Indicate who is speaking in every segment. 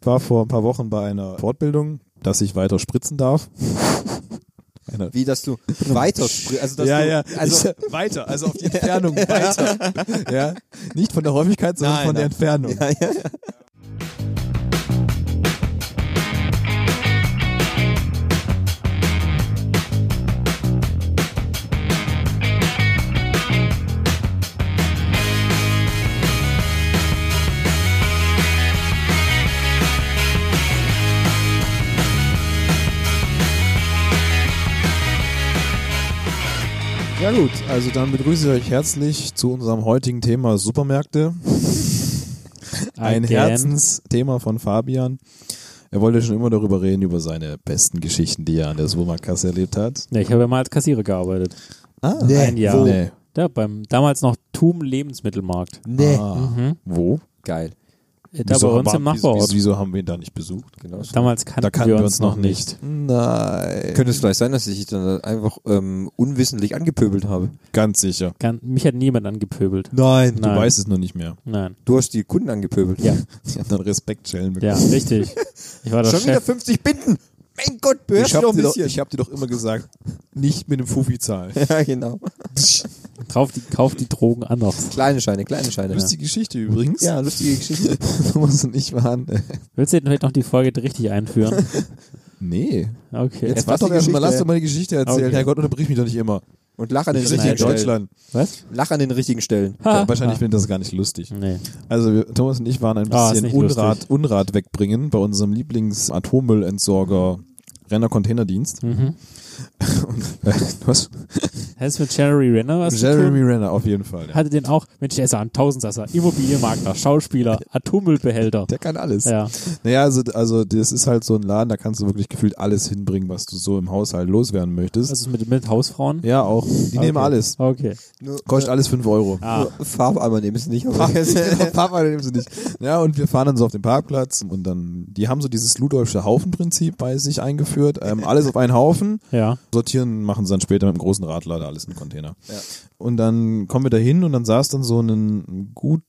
Speaker 1: war vor ein paar Wochen bei einer Fortbildung, dass ich weiter spritzen darf. Eine-
Speaker 2: Wie, dass du weiter spr- also dass
Speaker 1: ja,
Speaker 2: du,
Speaker 1: ja,
Speaker 2: also
Speaker 1: ich, weiter, also auf die Entfernung weiter. Ja, nicht von der Häufigkeit, sondern
Speaker 2: Nein,
Speaker 1: von der
Speaker 2: nein.
Speaker 1: Entfernung.
Speaker 2: ja, ja.
Speaker 1: Ja gut, also dann begrüße ich euch herzlich zu unserem heutigen Thema Supermärkte. Ein
Speaker 3: Again.
Speaker 1: Herzensthema von Fabian. Er wollte schon immer darüber reden, über seine besten Geschichten, die er an der Supermarktkasse erlebt hat.
Speaker 3: Ja, ich habe ja mal als Kassierer gearbeitet.
Speaker 1: Ah,
Speaker 3: Ein Jahr.
Speaker 2: Wo?
Speaker 1: Nee.
Speaker 3: Da beim damals noch TUM Lebensmittelmarkt.
Speaker 2: Nee.
Speaker 1: Ah,
Speaker 3: Mhm.
Speaker 1: wo?
Speaker 2: Geil.
Speaker 3: Da bei uns im
Speaker 1: haben- wieso,
Speaker 3: Nachbarort.
Speaker 1: wieso, wieso haben wir ihn da nicht besucht?
Speaker 2: Genau.
Speaker 3: Damals kannten,
Speaker 1: Da kannten wir uns noch nicht. Nein.
Speaker 2: Könnte es vielleicht sein, dass ich dich dann einfach ähm, unwissentlich angepöbelt habe?
Speaker 1: Ganz sicher.
Speaker 3: Gan- mich hat niemand angepöbelt.
Speaker 2: Nein.
Speaker 1: Du
Speaker 3: Nein.
Speaker 1: weißt es nur nicht mehr.
Speaker 3: Nein.
Speaker 2: Du hast die Kunden angepöbelt.
Speaker 3: Ja,
Speaker 1: Ich habe dann Respektschellen
Speaker 3: ja,
Speaker 1: bekommen.
Speaker 3: richtig. Ich war der
Speaker 2: Schon wieder
Speaker 3: Chef.
Speaker 2: 50 Binden. Mein Gott, beherrsch
Speaker 1: Ich
Speaker 2: dich
Speaker 1: habe
Speaker 2: doch ein
Speaker 1: dir, doch-
Speaker 2: bisschen.
Speaker 1: ich hab dir doch immer gesagt, nicht mit dem Fuffi zahlen.
Speaker 2: ja, genau.
Speaker 3: Kauf die, kauf die Drogen anders.
Speaker 2: Kleine Scheine, kleine Scheine.
Speaker 1: Lustige Geschichte übrigens.
Speaker 2: Ja, lustige Geschichte.
Speaker 1: Thomas und ich waren. Äh,
Speaker 3: Willst du denn vielleicht noch die Folge richtig einführen?
Speaker 1: nee.
Speaker 3: Okay.
Speaker 1: Jetzt
Speaker 2: Jetzt
Speaker 1: warte doch
Speaker 2: mach
Speaker 1: erstmal,
Speaker 2: die Geschichte.
Speaker 1: lass doch mal die Geschichte erzählen.
Speaker 3: Okay.
Speaker 1: Herrgott, unterbrich mich doch nicht immer.
Speaker 2: Und lach an den
Speaker 1: Ich bin
Speaker 3: Nein,
Speaker 1: in
Speaker 2: richtigen Stellen.
Speaker 1: Deutschland.
Speaker 3: Was?
Speaker 2: Lach an den richtigen Stellen.
Speaker 1: Ja, wahrscheinlich finde ich das gar nicht lustig.
Speaker 3: Nee.
Speaker 1: Also wir, Thomas und ich waren ein
Speaker 3: Ah, ist
Speaker 1: bisschen
Speaker 3: nicht
Speaker 1: Unrat,
Speaker 3: lustig.
Speaker 1: Unrat wegbringen bei unserem Lieblings-Atommüllentsorger Renner Containerdienst.
Speaker 3: Mhm.
Speaker 1: Und, äh, was?
Speaker 3: Hat es mit Jeremy Renner was zu tun?
Speaker 1: Jeremy Renner auf jeden Fall. Ja.
Speaker 3: Hatte den auch, Mensch, der ist ja ein Tausendsasser, Immobilienmakler, Schauspieler, Atommüllbehälter.
Speaker 1: Der kann alles.
Speaker 3: Ja.
Speaker 1: Naja, also, also das ist halt so ein Laden, da kannst du wirklich gefühlt alles hinbringen, was du so im Haushalt loswerden möchtest.
Speaker 3: Also mit, mit Hausfrauen?
Speaker 1: Ja, auch. Die nehmen
Speaker 3: Okay.
Speaker 1: alles.
Speaker 3: Okay.
Speaker 2: Nur,
Speaker 1: Kostet alles 5 Euro.
Speaker 3: Ah.
Speaker 2: nur Farbeimer nehmen es nicht.
Speaker 1: Ah.
Speaker 2: Aber
Speaker 1: Papa nehmen sie nicht. Ja, und wir fahren dann so auf den Parkplatz und dann, die haben so dieses Ludolfsche Haufenprinzip bei sich eingeführt. Ähm, alles auf einen Haufen,
Speaker 3: Ja.
Speaker 1: sortieren, machen sie dann später mit dem großen Radlader alles in den Container. Und dann kommen wir da hin und dann saß dann so ein gut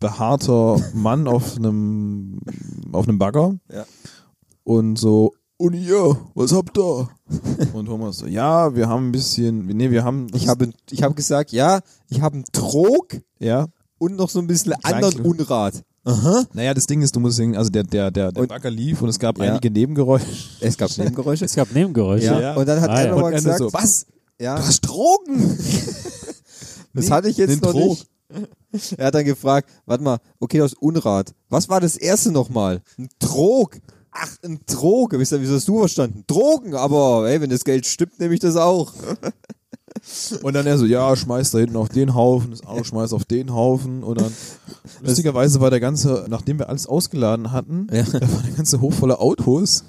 Speaker 1: behaarter Mann auf einem, auf einem Bagger.
Speaker 2: Ja.
Speaker 1: Und so, und ihr, was habt ihr? Und Thomas so, ja, wir haben ein bisschen, nee, wir haben,
Speaker 2: ich habe ich hab gesagt, ja, ich habe einen Trog
Speaker 1: ja,
Speaker 2: und noch so ein bisschen
Speaker 1: Klein-
Speaker 2: anderen Unrat.
Speaker 1: Naja, das Ding ist, du musst singen, also der, der, der, der
Speaker 2: Und-
Speaker 1: Bagger lief und es gab
Speaker 2: Ja.
Speaker 1: einige Nebengeräusche.
Speaker 2: Es gab Nebengeräusche.
Speaker 3: Es gab Nebengeräusche.
Speaker 2: Ja.
Speaker 1: Ja.
Speaker 2: Und dann hat
Speaker 3: Ah,
Speaker 2: er
Speaker 3: ja.
Speaker 2: nochmal
Speaker 1: Und er
Speaker 2: gesagt,
Speaker 1: so,
Speaker 2: was? Ja,
Speaker 1: Du hast Drogen!
Speaker 2: das hatte ich jetzt
Speaker 1: den
Speaker 2: noch
Speaker 1: Trog.
Speaker 2: nicht. Er hat dann gefragt, warte mal, okay, das ist Unrat. Was war das erste nochmal? Ein Trog. Ach, ein Trog. Wisst ihr, wieso hast du verstanden? Drogen, aber ey, wenn das Geld stimmt, nehme ich das auch.
Speaker 1: Und dann er so, ja, schmeißt da hinten auf den Haufen, das Auto schmeißt auf den Haufen und dann, lustigerweise war der ganze, nachdem wir alles ausgeladen hatten, da war der ganze Hof voller Autos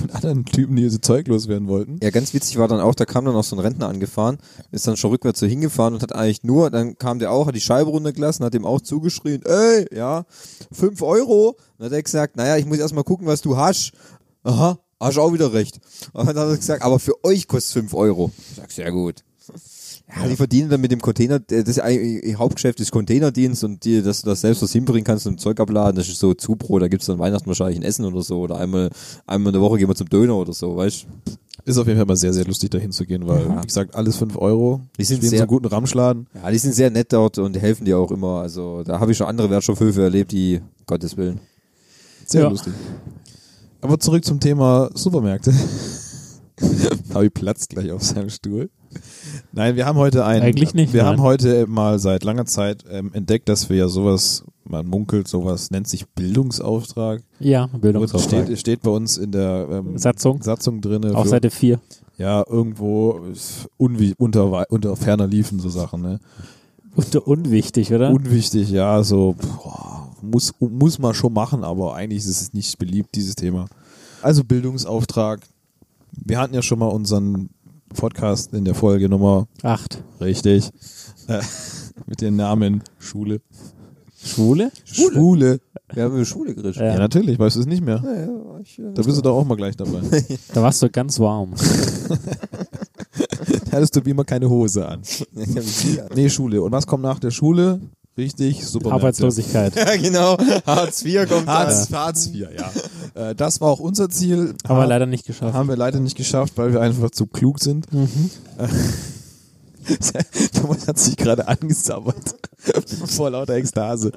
Speaker 1: und anderen Typen, die ihr Zeug loswerden wollten.
Speaker 2: Ja, ganz witzig war dann auch, da kam dann auch so ein Rentner angefahren, ist dann schon rückwärts so hingefahren und hat eigentlich nur, dann kam der auch, hat die Scheibe runtergelassen, hat dem auch zugeschrien, ey, ja, fünf Euro. Dann hat er gesagt, naja, ich muss erstmal gucken, was du hast. Aha, hast auch wieder recht. Und dann hat er gesagt, aber für euch kostet fünf Euro. Ich sag, sehr gut. Ja, die verdienen dann mit dem Container, das ist eigentlich ihr Hauptgeschäft ist Containerdienst und die, dass du das selbst was hinbringen kannst und Zeug abladen, das ist so Zubro, da gibt's dann Weihnachten wahrscheinlich ein Essen oder so oder einmal, einmal in der Woche gehen wir zum Döner oder so, weißt du?
Speaker 1: Ist auf jeden Fall mal sehr, sehr lustig dahin zu gehen, weil, wie gesagt, alles 5 Euro.
Speaker 2: Die sind
Speaker 1: Stehen so
Speaker 2: sehr-
Speaker 1: einen guten Ramschladen.
Speaker 2: Ja, die sind sehr nett dort und helfen dir auch immer. Also da habe ich schon andere Wertstoffhöfe erlebt, die Gottes Willen.
Speaker 1: Sehr
Speaker 3: Ja.
Speaker 1: lustig. Aber zurück zum Thema Supermärkte. Fabi platzt gleich auf seinem Stuhl. Nein, wir haben heute einen.
Speaker 3: Eigentlich nicht,
Speaker 1: Wir
Speaker 3: nein.
Speaker 1: haben heute mal seit langer Zeit ähm, entdeckt, dass wir ja sowas, man munkelt, sowas nennt sich Bildungsauftrag.
Speaker 3: Ja, Bildungsauftrag.
Speaker 1: Steht, steht bei uns in der ähm,
Speaker 3: Satzung.
Speaker 1: Satzung drin.
Speaker 3: Auf Seite 4.
Speaker 1: Ja, irgendwo ist unwi- unter, unter ferner liefen so Sachen. Ne?
Speaker 3: Und unwichtig, oder?
Speaker 1: Unwichtig, ja, so boah, muss, muss man schon machen, aber eigentlich ist es nicht beliebt, dieses Thema. Also Bildungsauftrag. Wir hatten ja schon mal unseren Podcast in der Folge Nummer,
Speaker 3: Acht.
Speaker 1: richtig, äh, mit dem Namen Schule.
Speaker 3: Schwule?
Speaker 1: Schule?
Speaker 2: Wir haben über Schule geredet.
Speaker 1: Ja,
Speaker 3: Ja.
Speaker 1: natürlich, weißt du es nicht mehr.
Speaker 2: Ja, ich, äh,
Speaker 1: Da bist du doch auch mal gleich dabei.
Speaker 3: Da warst du ganz warm.
Speaker 1: da hattest du wie immer keine Hose an.
Speaker 2: ja,
Speaker 1: Nee, Schule. Und was kommt nach der Schule? Richtig, super.
Speaker 3: Arbeitslosigkeit.
Speaker 2: genau. Hartz IV kommt
Speaker 1: Hartz,
Speaker 2: an.
Speaker 1: Hartz IV, ja. Äh, das war auch unser Ziel.
Speaker 3: Haben wir
Speaker 1: Ha-
Speaker 3: leider nicht geschafft.
Speaker 1: haben wir leider nicht geschafft, weil wir einfach zu klug sind. Thomas hat sich gerade angesabbert. Vor lauter Ekstase.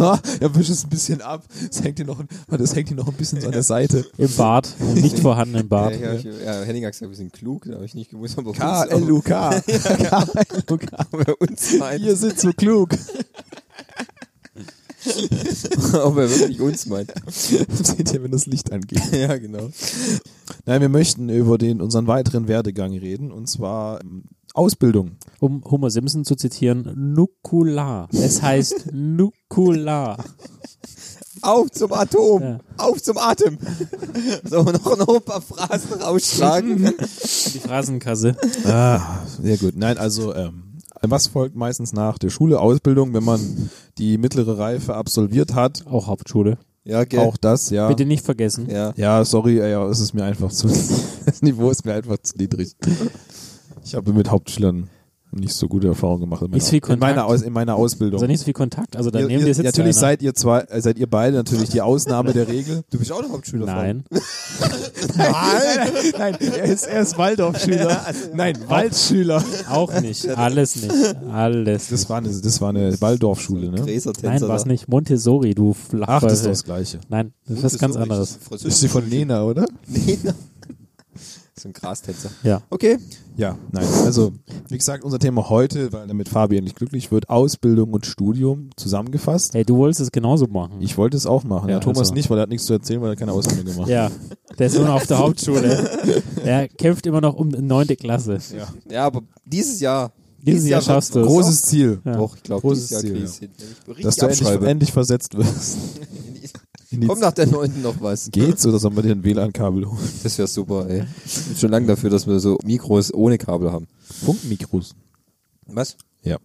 Speaker 1: Ha, er wischt es ein bisschen ab. Es hängt ihm noch, ein- das hängt ihm noch ein bisschen so an der Seite.
Speaker 3: Im Bad, im nicht vorhandenen
Speaker 2: Ja,
Speaker 3: Bart.
Speaker 2: ja, ich, ja, Henning hat gesagt, wir sind klug, da habe ich nicht gewusst, aber
Speaker 1: Ah, K-L-U-K. K-L-U-K.
Speaker 2: ob er uns meint.
Speaker 1: Ihr seid so klug.
Speaker 2: ob er wirklich uns meint.
Speaker 1: Seht ihr, wenn das Licht angeht.
Speaker 2: ja, genau.
Speaker 1: Nein, wir möchten über den, unseren weiteren Werdegang reden. Und zwar ähm, Ausbildung.
Speaker 3: Um Homer Simpson zu zitieren, nukular. Es heißt nukular.
Speaker 2: Auf zum Atom!
Speaker 3: Ja.
Speaker 2: Auf zum Atem! so, noch, noch ein paar Phrasen rausschlagen.
Speaker 3: Die Phrasenkasse.
Speaker 1: Ah, sehr gut. Nein, also ähm, was folgt meistens nach der Schule? Ausbildung, wenn man die mittlere Reife absolviert hat.
Speaker 3: Auch Hauptschule.
Speaker 2: ja, gell.
Speaker 1: Auch das, ja.
Speaker 3: Bitte nicht vergessen.
Speaker 2: Ja.
Speaker 1: Ja, sorry, ey, aber es ist mir einfach zu. Das Niveau ist mir einfach zu niedrig. Ich habe mit Hauptschülern nicht so gute Erfahrungen gemacht. In meiner,
Speaker 3: Nicht viel
Speaker 1: in meiner,
Speaker 3: Kontakt.
Speaker 1: Aus, in meiner Ausbildung.
Speaker 3: Also nicht so viel Kontakt. Also da
Speaker 1: ihr,
Speaker 3: nehmen
Speaker 1: ihr,
Speaker 3: wir jetzt
Speaker 1: natürlich
Speaker 3: einer.
Speaker 1: seid ihr zwei, äh, seid ihr beide natürlich die Ausnahme der Regel.
Speaker 2: Du bist auch noch Hauptschüler. Frank.
Speaker 3: Nein.
Speaker 1: Nein, nein, er ist, er ist Waldorfschüler.
Speaker 3: also
Speaker 1: Nein, Waldschüler.
Speaker 3: Auch nicht. Alles nicht. Alles.
Speaker 1: Das war eine, das war eine Waldorfschule, ne?
Speaker 3: Nein,
Speaker 2: Gräsertänzer
Speaker 3: war es
Speaker 2: da.
Speaker 3: nicht. Montessori, du
Speaker 1: Ach, das ist
Speaker 3: Flachball.
Speaker 1: das Gleiche.
Speaker 3: Nein, das ist was ganz
Speaker 2: so richtig
Speaker 3: anderes.
Speaker 1: Ist
Speaker 2: Französisch.
Speaker 1: sie von Lena, oder?
Speaker 2: Nee, ne? so ein Grastänzer.
Speaker 3: Ja.
Speaker 2: Okay.
Speaker 1: Ja, nein. Also, wie gesagt, unser Thema heute, weil damit Fabian nicht glücklich wird, Ausbildung und Studium zusammengefasst.
Speaker 3: Hey, du wolltest es genauso machen.
Speaker 1: Ich wollte es auch machen.
Speaker 3: Ja,
Speaker 1: Ja, Thomas
Speaker 3: also.
Speaker 1: nicht, weil er hat nichts zu erzählen, weil er keine Ausbildung gemacht hat.
Speaker 3: Ja, der ist immer noch auf der Hauptschule. Der kämpft immer noch um neunte Klasse.
Speaker 2: Ja, aber dieses Jahr.
Speaker 3: Dieses Jahr
Speaker 2: wird-
Speaker 3: schaffst du es.
Speaker 1: Großes Ziel,
Speaker 3: Ja.
Speaker 2: Doch, ich glaube,
Speaker 1: Großes
Speaker 2: dieses Jahr
Speaker 1: Ziel,
Speaker 2: krieg
Speaker 1: ja.
Speaker 2: ich's hin. Wenn ich richtig
Speaker 1: dass du endlich,
Speaker 2: abschreibe.
Speaker 1: endlich versetzt wirst. In die
Speaker 2: Komm nach der neunten noch was.
Speaker 1: Geht's oder sollen wir dir ein WLAN-Kabel holen?
Speaker 2: Das wäre super, ey. Ich bin schon lange dafür, dass wir so Mikros ohne Kabel haben.
Speaker 1: Funkmikros.
Speaker 2: Was?
Speaker 1: Ja.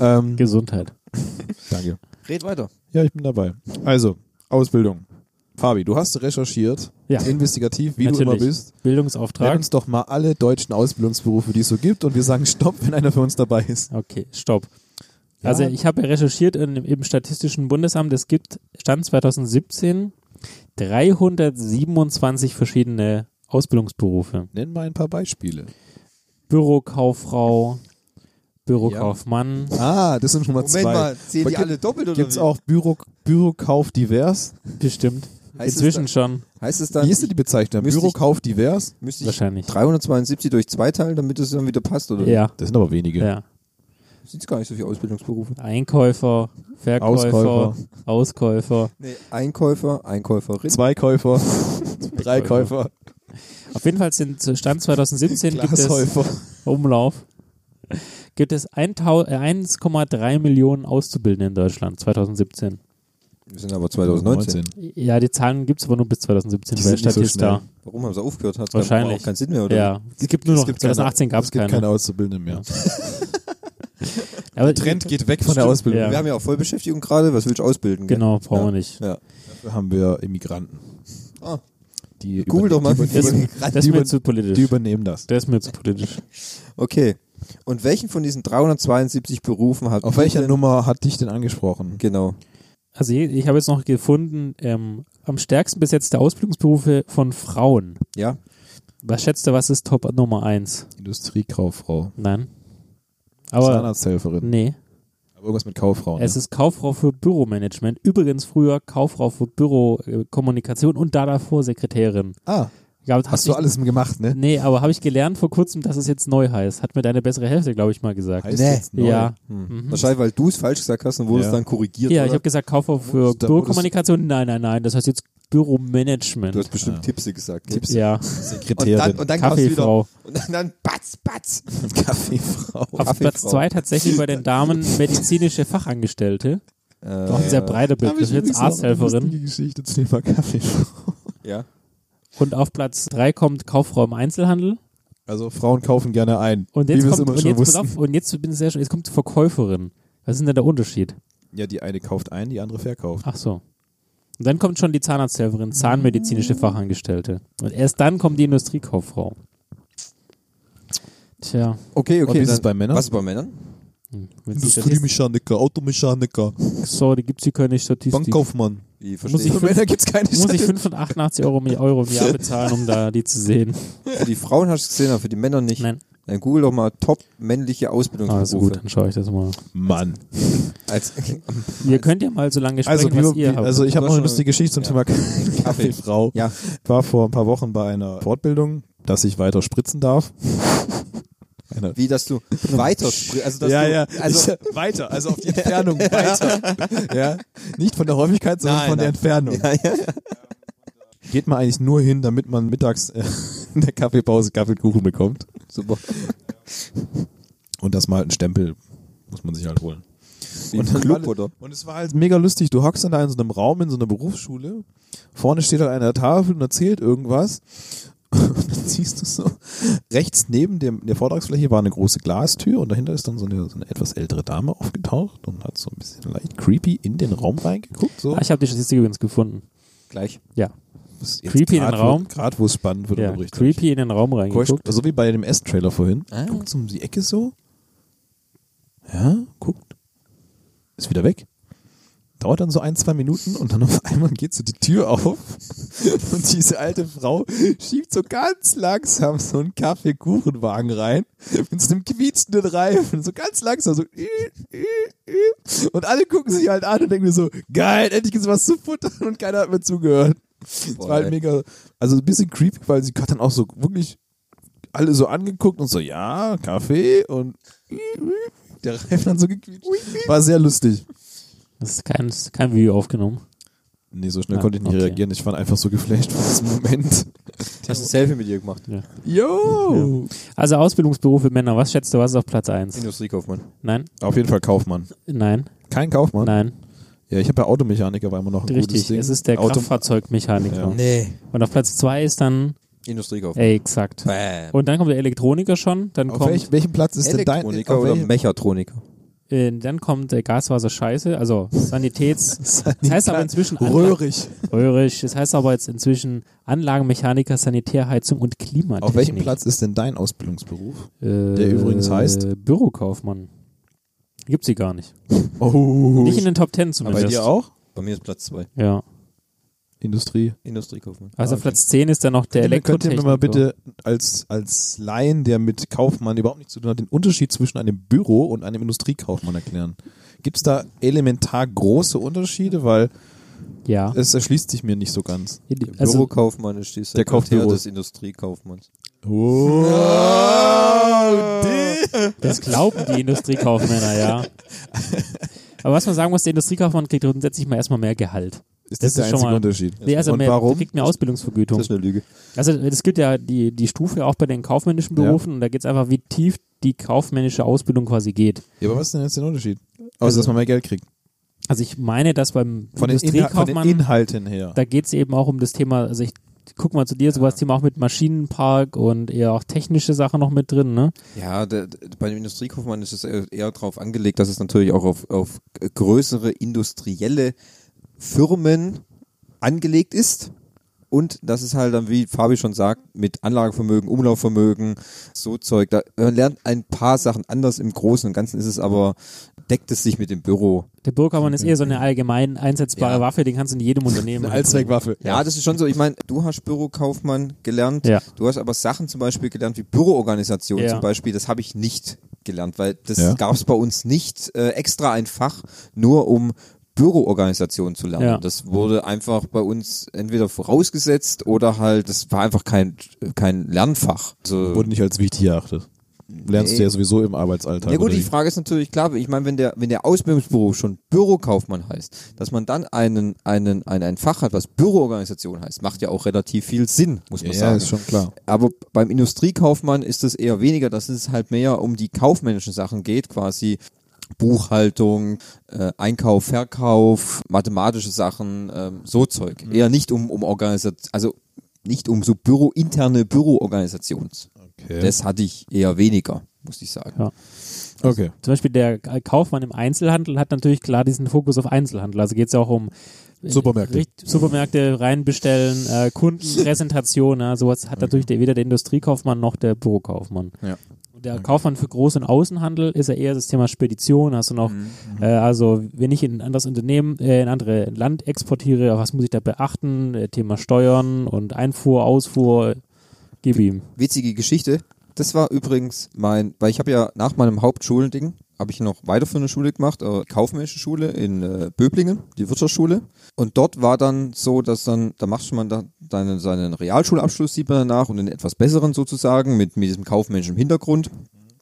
Speaker 1: Ähm,
Speaker 3: Gesundheit.
Speaker 1: danke.
Speaker 2: Red weiter.
Speaker 1: Ja, ich bin dabei. Also, Ausbildung. Fabi, du hast recherchiert,
Speaker 3: Ja.
Speaker 1: investigativ, wie du
Speaker 3: Natürlich.
Speaker 1: immer bist. Nenn
Speaker 3: Bildungsauftrag.
Speaker 1: uns doch mal alle deutschen Ausbildungsberufe, die es so gibt, und wir sagen Stopp, wenn einer von uns dabei ist.
Speaker 3: Okay, stopp. Also
Speaker 1: Ja.
Speaker 3: ich habe recherchiert in, im Statistischen Bundesamt, es gibt Stand 2017 327 verschiedene Ausbildungsberufe.
Speaker 1: Nenn mal ein paar Beispiele.
Speaker 3: Bürokauffrau, Bürokaufmann.
Speaker 1: Ah, das sind schon mal
Speaker 2: Moment
Speaker 1: zwei.
Speaker 2: mal, zählen die
Speaker 1: Gibt-
Speaker 2: alle doppelt oder
Speaker 1: Gibt's
Speaker 2: wie?
Speaker 1: auch Büro, Bürokauf divers?
Speaker 3: Bestimmt.
Speaker 2: Heißt es
Speaker 3: Inzwischen
Speaker 2: dann-
Speaker 3: schon
Speaker 2: Heißt es dann,
Speaker 1: Wie ist denn die Bezeichnung?
Speaker 2: Müsste ich-
Speaker 1: Bürokauf divers?
Speaker 2: müsste ich
Speaker 3: wahrscheinlich.
Speaker 2: 372 durch zwei teilen, damit es dann wieder passt, oder?
Speaker 3: Ja,
Speaker 1: Das sind aber wenige.
Speaker 3: ja.
Speaker 2: Sind gar nicht so viele Ausbildungsberufe.
Speaker 3: Einkäufer, Verkäufer, Auskäufer.
Speaker 2: Nee. Einkäufer, Einkäuferin.
Speaker 1: Zwei Käufer, drei Käufer,
Speaker 3: Auf jeden Fall sind zu Stand 2017 gibt es
Speaker 1: Glashäufer.
Speaker 3: Umlauf. Gibt es 1000 äh, 1,3 Millionen Auszubildende in Deutschland 2017.
Speaker 2: Wir sind aber 2019.
Speaker 3: Ja, die Zahlen gibt es aber nur bis 2017
Speaker 1: Die
Speaker 3: bei
Speaker 1: sind nicht so
Speaker 3: Statista.
Speaker 2: Warum haben sie aufgehört? Hat
Speaker 3: Wahrscheinlich.
Speaker 2: auch keinen Sinn mehr, oder?
Speaker 3: ja, es gibt nur noch, 2018 gab es
Speaker 1: gibt
Speaker 3: keine.
Speaker 1: keine Auszubildenden mehr.
Speaker 3: Aber
Speaker 1: Trend geht weg von der
Speaker 3: Stimmt,
Speaker 1: Ausbildung.
Speaker 3: ja.
Speaker 2: Wir haben ja auch Vollbeschäftigung gerade. Was willst du ausbilden? gell?
Speaker 3: Genau, brauchen
Speaker 2: Ja.
Speaker 3: wir nicht.
Speaker 2: Ja.
Speaker 1: Dafür haben wir Immigranten.
Speaker 2: Ah.
Speaker 1: Die
Speaker 2: Google doch mal.
Speaker 1: Die,
Speaker 3: Das,
Speaker 1: übernehmen-
Speaker 3: das ist
Speaker 1: die,
Speaker 3: mir
Speaker 1: über,
Speaker 3: zu politisch.
Speaker 1: die übernehmen das.
Speaker 3: das ist mir zu politisch.
Speaker 2: Okay. Und welchen von diesen 372 Berufen hat
Speaker 1: Auf welcher Nummer hat dich denn angesprochen?
Speaker 2: Genau.
Speaker 3: Also ich, ich habe jetzt noch gefunden, ähm, am stärksten besetzte Ausbildungsberufe von Frauen.
Speaker 2: Ja.
Speaker 3: Was schätzt du, was ist Top Nummer 1?
Speaker 1: Industriekauffrau.
Speaker 3: Nein. Aber,
Speaker 1: Zahnarzthelferin.
Speaker 3: nee.
Speaker 1: Aber irgendwas mit ne? Kauffrauen.
Speaker 3: Es ist Kauffrau für Büromanagement. Übrigens früher Kauffrau für Bürokommunikation und da davor Sekretärin.
Speaker 1: ne? Ah,
Speaker 3: Gab,
Speaker 1: hast du
Speaker 3: ich,
Speaker 1: alles gemacht, ne?
Speaker 3: Nee, aber habe ich gelernt vor kurzem, dass es jetzt neu heißt. Hat mir deine bessere Hälfte, glaube ich, mal gesagt.
Speaker 1: Heißt
Speaker 2: Nee.
Speaker 1: jetzt neu.
Speaker 3: Ja.
Speaker 2: Hm. Wahrscheinlich, weil du es falsch gesagt hast und wurde
Speaker 1: Ja.
Speaker 2: es dann korrigiert.
Speaker 3: Mhm. Ja, ich
Speaker 2: oder?
Speaker 3: habe gesagt Kauffrau für
Speaker 1: Da wurdest-
Speaker 3: Bürokommunikation. Nein, nein, nein. Das heißt jetzt Büromanagement.
Speaker 2: du hast bestimmt
Speaker 1: Ah.
Speaker 2: Tipse gesagt. gell?
Speaker 3: ja,
Speaker 2: Und dann,
Speaker 1: Sekretärin.
Speaker 2: und dann kam's wieder.
Speaker 3: Kaffeefrau.
Speaker 2: Und dann, dann batz, batz.
Speaker 1: Kaffeefrau.
Speaker 3: Auf Platz
Speaker 2: Kaffeefrau.
Speaker 3: zwei tatsächlich bei den Damen medizinische Fachangestellte.
Speaker 2: Äh,
Speaker 3: Auch ein sehr breiter Begriff. Das ist jetzt Arzthelferin.
Speaker 1: Die Geschichte zum Thema Kaffeefrau.
Speaker 2: Ja.
Speaker 3: Und auf Platz drei kommt Kauffrau im Einzelhandel.
Speaker 1: Also Frauen kaufen gerne ein.
Speaker 3: Und jetzt
Speaker 1: wie wir es
Speaker 3: kommt,
Speaker 1: immer
Speaker 3: und
Speaker 1: schon
Speaker 3: jetzt, pass
Speaker 1: wussten.
Speaker 3: auf, und jetzt bin ich sehr schön, jetzt kommt Verkäuferin. Was ist denn da der Unterschied?
Speaker 1: Ja, die eine kauft ein, die andere verkauft.
Speaker 3: Ach so. Mm. Und dann kommt schon die Zahnarzthelferin, zahnmedizinische Fachangestellte. Und erst dann kommt die Industriekauffrau. Tja,
Speaker 2: Okay, okay.
Speaker 1: Und wie ist
Speaker 2: dann-
Speaker 1: es bei Männern?
Speaker 2: Was ist bei Männern?
Speaker 3: wenn die Statistik,
Speaker 1: Industriemechaniker, Automechaniker,
Speaker 3: sorry, gibt's hier keine Statistik.
Speaker 1: Bankkaufmann.
Speaker 2: Wie
Speaker 3: Muss
Speaker 2: verstehe
Speaker 3: ich
Speaker 2: ich?
Speaker 1: Für Männer gibt's keine
Speaker 3: Muss ich
Speaker 1: Statistik.
Speaker 3: 85 Euro im, Jahr- Euro im Jahr bezahlen, um da die zu sehen?
Speaker 2: Für die Frauen hast du gesehen, aber für die Männer nicht.
Speaker 3: Nein.
Speaker 2: Dann google doch mal top männliche
Speaker 3: Also gut,
Speaker 2: Ausbildungsberufe.
Speaker 3: dann schaue ich das mal.
Speaker 1: Mann.
Speaker 2: Als
Speaker 3: Ihr könnt ja mal so lange
Speaker 1: Also,
Speaker 3: sprechen, was
Speaker 1: wie-
Speaker 3: ihr habt.
Speaker 1: also ich habe
Speaker 2: Das
Speaker 1: noch eine
Speaker 2: schon-
Speaker 1: lustige Geschichte zum Thema Kaffeefrau.
Speaker 2: ja,
Speaker 1: Ich war vor ein paar Wochen bei einer Fortbildung, dass ich weiter spritzen darf. Eine
Speaker 2: wie dass du weiter spri- also dass
Speaker 1: ja,
Speaker 2: du,
Speaker 1: ja.
Speaker 2: also
Speaker 1: ich, weiter, also auf die Entfernung weiter. Ja, nicht von der Häufigkeit, sondern
Speaker 2: Nein,
Speaker 1: von der
Speaker 2: nein.
Speaker 1: Entfernung. Geht man eigentlich nur hin, damit man mittags äh, in der Kaffeepause Kaffee und Kuchen bekommt.
Speaker 2: super.
Speaker 1: Und das mal halt ein Stempel muss man sich halt holen.
Speaker 2: Wie im
Speaker 1: dann
Speaker 2: Club
Speaker 1: war-
Speaker 2: oder
Speaker 1: Und es war halt mega lustig. Du hockst dann da in so einem Raum, in so einer Berufsschule. Vorne steht halt einer an der Tafel und erzählt irgendwas. Und dann siehst du so, rechts neben dem, der Vortragsfläche war eine große Glastür und dahinter ist dann so eine, so eine etwas ältere Dame aufgetaucht und hat so ein bisschen leicht creepy in den Raum reingeguckt. So.
Speaker 3: Ah, ich habe die Statistik übrigens gefunden.
Speaker 2: gleich.
Speaker 3: Ja,
Speaker 1: Das ist jetzt
Speaker 3: creepy in
Speaker 1: grad,
Speaker 3: den
Speaker 1: wo-
Speaker 3: Raum?
Speaker 1: Grad, wo es spannend wird.
Speaker 3: ja
Speaker 1: und richtig.
Speaker 3: creepy in den Raum reingeguckt.
Speaker 1: Guckt, so wie bei dem S-Trailer vorhin.
Speaker 2: Ah.
Speaker 1: Guckt so um die Ecke so. Ja, guckt. Ist wieder weg. Dauert dann so ein, zwei Minuten und dann auf einmal geht so die Tür auf und diese alte Frau schiebt so ganz langsam so einen Kaffeekuchenwagen rein mit so einem quietschenden Reifen, so ganz langsam so und alle gucken sich halt an und denken so, geil, endlich gibt's was zu futtern und keiner hat mir zugehört. Es war halt
Speaker 2: ey.
Speaker 1: mega, also ein bisschen creepy, weil sie hat dann auch so wirklich alle so angeguckt und so, ja, Kaffee und der Reifen dann so gequietscht. War sehr lustig.
Speaker 3: Das ist kein, das ist kein Video aufgenommen.
Speaker 1: Nee, so schnell
Speaker 3: Ah,
Speaker 1: konnte ich nicht
Speaker 3: okay.
Speaker 1: reagieren. Ich war einfach so geflasht von diesem Moment.
Speaker 2: Hast du ein Selfie mit dir gemacht?
Speaker 1: Yo!
Speaker 3: Also Ausbildungsberuf für Männer, was schätzt du, was ist auf Platz 1?
Speaker 2: Industriekaufmann.
Speaker 3: Nein?
Speaker 1: Auf jeden Fall Kaufmann.
Speaker 3: Nein?
Speaker 1: Kein Kaufmann?
Speaker 3: Nein?
Speaker 1: Ja, ich habe ja Automechaniker, war immer noch ein gutes
Speaker 3: Richtig,
Speaker 1: Ding.
Speaker 3: es ist der
Speaker 1: Auto
Speaker 3: Kraftfahrzeugmechaniker.
Speaker 2: Nee.
Speaker 3: Und auf Platz 2 ist dann,
Speaker 2: Industriekaufmann.
Speaker 3: ey, exakt.
Speaker 2: Bam.
Speaker 3: Und dann kommt der Elektroniker schon, dann
Speaker 1: auf
Speaker 3: kommt,
Speaker 1: welch, welchem Platz ist denn dein?
Speaker 2: Elektroniker
Speaker 1: auf
Speaker 2: oder
Speaker 1: welchem-
Speaker 2: Mechatroniker?
Speaker 3: äh, dann kommt äh, Gaswasser Scheiße, also Sanitäts. das heißt aber inzwischen Anla-
Speaker 1: Röhrig.
Speaker 3: Röhrig. Das heißt aber jetzt inzwischen Anlagenmechaniker, Sanitärheizung und Klimatechnik.
Speaker 1: Auf welchem Platz ist denn dein Ausbildungsberuf?
Speaker 3: Äh,
Speaker 1: der übrigens heißt?
Speaker 3: Bürokaufmann. Gibt sie gar nicht.
Speaker 1: Oh.
Speaker 3: Nicht in den Top Ten zumindest.
Speaker 1: bei dir auch?
Speaker 2: Bei mir ist Platz 2.
Speaker 3: Ja.
Speaker 1: Industrie.
Speaker 2: Industriekaufmann.
Speaker 3: Also
Speaker 2: Ah, okay.
Speaker 3: Platz 10 ist dann noch der
Speaker 1: Könnt ihr
Speaker 3: Elektrotechniker.
Speaker 1: mir mal bitte als, als Laien, der mit Kaufmann überhaupt nichts zu tun hat, den Unterschied zwischen einem Büro und einem Industriekaufmann erklären? Gibt es da elementar große Unterschiede? Weil
Speaker 3: Ja.
Speaker 1: es erschließt sich mir nicht so ganz.
Speaker 2: Der
Speaker 3: Also,
Speaker 2: Bürokaufmann ist die
Speaker 1: Der kauft
Speaker 2: Sekretär
Speaker 1: Büros.
Speaker 2: des Industriekaufmanns.
Speaker 1: Oh,
Speaker 3: das glauben die Industriekaufmänner, ja. Aber was man sagen muss, der Industriekaufmann kriegt grundsätzlich mal erstmal mehr Gehalt.
Speaker 1: Ist
Speaker 3: Das
Speaker 1: das,
Speaker 3: ist
Speaker 1: der
Speaker 3: schon
Speaker 1: einzige
Speaker 3: mal-
Speaker 1: Unterschied?
Speaker 3: Nee, also
Speaker 1: und
Speaker 3: mehr,
Speaker 1: warum?
Speaker 3: kriegt mehr Ausbildungsvergütung.
Speaker 2: Das ist eine Lüge.
Speaker 3: Also es gibt ja die, die Stufe auch bei den kaufmännischen
Speaker 1: Ja.
Speaker 3: Berufen und da geht es einfach, wie tief die kaufmännische Ausbildung quasi geht.
Speaker 1: Ja, aber was ist denn jetzt der Unterschied? Außer, dass man mehr Geld kriegt.
Speaker 3: Also ich meine, dass beim
Speaker 1: Von den, Inha von den
Speaker 3: Industriekaufmann,
Speaker 1: Inhalten her.
Speaker 3: da geht es eben auch um das Thema, also ich guck mal zu dir, sowas Thema auch mit Maschinenpark und eher auch technische Sachen noch mit drin, ne?
Speaker 2: Ja, der, der, bei dem Industriekaufmann ist es äh, eher eher darauf angelegt, dass es natürlich auch auf, auf größere industrielle Firmen angelegt ist. Und das ist halt dann, wie Fabi schon sagt, mit Anlagevermögen, Umlaufvermögen, so Zeug. Da, man lernt ein paar Sachen anders. Im Großen und Ganzen ist es aber, deckt es sich mit dem Büro.
Speaker 3: Der Bürgermann ist eher so eine allgemein einsetzbare
Speaker 2: Ja.
Speaker 3: Waffe, den kannst du in jedem Unternehmen.
Speaker 1: Eine
Speaker 3: halt-
Speaker 1: Allzweckwaffe.
Speaker 2: Ja, das ist schon so. Ich meine, du hast Bürokaufmann gelernt.
Speaker 3: Ja.
Speaker 2: Du hast aber Sachen zum Beispiel gelernt wie Büroorganisation
Speaker 3: Ja.
Speaker 2: zum Beispiel. Das habe ich nicht gelernt, weil das
Speaker 1: Ja.
Speaker 2: gab's gab es bei uns nicht äh, extra ein Fach, nur um Büroorganisation zu lernen.
Speaker 3: Ja.
Speaker 2: Das wurde einfach bei uns entweder vorausgesetzt oder halt, das war einfach kein, kein Lernfach. Also,
Speaker 1: Wurde nicht als wichtig erachtet. Lernst
Speaker 2: Nee.
Speaker 1: du ja sowieso im Arbeitsalltag.
Speaker 2: ja gut,
Speaker 1: oder
Speaker 2: die
Speaker 1: wie?
Speaker 2: Frage ist natürlich klar, ich meine, wenn der, wenn der Ausbildungsberuf schon Bürokaufmann heißt, dass man dann einen, einen, ein, ein Fach hat, was Büroorganisation heißt, macht ja auch relativ viel Sinn, muss man
Speaker 1: ja,
Speaker 2: sagen.
Speaker 1: ist schon klar.
Speaker 2: Aber beim Industriekaufmann ist es eher weniger, dass es halt mehr um die kaufmännischen Sachen geht, quasi Buchhaltung, äh, Einkauf, Verkauf, mathematische Sachen, ähm, so Zeug. Eher nicht um, um Organisation, also nicht um so Büro, interne Büroorganisations. Das hatte ich eher weniger, muss ich sagen.
Speaker 3: Ja.
Speaker 1: Okay.
Speaker 3: Zum Beispiel der Kaufmann im Einzelhandel hat natürlich klar diesen Fokus auf Einzelhandel. Also geht es ja auch um äh,
Speaker 1: Supermärkte.
Speaker 3: Richt- Supermärkte reinbestellen, äh, Kundenpräsentation, ja, sowas hat natürlich der, weder der Industriekaufmann noch der Bürokaufmann.
Speaker 2: Ja.
Speaker 3: Und der Kaufmann für Groß- und Außenhandel ist ja eher das Thema Spedition. Hast du noch,
Speaker 1: Mhm,
Speaker 3: äh, also wenn ich in ein anderes Unternehmen, äh, in ein anderes Land exportiere, was muss ich da beachten? Äh, Thema Steuern und Einfuhr, Ausfuhr, gib ihm.
Speaker 2: witzige Geschichte. Das war übrigens mein, weil ich habe ja nach meinem Hauptschulending habe ich noch weiterführende Schule gemacht, äh, kaufmännische Schule in äh, Böblingen, die Wirtschaftsschule. Und dort war dann so, dass dann, da macht man dann deinen, seinen Realschulabschluss sieht man danach und einen etwas besseren sozusagen mit, mit diesem kaufmännischen Hintergrund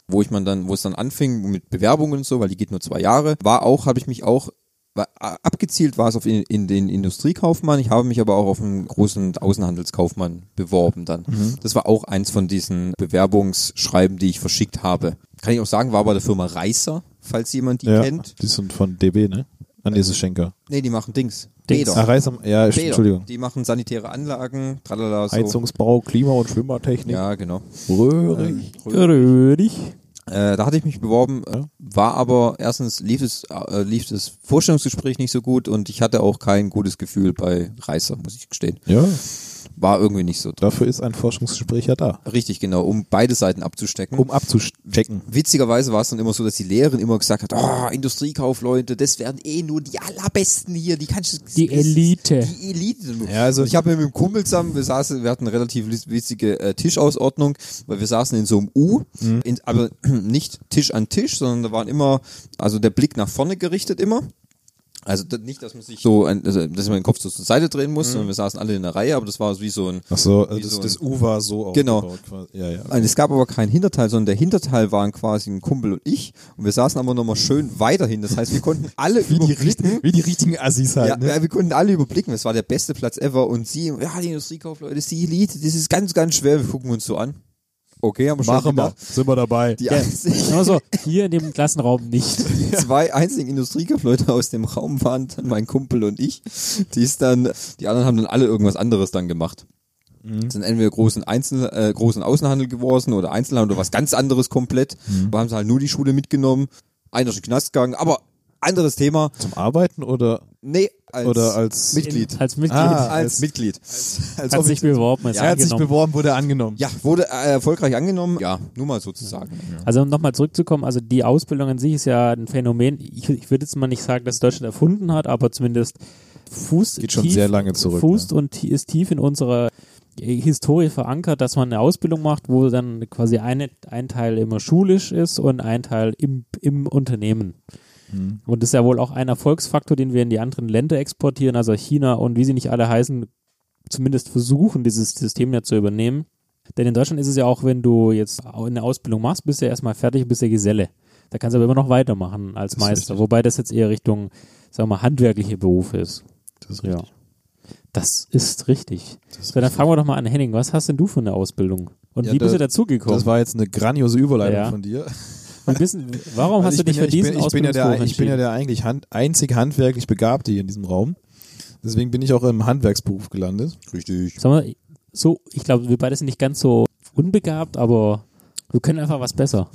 Speaker 2: wo ich man dann, wo es dann anfing mit Bewerbungen und so, weil die geht nur zwei Jahre, war auch, habe ich mich auch war, abgezielt war es auf in, in den Industriekaufmann, ich habe mich aber auch auf einen großen Außenhandelskaufmann beworben dann.
Speaker 1: Mhm.
Speaker 2: Das war auch eins von diesen Bewerbungsschreiben, die ich verschickt habe. Kann ich auch sagen, war bei der Firma Reißer, falls jemand die
Speaker 1: ja,
Speaker 2: kennt.
Speaker 1: die sind von DB, ne? Ah, nee, es ist Schenker.
Speaker 2: Nee, die machen Dings.
Speaker 3: Dings.
Speaker 1: Ach,
Speaker 2: Bäder.
Speaker 1: Reis am, ja,
Speaker 2: Bäder.
Speaker 1: Entschuldigung.
Speaker 2: Die machen sanitäre Anlagen, tralala, so.
Speaker 1: Heizungsbau, Klima- und Schwimmertechnik.
Speaker 2: Ja, genau.
Speaker 1: Röhrig.
Speaker 3: Röhrig.
Speaker 2: Äh, da hatte ich mich beworben, äh,
Speaker 1: Ja.
Speaker 2: war aber erstens lief es äh, lief das Vorstellungsgespräch nicht so gut und ich hatte auch kein gutes Gefühl bei Reißer, muss ich gestehen.
Speaker 1: Ja,
Speaker 2: War irgendwie nicht so drin.
Speaker 1: dafür ist ein Forschungsgespräch ja da.
Speaker 2: Richtig, genau, um beide Seiten abzustecken.
Speaker 1: Um abzustecken.
Speaker 2: Witzigerweise war es dann immer so, dass die Lehrerin immer gesagt hat, oh, Industriekaufleute, das werden eh nur die allerbesten hier, die kannst du...
Speaker 3: Die Elite.
Speaker 2: Die Elite.
Speaker 1: Ja, also-
Speaker 2: Und ich habe mit dem Kumpel zusammen, wir saßen, wir hatten eine relativ lis- witzige äh, Tischausordnung, weil wir saßen in so einem U, in, aber nicht Tisch an Tisch, sondern da waren immer, also der Blick nach vorne gerichtet immer. Also d- nicht, dass man sich so, ein, also, dass man den Kopf so zur Seite drehen muss, sondern wir saßen alle in einer Reihe, aber das war wie so ein
Speaker 1: Ach so,
Speaker 2: Wie
Speaker 1: also das,
Speaker 2: so
Speaker 1: das U war so
Speaker 2: Genau.
Speaker 1: aufgebaut quasi. Ja, ja.
Speaker 2: Und es gab aber keinen Hinterteil, sondern der Hinterteil waren quasi ein Kumpel und ich. Und wir saßen aber nochmal schön weiterhin. Das heißt, wir konnten alle überblicken.
Speaker 1: wie die richtigen Assis halt, ne?
Speaker 2: Ja, ja, wir konnten alle überblicken. Es war der beste Platz ever. Und sie, ja, die Industriekaufleute, das ist die Elite, das ist ganz, ganz schwer. Wir gucken uns so an. Okay, haben wir schon
Speaker 1: Machen wir,
Speaker 2: gedacht.
Speaker 1: sind wir dabei.
Speaker 2: Die, einzigen,
Speaker 3: Nur so, hier in dem Klassenraum nicht.
Speaker 2: die zwei einzigen Industriekaufleute aus dem Raum waren dann mein Kumpel und ich. Die ist dann, die anderen haben dann alle irgendwas anderes dann gemacht. sind entweder großen Einzel äh, großen Außenhandel geworden oder Einzelhandel oder was ganz anderes komplett. Wir haben sie halt nur die Schule mitgenommen, einer ist in den Knast gegangen, aber anderes Thema.
Speaker 1: Zum Arbeiten oder
Speaker 2: Nee, als,
Speaker 1: Oder als-
Speaker 2: Mitglied.
Speaker 3: Als Mitglied.
Speaker 1: Ah,
Speaker 2: als,
Speaker 1: als-
Speaker 2: Mitglied.
Speaker 1: als
Speaker 3: hat sich beworben, ist
Speaker 1: Also er hat sich
Speaker 3: angenommen.
Speaker 1: beworben, wurde angenommen.
Speaker 2: Ja, wurde äh, erfolgreich angenommen. Ja, nur mal sozusagen.
Speaker 3: Also um nochmal zurückzukommen, also die Ausbildung an sich ist ja ein Phänomen. Ich, ich würde jetzt mal nicht sagen, dass Deutschland erfunden hat, aber zumindest Fuß
Speaker 1: Geht schon
Speaker 3: tief,
Speaker 1: sehr lange zurück,
Speaker 3: Fußt und ti- ist tief in unserer Historie verankert, dass man eine Ausbildung macht, wo dann quasi eine, ein Teil immer schulisch ist und ein Teil im, im Unternehmen.
Speaker 1: Hm.
Speaker 3: Und das ist ja wohl auch ein Erfolgsfaktor, den wir in die anderen Länder exportieren, also China und wie sie nicht alle heißen, zumindest versuchen, dieses System ja zu übernehmen. Denn in Deutschland ist es ja auch, wenn du jetzt eine Ausbildung machst, bist du ja erstmal fertig, bist der Geselle. Da kannst du aber immer noch weitermachen als
Speaker 1: ist
Speaker 3: Meister.
Speaker 1: richtig.
Speaker 3: Wobei das jetzt eher Richtung, sagen wir mal, handwerkliche Berufe ist.
Speaker 1: Das ist
Speaker 3: Ja. Das ist richtig.
Speaker 1: Das ist
Speaker 3: so, dann fragen wir doch mal an Henning, was hast denn du für eine Ausbildung? Und
Speaker 1: Ja,
Speaker 3: wie bist
Speaker 1: da-
Speaker 3: du dazugekommen?
Speaker 1: Das war jetzt eine grandiose Überleitung
Speaker 3: Ja.
Speaker 1: von dir.
Speaker 3: Wir wissen, warum hast
Speaker 1: Also
Speaker 3: du dich
Speaker 1: ich
Speaker 3: für
Speaker 1: bin ja-
Speaker 3: diesen
Speaker 1: ich bin, ich bin ja der,
Speaker 3: Ausbildungsberuf
Speaker 1: Ich bin ja
Speaker 3: entschieden?
Speaker 1: der eigentlich hand, einzig handwerklich Begabte hier in diesem Raum. Deswegen bin ich auch im Handwerksberuf gelandet.
Speaker 2: Richtig.
Speaker 3: Sag mal, so, ich glaube, wir beide sind nicht ganz so unbegabt, aber wir können einfach was besser.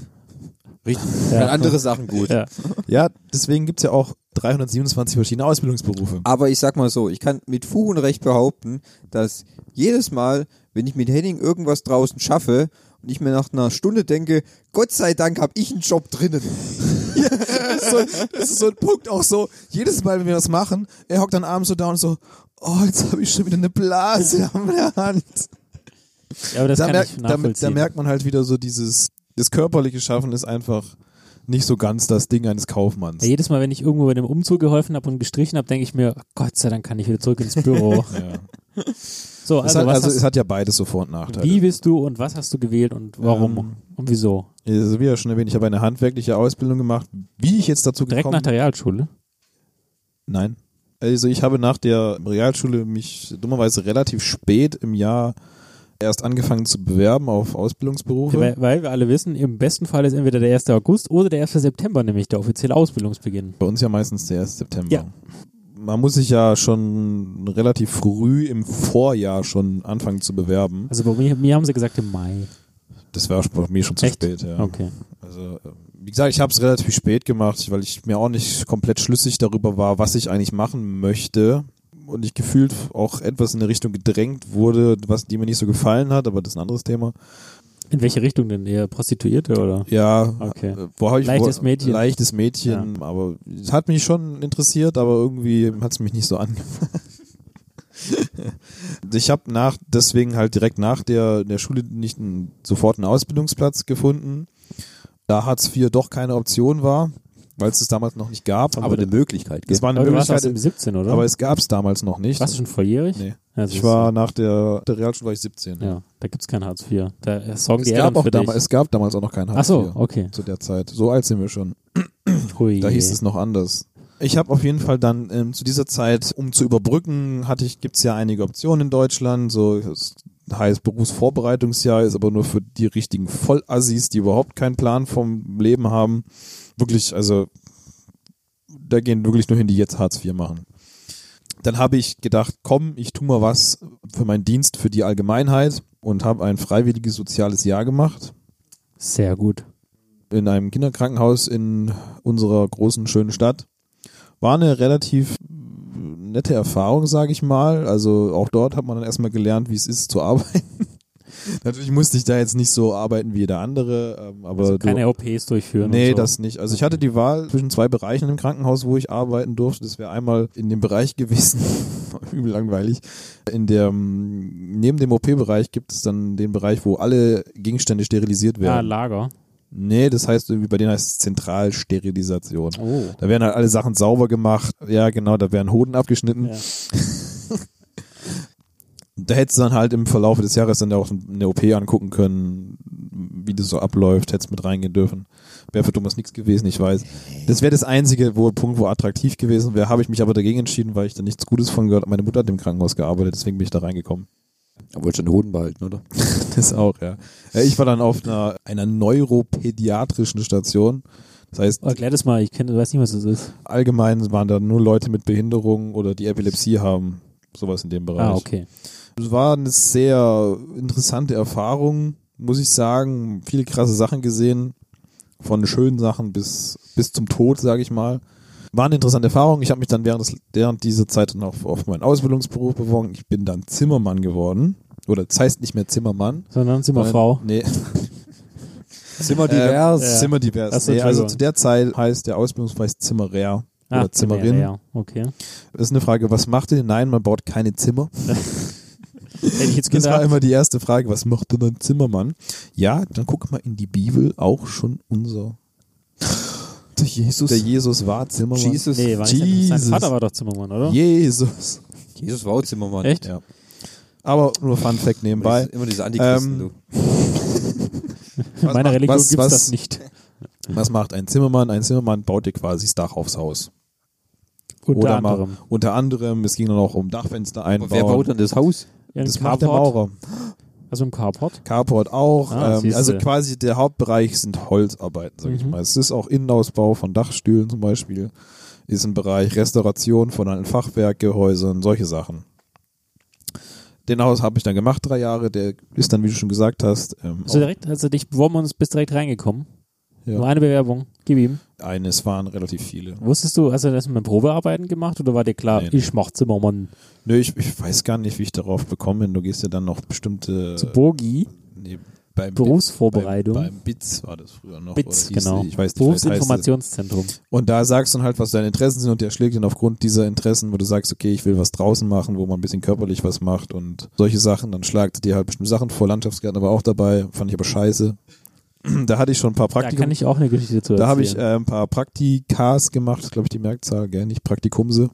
Speaker 2: Richtig.
Speaker 3: Ja.
Speaker 2: Kann andere Sachen gut.
Speaker 3: Ja.
Speaker 1: Ja, deswegen gibt's ja auch 327 verschiedene Ausbildungsberufe.
Speaker 2: Aber ich sag mal so, ich kann mit Fug und Recht behaupten, dass jedes Mal, wenn ich mit Henning irgendwas draußen schaffe und ich mir nach einer Stunde denke, Gott sei Dank habe ich einen Job drinnen.
Speaker 1: Das ist, so, das ist so ein Punkt auch so, jedes Mal, wenn wir das machen, er hockt dann abends so da und so, oh, jetzt habe ich schon wieder eine Blase an der Hand.
Speaker 3: Ja, aber das
Speaker 1: Da,
Speaker 3: kann
Speaker 1: merk,
Speaker 3: ich
Speaker 1: da,
Speaker 3: nachvollziehen.
Speaker 1: da merkt man halt wieder so dieses, das körperliche Schaffen ist einfach nicht so ganz das Ding eines Kaufmanns.
Speaker 3: ja, jedes Mal, wenn ich irgendwo bei dem Umzug geholfen habe und gestrichen habe, denke ich mir, Gott sei Dank kann ich wieder zurück ins Büro.
Speaker 1: Ja.
Speaker 3: So,
Speaker 1: Es,
Speaker 3: also,
Speaker 1: hat,
Speaker 3: was
Speaker 1: also
Speaker 3: hast,
Speaker 1: es hat ja beides so Vor- und Nachteile.
Speaker 3: wie bist du und was hast du gewählt und warum
Speaker 1: Ähm,
Speaker 3: und wieso?
Speaker 1: Also wie ja schon erwähnt, ich habe eine handwerkliche Ausbildung gemacht. Wie ich jetzt dazu
Speaker 3: Direkt
Speaker 1: gekommen
Speaker 3: nach der Realschule?
Speaker 1: Nein. Also ich habe nach der Realschule mich dummerweise relativ spät im Jahr erst angefangen zu bewerben auf Ausbildungsberufe.
Speaker 3: Weil, weil wir alle wissen, im besten Fall ist entweder der 1. August oder der 1. September nämlich der offizielle Ausbildungsbeginn.
Speaker 1: Bei uns ja meistens der 1. September.
Speaker 3: Ja.
Speaker 1: Man muss sich ja schon relativ früh im Vorjahr schon anfangen zu bewerben.
Speaker 3: Also bei mir, mir haben sie gesagt im Mai.
Speaker 1: Das wäre bei mir schon zu
Speaker 3: Echt?
Speaker 1: spät. Ja.
Speaker 3: Okay.
Speaker 1: Also, äh, wie gesagt, ich habe es relativ spät gemacht, weil ich mir auch nicht komplett schlüssig darüber war, was ich eigentlich machen möchte. Und ich gefühlt auch etwas in eine Richtung gedrängt wurde, was die mir nicht so gefallen hat, aber das ist ein anderes Thema.
Speaker 3: In welche Richtung denn? Eher Prostituierte oder?
Speaker 1: Ja,
Speaker 3: Okay.
Speaker 1: äh, wo hab ich
Speaker 3: Leichtes
Speaker 1: wo,
Speaker 3: Mädchen.
Speaker 1: Leichtes Mädchen, aber es hat mich schon interessiert, aber irgendwie hat es mich nicht so angefangen. ich habe nach deswegen halt direkt nach der der Schule nicht n- sofort einen Ausbildungsplatz gefunden. Da Hartz IV doch keine Option war, weil es es damals noch nicht gab.
Speaker 2: Aber eine Möglichkeit, gell?
Speaker 1: es war eine
Speaker 3: Aber du warst
Speaker 1: Möglichkeit,
Speaker 3: erst im 17, oder?
Speaker 1: aber es gab es damals noch nicht.
Speaker 3: warst du schon volljährig?
Speaker 1: Nee.
Speaker 3: Ja, das
Speaker 1: Ich
Speaker 3: ist-
Speaker 1: war nach der, der Realschule war ich 17.
Speaker 3: Ja, da gibt's kein Hartz IV. Da äh, sorgen
Speaker 1: Es
Speaker 3: die
Speaker 1: gab,
Speaker 3: Eltern
Speaker 1: auch
Speaker 3: für
Speaker 1: damals, es gab damals auch noch keinen
Speaker 3: dich. Ach
Speaker 1: Hartz
Speaker 3: so,
Speaker 1: IV
Speaker 3: okay.
Speaker 1: zu der Zeit. So alt sind wir schon.
Speaker 3: Hui.
Speaker 1: Da hieß es noch anders. Ich habe auf jeden Fall dann ähm, zu dieser Zeit, um zu überbrücken, hatte ich, gibt's ja einige Optionen in Deutschland. So das heißt Berufsvorbereitungsjahr ist aber nur für die richtigen Vollassis, die überhaupt keinen Plan vom Leben haben. Wirklich, also da gehen wirklich nur hin, die jetzt Hartz IV machen. Dann habe ich gedacht, komm, ich tu mal was für meinen Dienst, für die Allgemeinheit und habe ein freiwilliges soziales Jahr gemacht
Speaker 3: Sehr gut.
Speaker 1: in einem Kinderkrankenhaus in unserer großen, schönen Stadt. War eine relativ nette Erfahrung, sage ich mal. Also auch dort hat man dann erstmal gelernt, wie es ist zu arbeiten. Natürlich musste ich da jetzt nicht so arbeiten wie jeder andere, ähm, aber
Speaker 3: Also
Speaker 1: du,
Speaker 3: keine OPs durchführen.
Speaker 1: nee,
Speaker 3: und so.
Speaker 1: das nicht. Also ich hatte die Wahl zwischen zwei Bereichen im Krankenhaus, wo ich arbeiten durfte. Das wäre einmal in dem Bereich gewesen, übel langweilig. In der ähm, neben dem OP-Bereich gibt es dann den Bereich, wo alle Gegenstände sterilisiert
Speaker 3: Ah,
Speaker 1: werden.
Speaker 3: Lager.
Speaker 1: Nee, das heißt irgendwie, bei denen heißt es Zentralsterilisation.
Speaker 3: Oh.
Speaker 1: Da werden halt alle Sachen sauber gemacht. Ja, genau, da werden Hoden abgeschnitten.
Speaker 3: Ja.
Speaker 1: Da hättest du dann halt im Verlauf des Jahres dann auch eine OP angucken können, wie das so abläuft, hättest mit reingehen dürfen. Wäre für Thomas nichts gewesen, ich weiß. Das wäre das einzige wo, Punkt, wo attraktiv gewesen wäre. Habe ich mich aber dagegen entschieden, weil ich da nichts Gutes von gehört habe. Meine Mutter hat im Krankenhaus gearbeitet, deswegen bin ich da reingekommen.
Speaker 2: Da wollte schon den Hoden behalten, oder?
Speaker 1: Das auch, ja. Ja, Ich war dann auf einer, einer neuropädiatrischen Station. Das heißt,
Speaker 3: Oh, Erklär das mal, ich kenn, weiß nicht, was das ist.
Speaker 1: allgemein waren da nur Leute mit Behinderung oder die Epilepsie haben. Sowas in dem Bereich.
Speaker 3: Ah, okay.
Speaker 1: Es war eine sehr interessante Erfahrung, muss ich sagen. Viele krasse Sachen gesehen, von schönen Sachen bis, bis zum Tod, sage ich mal. War eine interessante Erfahrung. Ich habe mich dann während, des, während dieser Zeit dann auf, auf meinen Ausbildungsberuf beworben. Ich bin dann Zimmermann geworden. Oder das heißt nicht mehr Zimmermann.
Speaker 3: Sondern Zimmerfrau.
Speaker 1: Nee, Ähm,
Speaker 2: Zimmer
Speaker 1: divers.
Speaker 3: Ja.
Speaker 1: Zimmerdivers.
Speaker 3: Ach so,
Speaker 1: nee, also
Speaker 3: Entschuldigung.
Speaker 1: zu der Zeit heißt der Ausbildungsbereich Zimmerär
Speaker 3: Ah,
Speaker 1: oder Zimmerin.
Speaker 3: Ja, ja, okay.
Speaker 1: Das ist eine Frage, was macht ihr? Nein, man baut keine Zimmer.
Speaker 3: Hätte ich jetzt
Speaker 1: Das war
Speaker 3: gedacht.
Speaker 1: immer die erste Frage, was macht denn ein Zimmermann? Ja, dann guck mal in die Bibel, auch schon unser. Der Jesus, der Jesus war Zimmermann.
Speaker 2: Jesus.
Speaker 3: Nee, war nicht sein-
Speaker 1: Jesus.
Speaker 3: Sein Vater war doch Zimmermann, oder?
Speaker 1: Jesus.
Speaker 2: Jesus war auch Zimmermann.
Speaker 3: Echt?
Speaker 1: Ja. Aber nur Fun Fact nebenbei.
Speaker 2: Immer diese Antichristen,
Speaker 1: Ähm,
Speaker 2: du.
Speaker 3: In meiner
Speaker 1: macht-
Speaker 3: Religion
Speaker 1: was-
Speaker 3: gibt's
Speaker 1: was-
Speaker 3: das nicht.
Speaker 1: Was macht ein Zimmermann? Ein Zimmermann baut dir quasi das Dach aufs Haus.
Speaker 3: Unter
Speaker 1: Oder ma-
Speaker 3: anderem.
Speaker 1: Unter anderem, es ging dann auch um Dachfenster einbauen.
Speaker 2: Aber wer baut dann das Haus?
Speaker 3: Im
Speaker 1: das macht der
Speaker 3: Carport.
Speaker 1: Maurer.
Speaker 3: Also im Carport.
Speaker 1: Carport auch.
Speaker 3: Ah,
Speaker 1: ähm,
Speaker 3: siehste.
Speaker 1: also quasi der Hauptbereich sind Holzarbeiten, sage ich
Speaker 3: Mhm.
Speaker 1: mal. Es ist auch Innenausbau von Dachstühlen zum Beispiel. Ist ein Bereich Restauration von alten Fachwerkgehäusern, solche Sachen. Den Haus habe ich dann gemacht, drei Jahre. Der ist dann, wie du schon gesagt hast, ähm,
Speaker 3: Also direkt, als du dich beworben hast, bist direkt reingekommen.
Speaker 1: Ja.
Speaker 3: Nur eine Bewerbung. Gib ihm.
Speaker 1: auch eines waren relativ viele.
Speaker 3: Wusstest du, hast du das mit Probearbeiten gemacht oder war dir klar,
Speaker 1: Nee, nee.
Speaker 3: ich mach Zimmermann
Speaker 1: Nö, ich, ich weiß gar nicht, wie ich darauf gekommen bin. Du gehst ja dann noch bestimmte
Speaker 3: zu Bogi?
Speaker 1: nee, beim
Speaker 3: Berufsvorbereitung.
Speaker 1: Beim, beim BITS war das früher noch.
Speaker 3: BITS,
Speaker 1: oder hieß
Speaker 3: genau.
Speaker 1: die- Ich weiß nicht, vielleicht heißt es-
Speaker 3: Berufsinformationszentrum.
Speaker 1: Und da sagst du dann halt, was deine Interessen sind und der schlägt dann aufgrund dieser Interessen, wo du sagst, okay, ich will was draußen machen, wo man ein bisschen körperlich was macht und solche Sachen, dann schlagt er dir halt bestimmte Sachen vor, Landschaftsgärten aber auch dabei, fand ich aber scheiße. Da hatte ich schon ein paar
Speaker 3: Da kann
Speaker 1: Praktikum.
Speaker 3: ich auch eine Geschichte zu
Speaker 1: Da,
Speaker 3: erzählen.
Speaker 1: habe ich äh, ein paar Praktikas gemacht, glaube ich die Merkzahl, gell, nicht Praktikumse.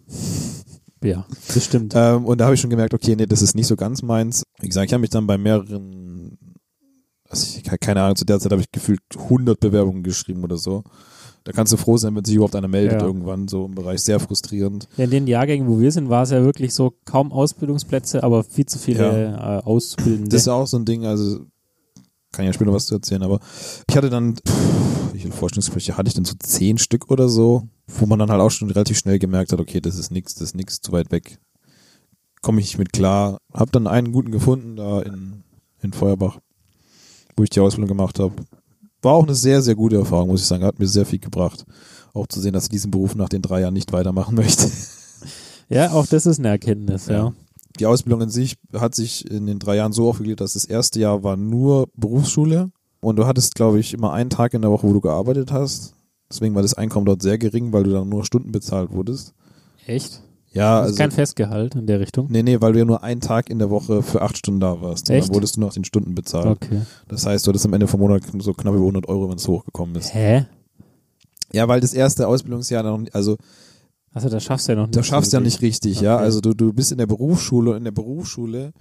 Speaker 3: Ja, bestimmt.
Speaker 1: Ähm, und da habe ich schon gemerkt, okay, nee, das ist nicht so ganz meins. Wie gesagt, ich habe mich dann bei mehreren, also ich, ke- keine Ahnung, zu der Zeit habe ich gefühlt 100 Bewerbungen geschrieben oder so. Da kannst du froh sein, wenn sich überhaupt einer meldet
Speaker 3: Ja.
Speaker 1: irgendwann, so im Bereich sehr frustrierend.
Speaker 3: Ja, in den Jahrgängen, wo wir sind, war es ja wirklich so kaum Ausbildungsplätze, aber viel zu viele äh, Auszubildende.
Speaker 1: Das ist ja auch so ein Ding, also kann ja später noch was zu erzählen, aber ich hatte dann, pff, wie viele Forschungsgespräche hatte ich denn so zehn Stück oder so, wo man dann halt auch schon relativ schnell gemerkt hat, okay, das ist nix, das ist nix, zu weit weg. Komme ich nicht mit klar. Hab dann einen guten gefunden da in, in Feuerbach, wo ich die Ausbildung gemacht habe. War auch eine sehr, sehr gute Erfahrung, muss ich sagen. Hat mir sehr viel gebracht. Auch zu sehen, dass ich diesen Beruf nach den drei Jahren nicht weitermachen möchte.
Speaker 3: ja, auch das ist eine Erkenntnis, ja.
Speaker 1: Ja. die Ausbildung an sich hat sich in den drei Jahren so aufgegliedert, dass das erste Jahr war nur Berufsschule und du hattest, glaube ich, immer einen Tag in der Woche, wo du gearbeitet hast. Deswegen war das Einkommen dort sehr gering, weil du dann nur Stunden bezahlt wurdest.
Speaker 3: Echt?
Speaker 1: Ja,
Speaker 3: Das ist
Speaker 1: also.
Speaker 3: kein Festgehalt in der Richtung.
Speaker 1: nee, nee, weil du ja nur einen Tag in der Woche für acht Stunden da warst. Und
Speaker 3: Echt?
Speaker 1: dann wurdest du nur nach den Stunden bezahlt.
Speaker 3: Okay.
Speaker 1: Das heißt, du hattest am Ende vom Monat so knapp über 100 Euro, wenn es hochgekommen ist.
Speaker 3: Hä?
Speaker 1: Ja, weil das erste Ausbildungsjahr noch, nicht- also
Speaker 3: Also das schaffst du ja noch nicht.
Speaker 1: Da schaffst du ja nicht richtig, ja.
Speaker 3: Okay.
Speaker 1: Also du, du bist in der Berufsschule und in der Berufsschule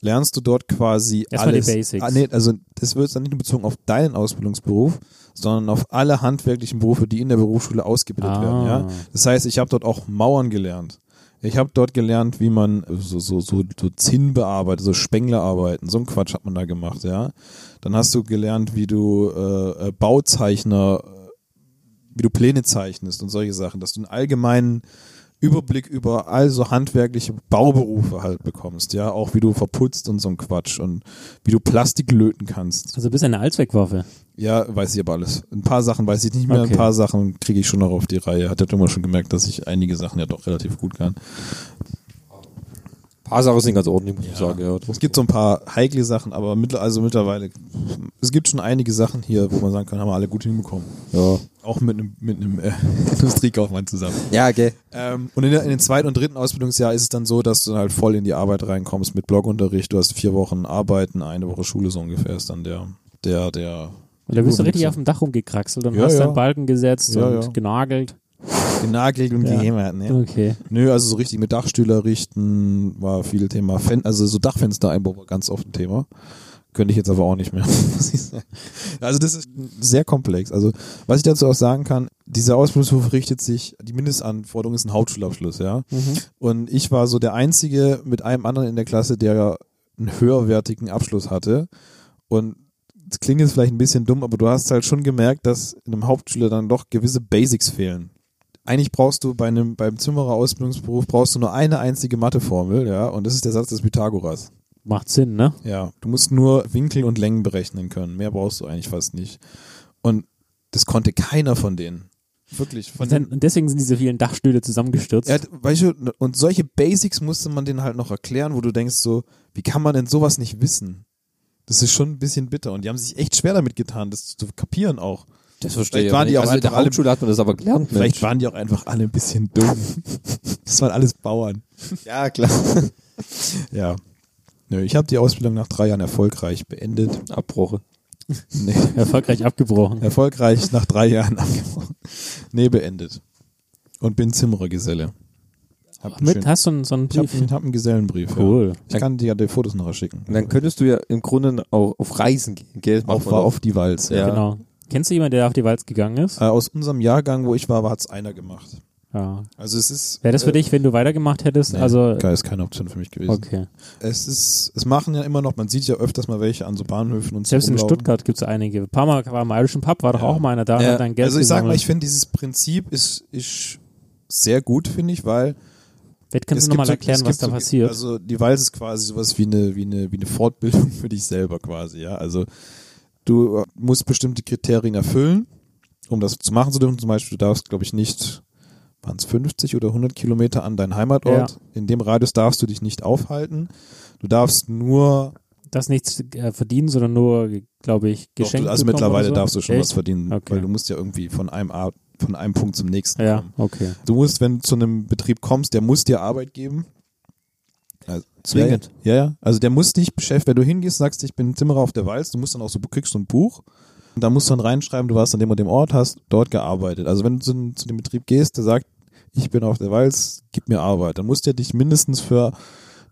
Speaker 1: lernst du dort quasi
Speaker 3: Erstmal die
Speaker 1: alles.
Speaker 3: Basics.
Speaker 1: Ah, nee, also das wird dann nicht nur bezogen auf deinen Ausbildungsberuf, sondern auf alle handwerklichen Berufe, die in der Berufsschule ausgebildet
Speaker 3: Ah.
Speaker 1: werden, ja. Das heißt, ich habe dort auch Mauern gelernt. Ich habe dort gelernt, wie man so, so, so, so Zinn bearbeitet, so Spengler arbeiten, so ein Quatsch hat man da gemacht, ja. Dann hast du gelernt, wie du äh, äh, Bauzeichner, äh, wie du Pläne zeichnest und solche Sachen, dass du einen allgemeinen Überblick über all so handwerkliche Bauberufe halt bekommst, ja, auch wie du verputzt und so ein Quatsch und wie du Plastik löten kannst.
Speaker 3: Also bist du eine Allzweckwaffe.
Speaker 1: Ja, weiß ich aber alles. Ein paar Sachen weiß ich nicht mehr,
Speaker 3: Okay.
Speaker 1: ein paar Sachen kriege ich schon noch auf die Reihe. Hat der Thomas schon gemerkt, dass ich einige Sachen ja doch relativ gut kann.
Speaker 2: Ein paar Sachen sind ganz ordentlich, muss ich sagen. Ja,
Speaker 1: Es gibt so ein paar heikle Sachen, aber mittler, also mittlerweile, es gibt schon einige Sachen hier, wo man sagen kann, haben wir alle gut hinbekommen.
Speaker 2: ja.
Speaker 1: Auch mit einem, mit einem äh, Industriekaufmann zusammen.
Speaker 2: ja okay.
Speaker 1: Ähm, und in, der, in den zweiten und dritten Ausbildungsjahr ist es dann so, dass du dann halt voll in die Arbeit reinkommst mit Blogunterricht. Du hast vier Wochen Arbeiten, eine Woche Schule so ungefähr ist dann der, der, der.
Speaker 3: Und da bist du
Speaker 1: Überblick
Speaker 3: richtig
Speaker 1: so.
Speaker 3: auf dem Dach rumgekraxelt und
Speaker 1: Ja,
Speaker 3: hast
Speaker 1: ja.
Speaker 3: dann Balken gesetzt
Speaker 1: Ja,
Speaker 3: und
Speaker 1: ja.
Speaker 3: genagelt.
Speaker 1: Genagelt und
Speaker 3: Ja.
Speaker 1: gehämmert, ne?
Speaker 3: Okay.
Speaker 1: Nö, also so richtig mit Dachstühler richten war viel Thema. Fen also so Dachfenstereinbau war ganz oft ein Thema. Könnte ich jetzt aber auch nicht mehr, muss ich sagen. Also das ist sehr komplex. Also was ich dazu auch sagen kann, dieser Ausbildungsberuf richtet sich, die Mindestanforderung ist ein Hauptschulabschluss, ja. Und ich war so der Einzige mit einem anderen in der Klasse, der einen höherwertigen Abschluss hatte. Und das klingt jetzt vielleicht ein bisschen dumm, aber du hast halt schon gemerkt, dass in einem Hauptschüler dann doch gewisse Basics fehlen. Eigentlich brauchst du bei einem, beim Zimmerer-Ausbildungsberuf brauchst du nur eine einzige Matheformel, ja, und das ist der Satz des Pythagoras.
Speaker 3: Macht Sinn, ne?
Speaker 1: Ja, du musst nur Winkel und Längen berechnen können. Mehr brauchst du eigentlich fast nicht. Und das konnte keiner von denen. Wirklich. Von
Speaker 3: Und, dann, und deswegen sind diese vielen Dachstühle zusammengestürzt.
Speaker 1: er hat, weißt du, und solche Basics musste man denen halt noch erklären, wo du denkst so, wie kann man denn sowas nicht wissen? Das ist schon ein bisschen bitter und die haben sich echt schwer damit getan, das zu kapieren auch.
Speaker 2: Das
Speaker 1: Vielleicht
Speaker 2: verstehe ich.
Speaker 1: waren
Speaker 2: aber
Speaker 1: die
Speaker 2: nicht.
Speaker 1: auch
Speaker 2: also in der
Speaker 1: einfach alle-
Speaker 2: Hauptschule hat man das aber gelernt.
Speaker 1: Vielleicht waren die auch einfach alle ein bisschen dumm. Das waren alles Bauern.
Speaker 2: ja, klar.
Speaker 1: Ja. Nö, ich habe die Ausbildung nach drei Jahren erfolgreich beendet.
Speaker 2: Abbruche.
Speaker 1: Nee,
Speaker 3: Erfolgreich abgebrochen.
Speaker 1: erfolgreich nach drei Jahren angebrochen. Nee, beendet. Und bin Zimmerergeselle. Hab einen
Speaker 3: Mit
Speaker 1: schönen-
Speaker 3: hast du so einen
Speaker 1: ich habe
Speaker 3: Brief.
Speaker 1: einen, hab einen Gesellenbrief.
Speaker 3: Cool.
Speaker 1: Ja. Ich kann dir ja die Fotos nachher schicken.
Speaker 2: Und dann könntest du ja im Grunde auch auf Reisen gehen. Gell? Das macht
Speaker 1: Auf,
Speaker 2: man
Speaker 1: war
Speaker 2: auch.
Speaker 1: auf die Walz.
Speaker 2: Ja.
Speaker 3: Genau. Kennst du jemanden, der auf die Walz gegangen ist?
Speaker 1: Äh, aus unserem Jahrgang, wo ich war, hat es einer gemacht.
Speaker 3: Ja.
Speaker 1: Also es ist.
Speaker 3: Wäre das für dich, wenn du weitergemacht hättest?
Speaker 1: Nee,
Speaker 3: also,
Speaker 1: geil, ist keine Option für mich gewesen.
Speaker 3: okay.
Speaker 1: Es ist, es machen ja immer noch, man sieht ja öfters mal welche an so Bahnhöfen und so.
Speaker 3: Selbst in
Speaker 1: rumlaufen.
Speaker 3: Stuttgart gibt es einige. Ein paar Mal war im irischen Pub, war doch
Speaker 1: Ja.
Speaker 3: auch mal einer da und
Speaker 2: Ja.
Speaker 3: hat dann Geld
Speaker 1: Also ich sag mal,
Speaker 3: gesammelt.
Speaker 1: ich finde dieses Prinzip ist, ist sehr gut, finde ich, weil
Speaker 3: Vielleicht kannst
Speaker 1: es
Speaker 3: du
Speaker 1: gibt
Speaker 3: nochmal
Speaker 1: so-
Speaker 3: erklären,
Speaker 1: es
Speaker 3: was
Speaker 1: gibt
Speaker 3: da
Speaker 1: so-
Speaker 3: passiert.
Speaker 1: Also die Walz ist quasi sowas wie eine, wie eine, wie eine Fortbildung für dich selber quasi, ja. Also du äh, musst bestimmte Kriterien erfüllen, um das zu machen zu dürfen. Zum Beispiel, du darfst, glaube ich, nicht, waren es 50 oder 100 Kilometer an deinen Heimatort.
Speaker 3: Ja.
Speaker 1: In dem Radius darfst du dich nicht aufhalten. Du darfst nur,
Speaker 3: das nichts äh, verdienen, sondern nur, glaube ich,
Speaker 1: doch,
Speaker 3: geschenkt
Speaker 1: du, also
Speaker 3: bekommen
Speaker 1: mittlerweile
Speaker 3: oder so?
Speaker 1: darfst du schon
Speaker 3: Echt?
Speaker 1: was verdienen,
Speaker 3: Okay.
Speaker 1: weil du musst ja irgendwie von einem Art, von einem Punkt zum nächsten
Speaker 3: Ja,
Speaker 1: kommen.
Speaker 3: okay.
Speaker 1: Du musst, wenn du zu einem Betrieb kommst, der muss dir Arbeit geben. Also,
Speaker 2: Zwingend.
Speaker 1: Ja, ja, ja. Also der muss dich beschäftigen. Wenn du hingehst, sagst, ich bin Zimmerer auf der Walz, du musst dann auch so, du kriegst so ein Buch und da musst du dann reinschreiben, du warst an dem und dem Ort, hast dort gearbeitet. Also wenn du zu, zu dem Betrieb gehst, der sagt, ich bin auf der Walz, gib mir Arbeit, dann musst du ja dich mindestens für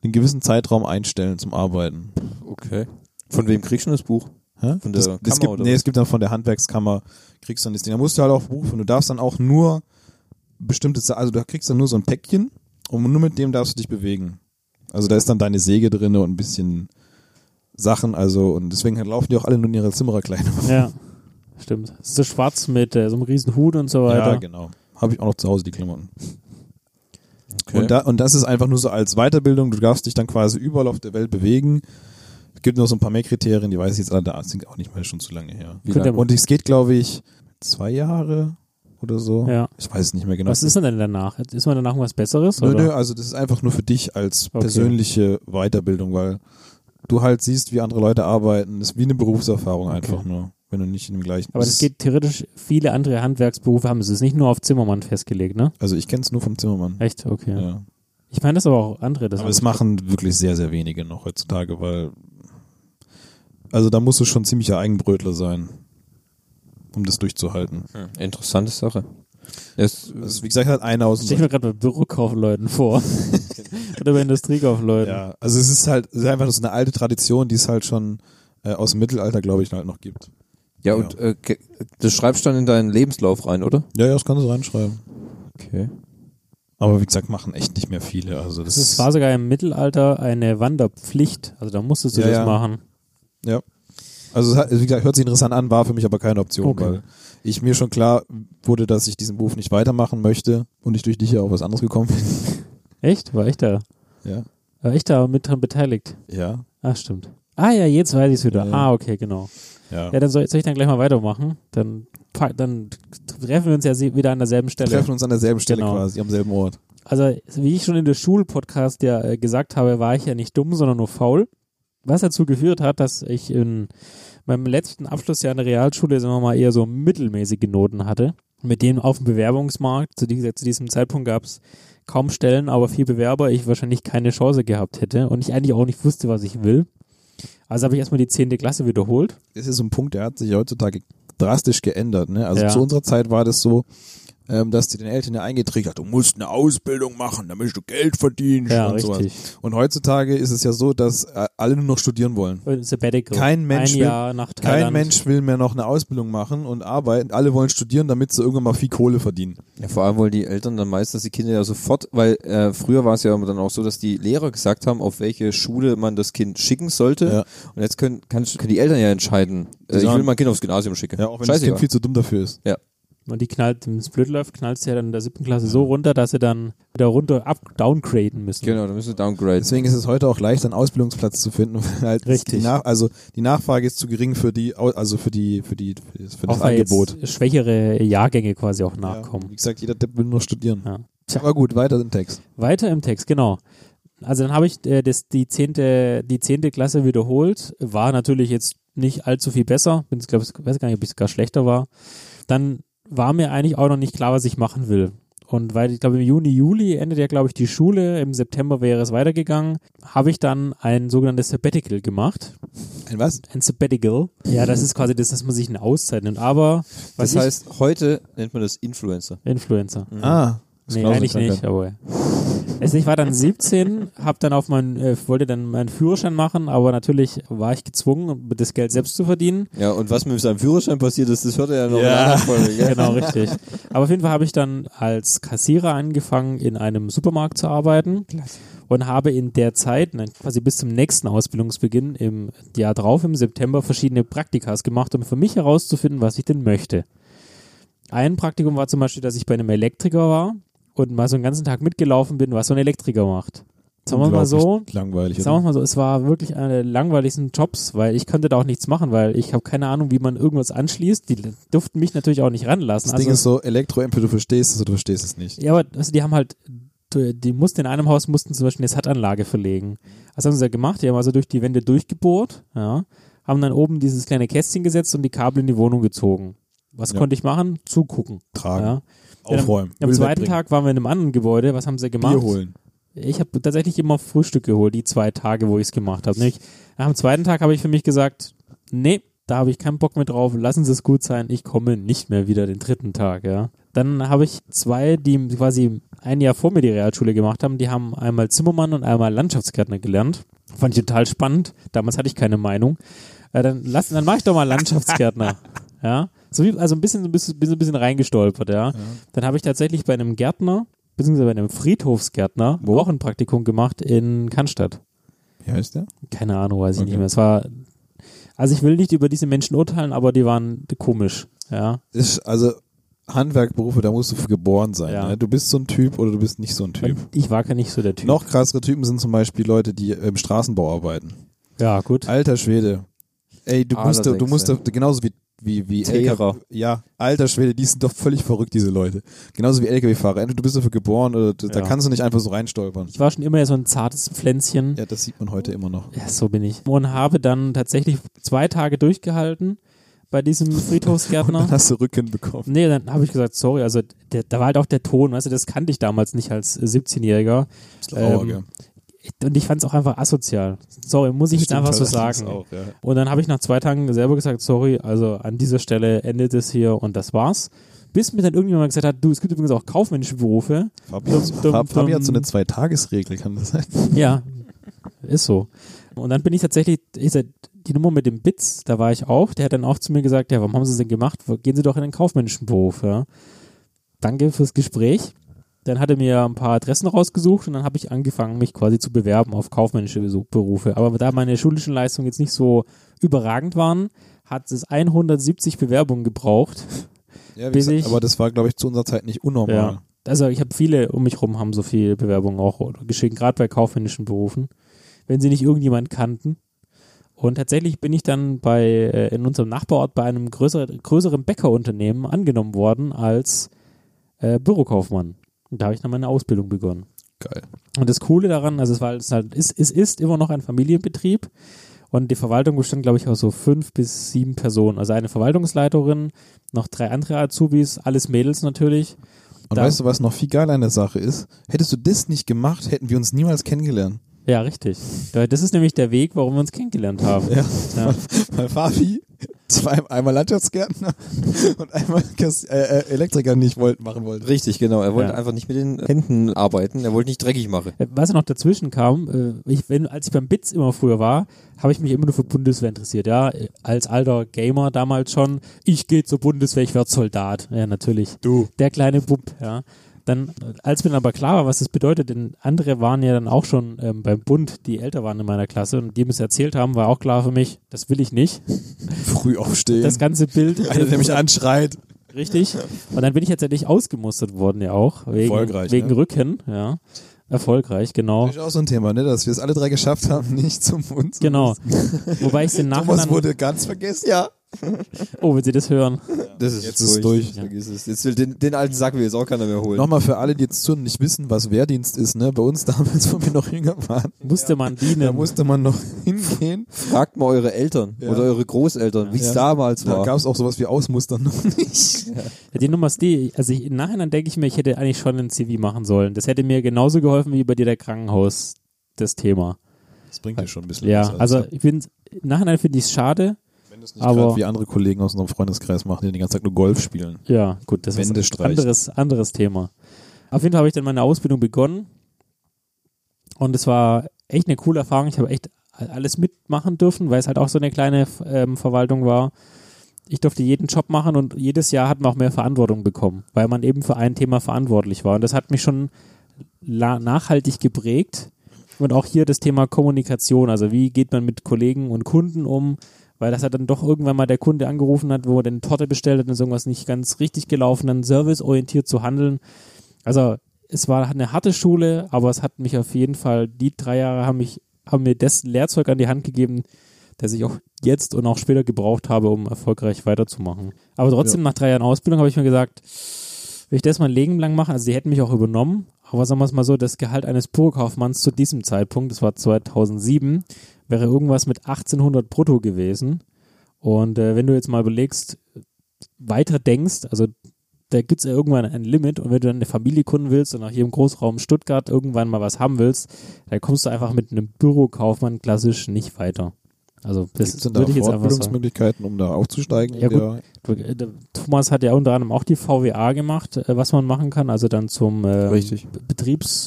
Speaker 1: einen gewissen Zeitraum einstellen zum Arbeiten.
Speaker 2: Okay. Von wem kriegst du denn das Buch?
Speaker 1: Hä?
Speaker 2: Von der
Speaker 1: das, das
Speaker 2: Kammer
Speaker 1: gibt,
Speaker 2: oder
Speaker 1: Nee,
Speaker 2: was?
Speaker 1: es gibt dann von der Handwerkskammer, kriegst dann das Ding. Da musst du halt auch rufen. Du darfst dann auch nur bestimmte, Sa- also du kriegst dann nur so ein Päckchen und nur mit dem darfst du dich bewegen. Also da ist dann deine Säge drinne und ein bisschen Sachen, also und deswegen laufen die auch alle nur in ihrer Zimmererkleidung.
Speaker 3: Ja, stimmt. Es ist so schwarz mit äh, so einem riesen Hut und so weiter.
Speaker 1: Ja, genau. Habe ich auch noch zu Hause die Klamotten.
Speaker 2: Okay.
Speaker 1: Und, da, und das ist einfach nur so als Weiterbildung. Du darfst dich dann quasi überall auf der Welt bewegen. Es gibt noch so ein paar mehr Kriterien, die weiß ich jetzt alle, da sind auch nicht mehr schon zu lange her.
Speaker 3: Könnt ihr-
Speaker 1: Und es geht, glaube ich, zwei Jahre oder so.
Speaker 3: Ja.
Speaker 1: Ich weiß es nicht mehr genau.
Speaker 3: Was ist denn denn danach? Ist man danach was Besseres?
Speaker 1: Nö,
Speaker 3: oder?
Speaker 1: nö, also das ist einfach nur für dich als
Speaker 3: Okay.
Speaker 1: persönliche Weiterbildung, weil du halt siehst, wie andere Leute arbeiten. Das ist wie eine Berufserfahrung einfach nur, wenn du nicht in dem gleichen.
Speaker 3: Aber das geht theoretisch, viele andere Handwerksberufe haben es. Es ist nicht nur auf Zimmermann festgelegt, ne?
Speaker 1: Also ich kenne es nur vom Zimmermann.
Speaker 3: Echt? Okay.
Speaker 1: Ja.
Speaker 3: Ich meine, das aber auch andere. Das
Speaker 1: Aber es machen wirklich sehr, sehr wenige noch heutzutage, weil. Also da musst du schon ziemlicher Eigenbrötler sein, um das durchzuhalten.
Speaker 2: Interessante Sache. Es,
Speaker 1: Also wie gesagt, hat einer aus
Speaker 3: Stell ich mir gerade bei Bürokaufleuten vor. Oder bei Industriekaufleuten.
Speaker 1: Ja, also es ist halt es ist einfach so eine alte Tradition, die es halt schon äh, aus dem Mittelalter, glaube ich, halt noch gibt.
Speaker 2: ja, und äh, ge- das schreibst du dann in deinen Lebenslauf rein, oder?
Speaker 1: Ja, ja, das kannst du reinschreiben.
Speaker 2: Okay.
Speaker 1: Aber wie gesagt, machen echt nicht mehr viele. Also das,
Speaker 3: Es war sogar im Mittelalter eine Wanderpflicht. Also da musstest du
Speaker 1: Ja,
Speaker 3: das
Speaker 1: ja.
Speaker 3: machen.
Speaker 1: ja. Also es hat, wie gesagt, hört sich interessant an, war für mich aber keine Option,
Speaker 3: Okay.
Speaker 1: weil ich mir schon klar wurde, dass ich diesen Beruf nicht weitermachen möchte und ich durch dich ja auf was anderes gekommen bin.
Speaker 3: Echt? War ich da?
Speaker 1: Ja,
Speaker 3: War ich da mit dran beteiligt?
Speaker 1: ja,
Speaker 3: Ach, stimmt. Ah ja, jetzt weiß ich es wieder.
Speaker 1: Ja.
Speaker 3: Ah, okay, genau.
Speaker 1: ja.
Speaker 3: Ja, dann soll, soll ich dann gleich mal weitermachen. Dann, pack- dann treffen wir uns ja sie- wieder an derselben
Speaker 1: Wir
Speaker 3: Stelle.
Speaker 1: treffen uns an derselben Stelle
Speaker 3: Genau.
Speaker 1: quasi, am selben Ort.
Speaker 3: Also, wie ich schon in der Schulpodcast ja äh, gesagt habe, war ich ja nicht dumm, sondern nur faul. Was dazu geführt hat, dass ich in meinem letzten Abschlussjahr in der Realschule, sagen wir mal, eher so mittelmäßige Noten hatte. Mit denen auf dem Bewerbungsmarkt, zu, dieser, zu diesem Zeitpunkt gab es kaum Stellen, aber viel Bewerber, ich wahrscheinlich keine Chance gehabt hätte und ich eigentlich auch nicht wusste, was ich will. Also habe ich erstmal die 10. Klasse wiederholt.
Speaker 1: Das ist so ein Punkt, der hat sich heutzutage drastisch geändert. Ne? Also
Speaker 3: Ja.
Speaker 1: zu unserer Zeit war das so, ähm, dass die den Eltern ja eingetrichtert, du musst eine Ausbildung machen, damit du Geld verdienst
Speaker 3: Ja,
Speaker 1: und sowas.
Speaker 3: richtig.
Speaker 1: Und heutzutage ist es ja so, dass äh, alle nur noch studieren wollen.
Speaker 3: Und Äh, Sabbatical.
Speaker 1: Kein Mensch
Speaker 3: Ein
Speaker 1: will-
Speaker 3: Jahr nach Thailand.
Speaker 1: Kein Mensch will mehr noch eine Ausbildung machen und arbeiten. Alle wollen studieren, damit sie irgendwann mal viel Kohle verdienen.
Speaker 2: Ja, vor allem wollen die Eltern dann meistens die Kinder ja sofort, weil äh, früher war es ja dann auch so, dass die Lehrer gesagt haben, auf welche Schule man das Kind schicken sollte.
Speaker 1: Ja.
Speaker 2: Und jetzt können, kann, können die Eltern ja entscheiden, äh, ich
Speaker 1: sagen-
Speaker 2: will mein Kind aufs Gymnasium schicken.
Speaker 1: Ja, auch wenn das
Speaker 2: Scheißegal.
Speaker 1: Kind viel zu dumm dafür ist.
Speaker 3: Und die knallt, wenn es blöd läuft, knallt sie ja dann in der siebten Klasse so runter, dass sie dann wieder runter up, downgraden müssen.
Speaker 2: Genau, dann müssen wir downgrade.
Speaker 1: Deswegen ist es heute auch leicht, einen Ausbildungsplatz zu finden. weil Halt
Speaker 3: Richtig.
Speaker 1: Die Nach also die Nachfrage ist zu gering für die, Au- also für die, für die, für das, für das
Speaker 3: auch weil
Speaker 1: Angebot.
Speaker 3: jetzt schwächere Jahrgänge quasi auch
Speaker 1: Ja, wie
Speaker 3: nachkommen.
Speaker 1: gesagt, jeder Depp will nur studieren.
Speaker 3: Ja. Tja.
Speaker 1: Aber gut, weiter im Text.
Speaker 3: Weiter im Text, genau. Also dann habe ich äh, das, die, zehnte, die zehnte Klasse wiederholt, war natürlich jetzt nicht allzu viel besser, bin glaube ich weiß gar nicht, ob ich sogar schlechter war. Dann war mir eigentlich auch noch nicht klar, was ich machen will. Und weil ich glaube im Juni, Juli endet ja glaube ich die Schule, im September wäre es weitergegangen, habe ich dann ein sogenanntes Sabbatical gemacht.
Speaker 1: Ein was?
Speaker 3: ein Sabbatical. Ja, das ist quasi das, dass man sich eine Auszeit nimmt. Aber was
Speaker 2: Das heißt, heute nennt man das Influencer.
Speaker 3: ich, Influencer.
Speaker 1: Ah. das
Speaker 3: Mhm. Nee,
Speaker 1: Klaus-
Speaker 3: eigentlich
Speaker 1: Krankheit.
Speaker 3: nicht, aber. Also ich war dann 17, hab dann auf meinen, äh, wollte dann meinen Führerschein machen, aber natürlich war ich gezwungen, um das Geld selbst zu verdienen.
Speaker 2: Ja, und was mit seinem Führerschein passiert ist, das hört er ja
Speaker 1: Ja.
Speaker 2: noch in der anderen Folge. Gell?
Speaker 3: Genau, richtig. Aber auf jeden Fall habe ich dann als Kassierer angefangen, in einem Supermarkt zu arbeiten und habe in der Zeit, nein, quasi bis zum nächsten Ausbildungsbeginn im Jahr drauf, im September, verschiedene Praktikas gemacht, um für mich herauszufinden, was ich denn möchte. Ein Praktikum war zum Beispiel, dass ich bei einem Elektriker war und mal so einen ganzen Tag mitgelaufen bin, was so ein Elektriker macht. Sagen wir mal so,
Speaker 1: Unglaublich Langweilig.
Speaker 3: Sagen wir
Speaker 1: Oder?
Speaker 3: mal so, es war wirklich einer der langweiligsten Jobs, weil ich konnte da auch nichts machen, weil ich habe keine Ahnung, wie man irgendwas anschließt. Die durften mich natürlich auch nicht ranlassen.
Speaker 1: Das
Speaker 3: also,
Speaker 1: Ding ist so, elektro entweder du verstehst es oder du verstehst es nicht.
Speaker 3: ja, aber also die haben halt, die die mussten in einem Haus mussten zum Beispiel eine SAT-Anlage verlegen. Was haben sie da gemacht? Die haben also durch die Wände durchgebohrt, ja, haben dann oben dieses kleine Kästchen gesetzt und die Kabel in die Wohnung gezogen. Was
Speaker 1: Ja.
Speaker 3: konnte ich machen? Zugucken.
Speaker 1: Tragen,
Speaker 3: Ja.
Speaker 1: aufräumen,
Speaker 3: Am
Speaker 1: Müll
Speaker 3: zweiten
Speaker 1: wegbringen,
Speaker 3: Tag waren wir in einem anderen Gebäude. Was haben sie gemacht?
Speaker 1: Bier holen.
Speaker 3: Ich habe tatsächlich immer Frühstück geholt, die zwei Tage, wo ich es gemacht habe. Nämlich Am zweiten Tag habe ich für mich gesagt, nee, da habe ich keinen Bock mehr drauf, lassen Sie es gut sein, ich komme nicht mehr wieder den dritten Tag, ja. Dann habe ich zwei, die quasi ein Jahr vor mir die Realschule gemacht haben, die haben einmal Zimmermann und einmal Landschaftsgärtner gelernt. Fand ich total spannend. Damals hatte ich keine Meinung. Äh, dann lass, dann mache ich doch mal Landschaftsgärtner. ja. So wie, also ein bisschen, so ein bisschen, bin so ein bisschen reingestolpert, ja. Dann habe ich tatsächlich bei einem Gärtner, beziehungsweise bei einem Friedhofsgärtner, auch ein Praktikum gemacht in Cannstatt.
Speaker 1: Wie heißt der?
Speaker 3: Keine Ahnung, weiß ich
Speaker 1: Okay.
Speaker 3: nicht mehr. Es war, also ich will nicht über diese Menschen urteilen, aber die waren komisch, ja.
Speaker 1: Ist, also Handwerkberufe, da musst du für geboren sein.
Speaker 3: Ja.
Speaker 1: Ne? Du bist so ein Typ oder du bist nicht so ein Typ.
Speaker 3: Ich war gar nicht so der Typ.
Speaker 1: Noch krassere Typen sind zum Beispiel Leute, die im Straßenbau arbeiten.
Speaker 3: Ja, gut.
Speaker 1: Alter Schwede. Ey, du
Speaker 2: Ah,
Speaker 1: musst,
Speaker 2: das
Speaker 1: du musst,
Speaker 2: denkst
Speaker 1: genauso wie wie, wie
Speaker 2: Teherer.
Speaker 1: LKW. Ja, alter Schwede, die sind doch völlig verrückt, diese Leute. Genauso wie Lkw-Fahrer. Entweder du bist dafür geboren oder d- da
Speaker 3: Ja.
Speaker 1: kannst du nicht einfach so reinstolpern.
Speaker 3: Ich war schon immer so ein zartes Pflänzchen.
Speaker 1: Ja, das sieht man heute immer noch.
Speaker 3: Ja, so bin ich. Und habe dann tatsächlich zwei Tage durchgehalten bei diesem Friedhofsgärtner.
Speaker 1: Dann hast du Rücken bekommen.
Speaker 3: Nee, dann habe ich gesagt, sorry, also der, da war halt auch der Ton, weißt du, das kannte ich damals nicht als äh, 17-Jähriger. Ähm, Und ich fand es auch einfach asozial. Sorry, muss ich jetzt einfach so sagen.
Speaker 1: Auch, ja.
Speaker 3: Und dann habe ich nach zwei Tagen selber gesagt, sorry, also an dieser Stelle endet es hier und das war's. Bis mir dann irgendjemand gesagt hat, du, es gibt übrigens auch kaufmännische Berufe.
Speaker 1: Fabi,
Speaker 3: Dum, dum,
Speaker 1: Fab, Fabi
Speaker 3: dum.
Speaker 1: hat so eine Zwei-Tages-Regel, kann das sein?
Speaker 3: Ja, ist so. Und dann bin ich tatsächlich, ich sag, die Nummer mit dem Bitz, da war ich auch, der hat dann auch zu mir gesagt, ja, warum haben Sie es denn gemacht? Gehen Sie doch in den kaufmännischen Beruf, ja. Danke fürs Gespräch. Dann hat er mir ein paar Adressen rausgesucht und dann habe ich angefangen, mich quasi zu bewerben auf kaufmännische Besu- Berufe. Aber da meine schulischen Leistungen jetzt nicht so überragend waren, hat es 170 Bewerbungen gebraucht.
Speaker 1: Ja, wie
Speaker 3: Bin ich-
Speaker 1: aber das war, glaube ich, zu unserer Zeit nicht unnormal.
Speaker 3: Ja. Also ich habe viele um mich rum haben so viele Bewerbungen auch geschickt, gerade bei kaufmännischen Berufen, wenn sie nicht irgendjemand kannten. Und tatsächlich bin ich dann bei äh, in unserem Nachbarort bei einem größeren, größeren Bäckerunternehmen angenommen worden als äh, Bürokaufmann. Und da habe ich dann meine Ausbildung begonnen.
Speaker 1: Geil.
Speaker 3: Und das Coole daran, also es war es ist halt, es, es ist immer noch ein Familienbetrieb und die Verwaltung bestand, glaube ich, aus so fünf bis sieben Personen. Also eine Verwaltungsleiterin, noch drei andere Azubis, alles Mädels natürlich.
Speaker 1: Und
Speaker 3: Dann-
Speaker 1: weißt du, was noch viel geiler an der Sache ist? Hättest du das nicht gemacht, hätten wir uns niemals kennengelernt.
Speaker 3: Ja, richtig. Ja, Das ist nämlich der Weg, warum wir uns kennengelernt haben.
Speaker 1: Ja.
Speaker 3: Ja.
Speaker 1: Weil Fabi zwei, einmal Landschaftsgärtner und einmal Kas äh, äh, Elektriker nicht wollt, machen wollte.
Speaker 2: Richtig, genau. Er wollte
Speaker 3: Ja.
Speaker 2: einfach nicht mit den Händen arbeiten. Er wollte nicht dreckig machen.
Speaker 3: Was noch dazwischen kam, äh, ich, wenn, als ich beim BITS immer früher war, habe ich mich immer nur für Bundeswehr interessiert. Ja, Äh, als alter Gamer damals schon, ich gehe zur Bundeswehr, ich werde Soldat. Ja, natürlich.
Speaker 1: Du.
Speaker 3: Der kleine Bub, ja. Dann, äh, als mir dann aber klar war, was das bedeutet, denn andere waren ja dann auch schon ähm, beim Bund, die älter waren in meiner Klasse und die mir es erzählt haben, war auch klar für mich, das will ich nicht.
Speaker 1: Früh aufstehen.
Speaker 3: Das ganze Bild.
Speaker 1: Einer, der mich anschreit.
Speaker 3: Richtig. Und dann bin ich tatsächlich ausgemustert worden, ja auch. Wegen,
Speaker 1: Erfolgreich,
Speaker 3: Wegen
Speaker 1: ne?
Speaker 3: Rücken, ja. Erfolgreich, genau.
Speaker 1: Das ist auch so ein Thema, ne? dass wir es alle drei geschafft haben, nicht zum Mund. zu
Speaker 3: Genau. Wobei ich den
Speaker 1: Thomas
Speaker 3: Nachhinein.
Speaker 1: wurde ganz vergessen. Ja.
Speaker 3: Oh, wenn Sie das hören.
Speaker 2: Das ist
Speaker 1: Jetzt ist durch.
Speaker 3: Ja.
Speaker 2: Vergiss es. Jetzt will den, den alten Sack will jetzt auch keiner mehr holen.
Speaker 1: Nochmal für alle, die jetzt zuhören, und nicht wissen, was Wehrdienst ist. Ne? Bei uns damals, wo wir noch jünger waren,
Speaker 3: Musste man
Speaker 1: da
Speaker 3: dienen.
Speaker 1: musste man noch hingehen.
Speaker 2: Fragt mal eure Eltern
Speaker 1: Ja.
Speaker 2: oder eure Großeltern, wie es
Speaker 1: Ja.
Speaker 2: damals
Speaker 1: Da
Speaker 2: war.
Speaker 1: gab es auch sowas wie Ausmustern noch nicht.
Speaker 3: Ja, die Nummer ist die. Also ich, im Nachhinein denke ich mir, ich hätte eigentlich schon ein CV machen sollen. Das hätte mir genauso geholfen wie bei dir der Krankenhaus. Das Thema.
Speaker 1: Das bringt dir schon ein bisschen
Speaker 3: Ja, also ich bin, im Nachhinein finde ich es schade.
Speaker 1: wenn du es
Speaker 3: aber-
Speaker 1: grad wie andere Kollegen aus unserem Freundeskreis machen, die den ganzen Tag nur Golf spielen.
Speaker 3: Ja, gut, das
Speaker 1: Wände
Speaker 3: ist ein
Speaker 1: streichen.
Speaker 3: anderes, anderes Thema. Auf jeden Fall habe ich dann meine Ausbildung begonnen und es war echt eine coole Erfahrung. Ich habe echt alles mitmachen dürfen, weil es halt auch so eine kleine ähm, Verwaltung war. Ich durfte jeden Job machen und jedes Jahr hat man auch mehr Verantwortung bekommen, weil man eben für ein Thema verantwortlich war. Und das hat mich schon la- nachhaltig geprägt. Und auch hier das Thema Kommunikation, also wie geht man mit Kollegen und Kunden um, weil das hat dann doch irgendwann mal der Kunde angerufen hat, wo er dann Torte bestellt hat und ist irgendwas nicht ganz richtig gelaufen, dann serviceorientiert zu handeln. Also es war eine harte Schule, aber es hat mich auf jeden Fall, die drei Jahre haben mich, haben mir das Lehrzeug an die Hand gegeben, das ich auch jetzt und auch später gebraucht habe, um erfolgreich weiterzumachen. Aber trotzdem, nach drei Jahren Ausbildung habe ich mir gesagt, wenn ich das mein Leben lang mache, also die hätten mich auch übernommen, aber sagen wir es mal so, das Gehalt eines Bürokaufmanns zu diesem Zeitpunkt, das war 2007, wäre irgendwas mit 1800 brutto gewesen. Und äh, wenn du jetzt mal überlegst, weiter denkst, also da gibt es ja irgendwann ein Limit und wenn du dann eine Familie gründen willst und auch hier im Großraum Stuttgart irgendwann mal was haben willst, dann kommst du einfach mit einem Bürokaufmann klassisch nicht weiter. Also
Speaker 1: Gibt
Speaker 3: das
Speaker 1: es denn da
Speaker 3: würde ich jetzt einfach sagen.
Speaker 1: Fortbildungsmöglichkeiten, um da aufzusteigen?
Speaker 3: Ja,
Speaker 1: in der-
Speaker 3: äh, Thomas hat ja unter anderem auch die VWA gemacht, äh, was man machen kann, also dann zum äh,
Speaker 2: Richtig.
Speaker 3: B-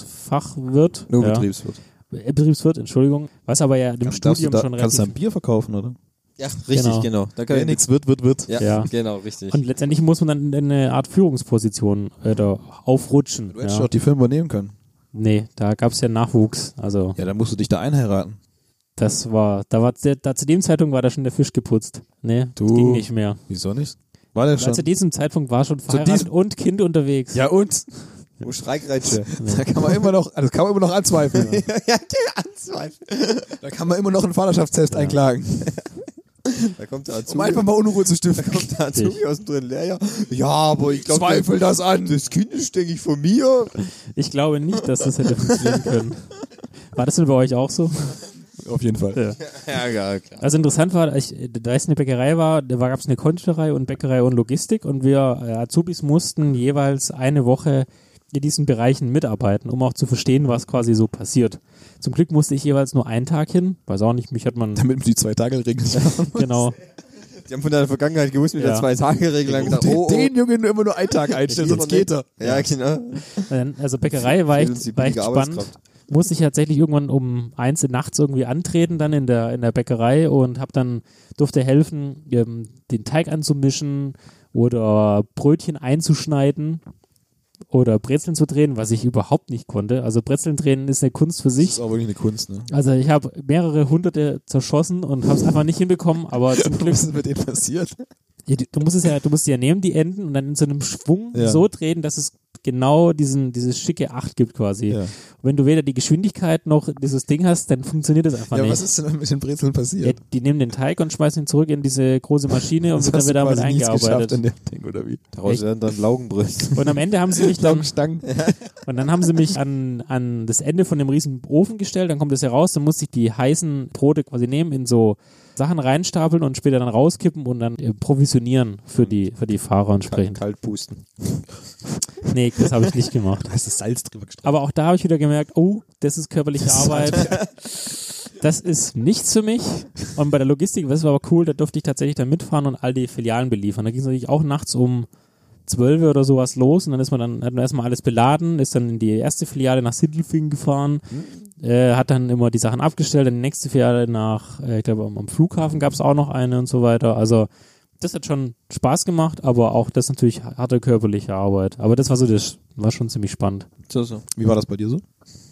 Speaker 3: Betriebsfachwirt.
Speaker 2: Nur
Speaker 3: ja.
Speaker 2: Betriebswirt.
Speaker 3: Äh, Betriebswirt, Entschuldigung. Was aber ja dem
Speaker 1: Kannst- darfst
Speaker 3: Studium
Speaker 1: du da,
Speaker 3: schon
Speaker 1: Kannst du ein
Speaker 3: relativ...
Speaker 1: Bier verkaufen, oder?
Speaker 2: Ja, richtig,
Speaker 3: Genau.
Speaker 2: genau. Da kann
Speaker 1: Wer
Speaker 2: ich
Speaker 1: nichts wird, wird, wird.
Speaker 2: Ja,
Speaker 3: Ja.
Speaker 2: genau, richtig.
Speaker 3: Und letztendlich muss man dann in eine Art Führungsposition äh, da aufrutschen.
Speaker 1: Du hättest
Speaker 3: Ja.
Speaker 1: auch die Firma übernehmen können.
Speaker 3: Nee, da gab es ja Nachwuchs. Also
Speaker 1: Ja, dann musst du dich da einheiraten.
Speaker 3: das war, da war der, da zu dem Zeitpunkt war da schon der Fisch geputzt. Nee,
Speaker 1: Du.
Speaker 3: das ging nicht mehr.
Speaker 1: Wieso nicht? War der
Speaker 3: Weil
Speaker 1: schon.
Speaker 3: zu diesem Zeitpunkt war schon verheiratet
Speaker 1: diesem-
Speaker 3: und Kind unterwegs.
Speaker 1: Ja und?
Speaker 2: Oh, Streikreitsche.
Speaker 1: Da kann man immer noch, das kann man immer noch anzweifeln.
Speaker 2: ja, anzweifeln.
Speaker 1: Da kann man immer noch einen Vaterschaftstest einklagen.
Speaker 2: Da kommt der
Speaker 1: Um
Speaker 2: Azubi,
Speaker 1: einfach mal Unruhe zu stiften.
Speaker 2: kommt der Azubi aus dem dritten Lehrjahr. Ja, aber ich glaube... Zweifel das an. Das Kind ist, denke ich, von mir.
Speaker 3: Ich glaube nicht, dass das hätte funktionieren können. War das denn bei euch auch so?
Speaker 1: Auf jeden Fall.
Speaker 3: Ja.
Speaker 2: Ja, ja, klar.
Speaker 3: Also interessant war, ich, da es eine Bäckerei war, da gab es eine Konditorei und Bäckerei und Logistik und wir äh, Azubis mussten jeweils eine Woche in diesen Bereichen mitarbeiten, um auch zu verstehen, was quasi so passiert. Zum Glück musste ich jeweils nur einen Tag hin, weiß auch nicht, mich hat man
Speaker 1: Damit wir die zwei Tage regelt haben.
Speaker 3: genau.
Speaker 2: Die haben von deiner Vergangenheit gewusst mit
Speaker 3: Ja.
Speaker 2: der Zwei-Tage-Regel. haben gedacht,
Speaker 1: Den,
Speaker 2: oh, oh.
Speaker 1: den Jungen nur immer nur einen Tag einstellen, sonst geht er.
Speaker 2: Ja, genau.
Speaker 3: Ähm, Also Bäckerei war
Speaker 2: Fehlt
Speaker 3: echt,
Speaker 2: uns die
Speaker 3: war echt
Speaker 2: billige
Speaker 3: spannend.
Speaker 2: Arbeitskraft.
Speaker 3: Musste ich tatsächlich irgendwann um eins in nachts irgendwie antreten, dann in der, in der Bäckerei und hab dann, durfte helfen, ähm, den Teig anzumischen oder Brötchen einzuschneiden oder Brezeln zu drehen, was ich überhaupt nicht konnte. Also Brezeln drehen ist eine Kunst für
Speaker 1: Das
Speaker 3: sich.
Speaker 1: ist auch wirklich eine Kunst, ne?
Speaker 3: Also ich habe mehrere hunderte zerschossen und habe es einfach nicht hinbekommen, aber zum Glück
Speaker 1: Was ist mit denen passiert?
Speaker 3: ja, du, du musst es ja, du musst sie ja nehmen, die Enden, und dann in so einem Schwung
Speaker 1: Ja.
Speaker 3: so drehen, dass es genau diesen, dieses schicke Acht gibt quasi.
Speaker 1: Ja.
Speaker 3: Und wenn du weder die Geschwindigkeit noch dieses Ding hast, dann funktioniert das einfach
Speaker 1: Ja,
Speaker 3: nicht.
Speaker 1: was ist denn mit den Brezeln
Speaker 3: ja,
Speaker 1: passiert?
Speaker 3: die nehmen den Teig und schmeißen ihn zurück in diese große Maschine und
Speaker 1: Also
Speaker 3: wird dann
Speaker 1: hast du
Speaker 3: wieder damit
Speaker 1: quasi nichts geschafft in
Speaker 3: eingearbeitet.
Speaker 1: dem Ding, oder wie?
Speaker 2: Daraus
Speaker 3: Echt?
Speaker 2: werden dann Laugenbrüste.
Speaker 3: Und am Ende haben sie mich dann,
Speaker 1: Stangen.
Speaker 3: und dann haben sie mich an, an das Ende von dem riesen Ofen gestellt, dann kommt das heraus, dann musste ich die heißen Brote quasi nehmen, in so Sachen reinstapeln und später dann rauskippen und dann äh, provisionieren für
Speaker 1: Hm.
Speaker 3: die, für die Fahrer entsprechend.
Speaker 2: Kalt pusten.
Speaker 3: Nee, das habe ich nicht gemacht.
Speaker 1: Da ist das Salz drüber gestrahlt.
Speaker 3: Aber auch da habe ich wieder gemerkt, oh, das ist halt- körperliche Arbeit. Das ist nichts für mich. Und bei der Logistik, das war aber cool, da durfte ich tatsächlich dann mitfahren und all die Filialen beliefern. Da ging es natürlich auch nachts um 12 oder sowas los und dann ist man dann, hat man erstmal alles beladen, ist dann in die erste Filiale nach Sindelfingen gefahren, äh, hat dann immer die Sachen abgestellt, dann die nächste Filiale nach, äh, ich glaube, am, am Flughafen gab es auch noch eine und so weiter. Also das hat schon Spaß gemacht, aber auch das natürlich harte körperliche Arbeit. Aber das war so das, war schon ziemlich spannend.
Speaker 2: So, so.
Speaker 1: Wie war das bei dir so?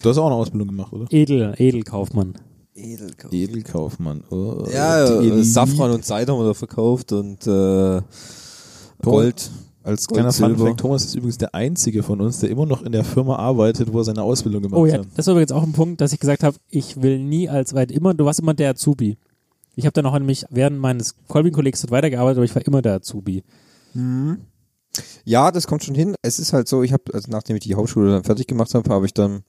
Speaker 1: Du hast auch eine Ausbildung gemacht, oder?
Speaker 3: Edel, Edelkaufmann.
Speaker 2: Edelkauf.
Speaker 1: Edelkaufmann. Oh,
Speaker 2: Ja,
Speaker 1: die
Speaker 2: äh,
Speaker 1: Elite.
Speaker 2: Safran und Cider haben wir da verkauft und äh, Gold.
Speaker 1: Als
Speaker 2: und
Speaker 1: kleiner
Speaker 2: Silber.
Speaker 1: Funfact, Thomas ist übrigens der einzige von uns, der immer noch in der Firma arbeitet, wo er seine Ausbildung gemacht
Speaker 3: Oh ja,
Speaker 1: hat.
Speaker 3: das war übrigens auch ein Punkt, dass ich gesagt habe, ich will nie als weit immer, du warst immer der Azubi. Ich habe dann auch an mich während meines Kolbing-Kollegs dort weitergearbeitet, aber ich war immer der Azubi.
Speaker 2: Ja, das kommt schon hin. Es ist halt so, ich habe, also nachdem ich die Hauptschule dann fertig gemacht habe, habe ich dann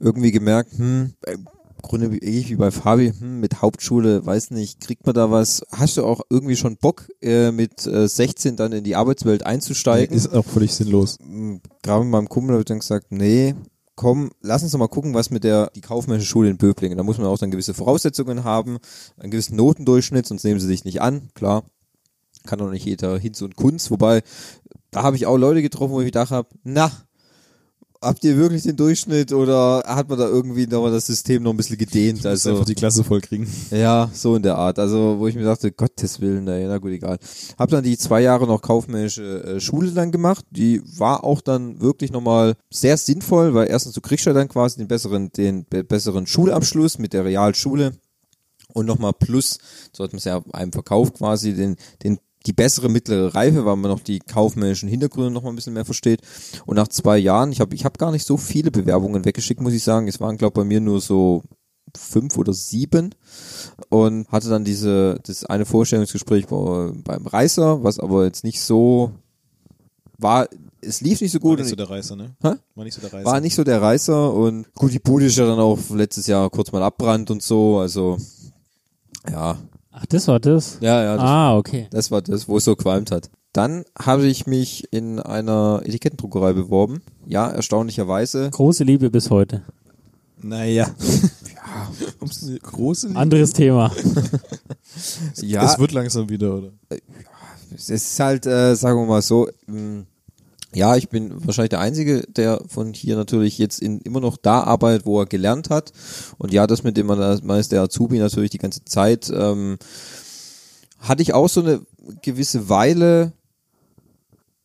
Speaker 2: irgendwie gemerkt, hm, im Grunde wie- ähnlich wie bei Fabi, hm, mit Hauptschule, weiß nicht, kriegt man da was? Hast du auch irgendwie schon Bock, äh, mit äh, 16 dann in die Arbeitswelt einzusteigen?
Speaker 1: Ist auch völlig sinnlos.
Speaker 2: m, gerade mit meinem Kumpel habe ich dann gesagt, nee, komm, lass uns doch mal gucken, was mit der die kaufmännische Schule in Böblingen. Da muss man auch dann gewisse Voraussetzungen haben, einen gewissen Notendurchschnitt, sonst nehmen sie dich nicht an, klar. Kann doch nicht jeder Hinz und Kunz, wobei da habe ich auch Leute getroffen, wo ich gedacht habe, na, habt ihr wirklich den Durchschnitt oder hat man da irgendwie nochmal das System noch ein bisschen gedehnt?
Speaker 1: Also
Speaker 2: Also
Speaker 1: einfach die Klasse voll kriegen.
Speaker 2: ja, so in der Art. Also, wo ich mir dachte, Gottes Willen, naja, na gut, egal. Hab dann die zwei Jahre noch kaufmännische äh, Schule dann gemacht. Die war auch dann wirklich nochmal sehr sinnvoll, weil erstens du kriegst ja dann quasi den besseren, den be- besseren Schulabschluss mit der Realschule und nochmal plus, so hat man es ja einem Verkauf quasi, den, den, die bessere mittlere Reife, weil man noch die kaufmännischen Hintergründe nochmal ein bisschen mehr versteht. Und nach zwei Jahren, ich habe ich hab gar nicht so viele Bewerbungen weggeschickt, muss ich sagen. Es waren, glaube bei mir nur so fünf oder sieben und hatte dann diese das eine Vorstellungsgespräch bei, beim Reißer, was aber jetzt nicht so war, es lief nicht so
Speaker 1: War
Speaker 2: gut.
Speaker 1: nicht
Speaker 2: und
Speaker 1: so der Reißer, ne?
Speaker 2: Hä?
Speaker 1: War nicht so der Reißer.
Speaker 2: war nicht so der Reißer und gut, die Bude ist ja dann auch letztes Jahr kurz mal abbrannt und so, also ja,
Speaker 3: Ach, das war das?
Speaker 2: ja, ja, das,
Speaker 3: ah, okay.
Speaker 2: das war das, wo es so qualmt hat. Dann habe ich mich in einer Etikettendruckerei beworben. Ja, erstaunlicherweise.
Speaker 3: Große Liebe bis heute.
Speaker 1: Naja. ja. Große Liebe.
Speaker 3: Anderes Thema.
Speaker 2: Ja,
Speaker 1: Es wird langsam wieder, oder?
Speaker 2: es ist halt, äh, sagen wir mal so, mh, ja, ich bin wahrscheinlich der Einzige, der von hier natürlich jetzt in, immer noch da arbeitet, wo er gelernt hat. Und ja, das mit dem man, man ist der Azubi natürlich die ganze Zeit. Ähm, hatte ich auch so eine gewisse Weile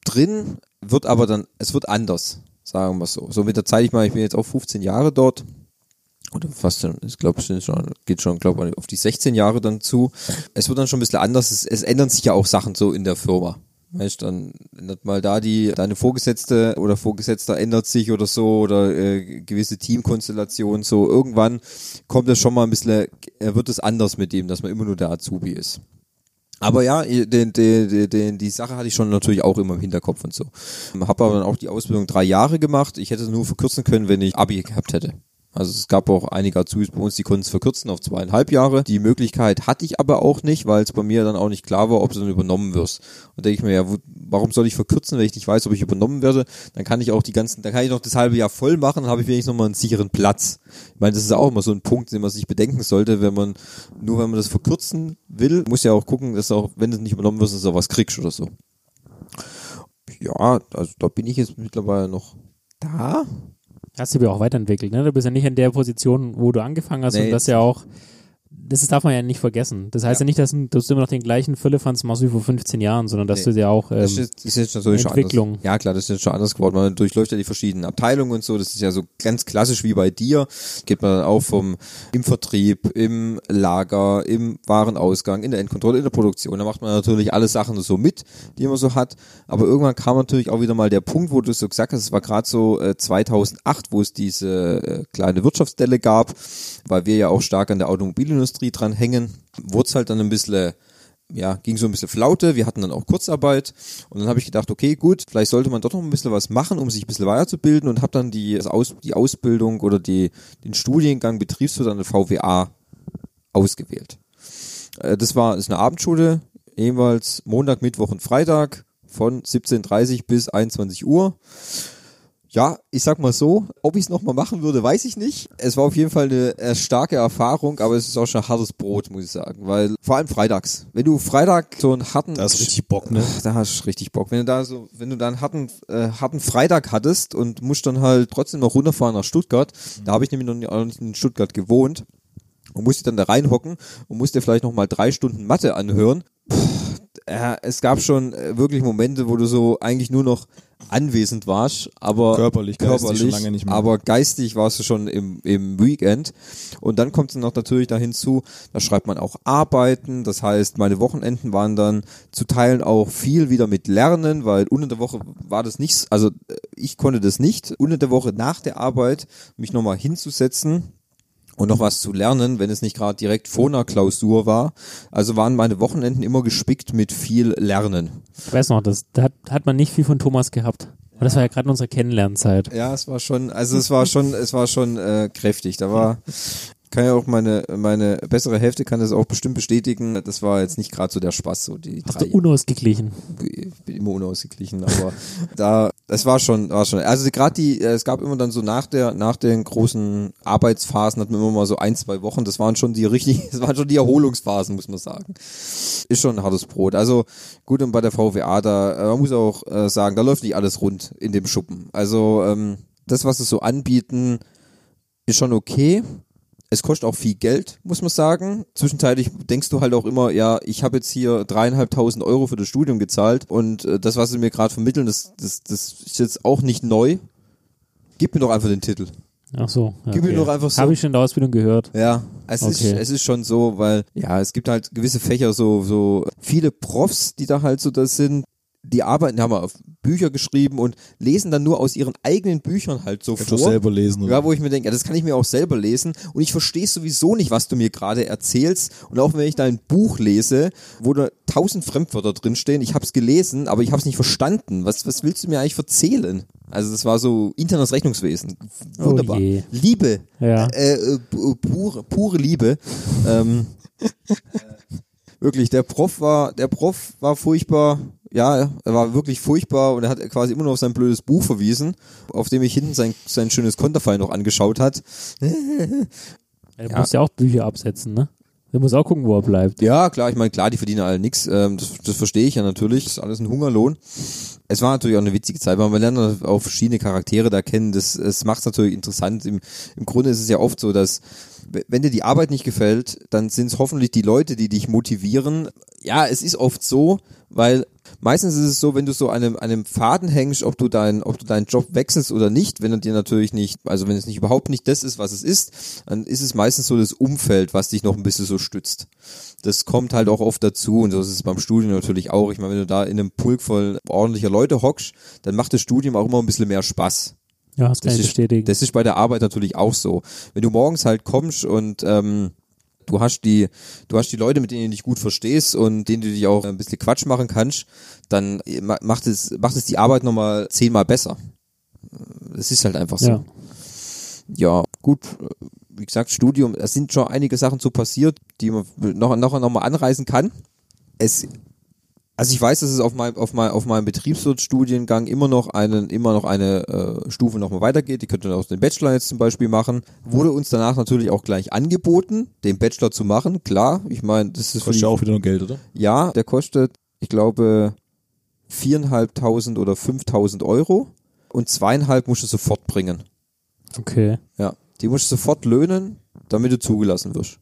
Speaker 2: drin, wird aber dann, es wird anders, sagen wir so. So mit der Zeit, ich meine, ich bin jetzt auch 15 Jahre dort. Oder fast schon, ich glaube, schon, geht schon, glaube ich, auf die 16 Jahre dann zu. Es wird dann schon ein bisschen anders. Es, es ändern sich ja auch Sachen so in der Firma. Mensch, dann ändert mal da die, deine Vorgesetzte oder Vorgesetzter ändert sich oder so oder äh, gewisse Teamkonstellationen so. Irgendwann kommt das schon mal ein bisschen, äh, wird es anders mit dem, dass man immer nur der Azubi ist. Aber ja, den, den, den, die Sache hatte ich schon natürlich auch immer im Hinterkopf und so. Habe aber dann auch die Ausbildung drei Jahre gemacht. Ich hätte es nur verkürzen können, wenn ich Abi gehabt hätte. Also es gab auch einige Azubis bei uns, die konnten es verkürzen auf zweieinhalb Jahre. Die Möglichkeit hatte ich aber auch nicht, weil es bei mir dann auch nicht klar war, ob du dann übernommen wirst. Und denke ich mir, ja, wo, warum soll ich verkürzen, wenn ich nicht weiß, ob ich übernommen werde? Dann kann ich auch die ganzen, dann kann ich noch das halbe Jahr voll machen, dann habe ich wenigstens nochmal einen sicheren Platz. Ich meine, das ist auch immer so ein Punkt, den man sich bedenken sollte, wenn man, nur wenn man das verkürzen will, muss ja auch gucken, dass auch, wenn du nicht übernommen wirst, dass du auch was kriegst oder so. Ja, also da bin ich jetzt mittlerweile noch da.
Speaker 3: Hast du dich auch weiterentwickelt, ne? Du bist ja nicht in der Position, wo du angefangen hast
Speaker 2: Nee,
Speaker 3: und das
Speaker 2: jetzt
Speaker 3: ja auch, das darf man ja nicht vergessen. Das heißt
Speaker 2: Ja.
Speaker 3: ja, nicht, dass, du- dass du immer noch den gleichen Füllefanz machst wie vor 15 Jahren, sondern dass
Speaker 2: Nee.
Speaker 3: du dir auch, ähm,
Speaker 2: Das ist, ist jetzt natürlich
Speaker 3: Entwicklung.
Speaker 2: Schon anders. Ja, klar, das ist jetzt schon anders geworden. Man durchläuft ja die verschiedenen Abteilungen und so. Das ist ja so ganz klassisch wie bei dir. Geht man dann auch vom, im Vertrieb, im Lager, im Warenausgang, in der Endkontrolle, in der Produktion. Da macht man natürlich alle Sachen so mit, die man so hat. Aber irgendwann kam natürlich auch wieder mal der Punkt, wo du so gesagt hast, es war gerade so äh, 2008, wo es diese äh, kleine Wirtschaftsdelle gab, weil wir ja auch stark an der Automobilindustrie dran hängen, wurde es halt dann ein bisschen ja, ging so ein bisschen Flaute, wir hatten dann auch Kurzarbeit und dann habe ich gedacht, okay, gut, vielleicht sollte man doch noch ein bisschen was machen, um sich ein bisschen weiterzubilden und habe dann die, das Aus, die Ausbildung oder die, den Studiengang Betriebswirt an der VWA ausgewählt. Äh, Das war das ist eine Abendschule, jeweils Montag, Mittwoch und Freitag von 17.30 bis 21 Uhr. Ja, ich sag mal so, ob ich es nochmal machen würde, weiß ich nicht. Es war auf jeden Fall eine äh, starke Erfahrung, aber es ist auch schon ein hartes Brot, muss ich sagen. Weil vor allem freitags. Wenn du Freitag so einen harten
Speaker 1: Da ist richtig Bock, ne?
Speaker 2: Ach, da hast du richtig Bock. Wenn du da so, wenn du da einen harten, äh, harten Freitag hattest und musst dann halt trotzdem noch runterfahren nach Stuttgart, da habe ich nämlich noch nie- auch nicht in Stuttgart gewohnt und musste dann da reinhocken und musste vielleicht noch mal drei Stunden Mathe anhören. Puh, äh, es gab schon äh, wirklich Momente, wo du so eigentlich nur noch anwesend warst, aber
Speaker 1: Körperlich, geistig
Speaker 2: körperlich
Speaker 1: schon lange nicht mehr.
Speaker 2: aber geistig warst du schon im, im Weekend. Und dann kommt es noch natürlich da hinzu, da schreibt man auch Arbeiten, das heißt, meine Wochenenden waren dann zu Teilen auch viel wieder mit Lernen, weil unter der Woche war das nichts, also äh, ich konnte das nicht, unter der Woche nach der Arbeit mich nochmal hinzusetzen, und noch was zu lernen, wenn es nicht gerade direkt vor einer Klausur war. Also waren meine Wochenenden immer gespickt mit viel Lernen.
Speaker 3: ich weiß noch, das, da hat, hat man nicht viel von Thomas gehabt. Und das war ja gerade in unserer Kennenlernzeit.
Speaker 2: Ja, es war schon, also es war schon, es war schon äh, kräftig. Da war kann ja auch meine meine bessere Hälfte kann das auch bestimmt bestätigen. Das war jetzt nicht gerade so der Spaß so die
Speaker 3: Hast
Speaker 2: drei
Speaker 3: du unausgeglichen.
Speaker 2: ich bin immer unausgeglichen, aber da, das war schon, war schon. Also gerade die, äh, es gab immer dann so nach der, nach den großen Arbeitsphasen hat man immer mal so ein, zwei Wochen. Das waren schon die richtig, das waren schon die Erholungsphasen, muss man sagen. Ist schon ein hartes Brot. Also gut und bei der VWA da, äh, man muss auch äh, sagen, da läuft nicht alles rund in dem Schuppen. Also ähm, das, was es so anbieten, ist schon okay. Es kostet auch viel Geld, muss man sagen. Zwischenzeitlich denkst du halt auch immer, ja, ich habe jetzt hier dreieinhalbtausend Euro für das Studium gezahlt und äh, das, was sie mir gerade vermitteln, das, das, das ist jetzt auch nicht neu. Gib mir doch einfach den Titel.
Speaker 3: Ach so. Ja,
Speaker 2: Gib mir doch einfach so.
Speaker 3: Habe ich schon in der Ausbildung gehört.
Speaker 2: Ja, es, ist,
Speaker 3: Okay.
Speaker 2: es ist schon so, weil ja, es gibt halt gewisse Fächer, so, so viele Profs, die da halt so das sind, die arbeiten, haben auf Bücher geschrieben und lesen dann nur aus ihren eigenen Büchern halt so
Speaker 1: Kannst du
Speaker 2: vor.
Speaker 1: selber lesen.
Speaker 2: Ja, wo ich mir denke, ja, das kann ich mir auch selber lesen und ich verstehe sowieso nicht, was du mir gerade erzählst. Und auch wenn ich dein Buch lese, wo da tausend Fremdwörter drinstehen, ich hab's gelesen, aber ich hab's nicht verstanden. Was, was willst du mir eigentlich erzählen? Also das war so internes Rechnungswesen. Wunderbar.
Speaker 3: Oh je.
Speaker 2: Liebe.
Speaker 3: Ja.
Speaker 2: Äh, äh, pu- pure, pure Liebe. ähm, wirklich, der Prof war, der Prof war furchtbar. Ja, er war wirklich furchtbar und er hat quasi immer nur auf sein blödes Buch verwiesen, auf dem ich hinten sein, sein schönes Konterfei noch angeschaut hat.
Speaker 3: Er
Speaker 2: Ja.
Speaker 3: muss ja auch Bücher absetzen, ne? Er muss auch gucken, wo er bleibt.
Speaker 2: Ja, klar, ich meine, klar, die verdienen alle nix. Ähm, das, das verstehe ich ja natürlich. Das ist alles ein Hungerlohn. Es war natürlich auch eine witzige Zeit, weil man lernt auch verschiedene Charaktere da kennen. Das, das macht es natürlich interessant. Im, Im Grunde ist es ja oft so, dass w- wenn dir die Arbeit nicht gefällt, dann sind es hoffentlich die Leute, die dich motivieren. Ja, es ist oft so, weil meistens ist es so, wenn du so an einem, an einem Faden hängst, ob du deinen, ob du deinen Job wechselst oder nicht, wenn er dir natürlich nicht, also wenn es nicht überhaupt nicht das ist, was es ist, dann ist es meistens so das Umfeld, was dich noch ein bisschen so stützt. Das kommt halt auch oft dazu und so ist es beim Studium natürlich auch. Ich meine, wenn du da in einem Pulk voll ordentlicher Leute hockst, dann macht das Studium auch immer ein bisschen mehr Spaß.
Speaker 3: Ja, das kann
Speaker 2: Das
Speaker 3: ich
Speaker 2: ist,
Speaker 3: bestätigen.
Speaker 2: das ist bei der Arbeit natürlich auch so. Wenn du morgens halt kommst und ähm, du hast die, du hast die Leute, mit denen du dich gut verstehst und denen du dich auch ein bisschen Quatsch machen kannst, dann ma- macht es, macht es die Arbeit nochmal zehnmal besser. Das ist halt einfach so.
Speaker 3: ja.
Speaker 2: Ja, gut. äh, Wie gesagt, Studium, es sind schon einige Sachen so passiert, die man noch, noch, noch mal anreißen kann. Es, also ich weiß, dass es auf, mein, auf, mein, auf meinem Betriebswirtstudiengang immer noch einen, immer noch eine äh, Stufe nochmal weitergeht. Die könnte auch den Bachelor jetzt zum Beispiel machen. Wurde uns danach natürlich auch gleich angeboten, den Bachelor zu machen. Klar, ich meine, das ist für
Speaker 1: Kostet
Speaker 2: die-
Speaker 1: ja auch wieder nur Geld, oder?
Speaker 2: ja, der kostet, ich glaube, viereinhalbtausend oder fünftausend Euro und zweieinhalb musst du sofort bringen.
Speaker 3: Okay.
Speaker 2: Ja, die musst du sofort löhnen, damit du zugelassen wirst.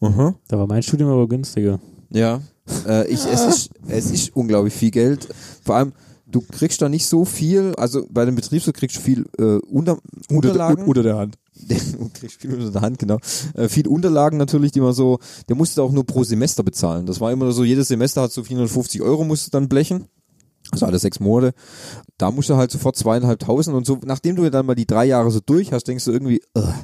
Speaker 2: Mhm.
Speaker 3: Da war mein Studium aber günstiger.
Speaker 2: Ja. Äh, ich, es, ist, es ist unglaublich viel Geld. Vor allem, du kriegst da nicht so viel, also bei dem Betriebswirt kriegst du viel äh, unter, Unterlagen.
Speaker 1: unter der Hand.
Speaker 2: Du kriegst viel unter der Hand, genau. Äh, viel Unterlagen natürlich, die man so, der musste auch nur pro Semester bezahlen. Das war immer so, jedes Semester hat so 450 Euro musste dann blechen. Also alle sechs Monate. Da musst du halt sofort zweieinhalbtausend und so, nachdem du dann mal die drei Jahre so durch hast, denkst du irgendwie, äh, "Ugh,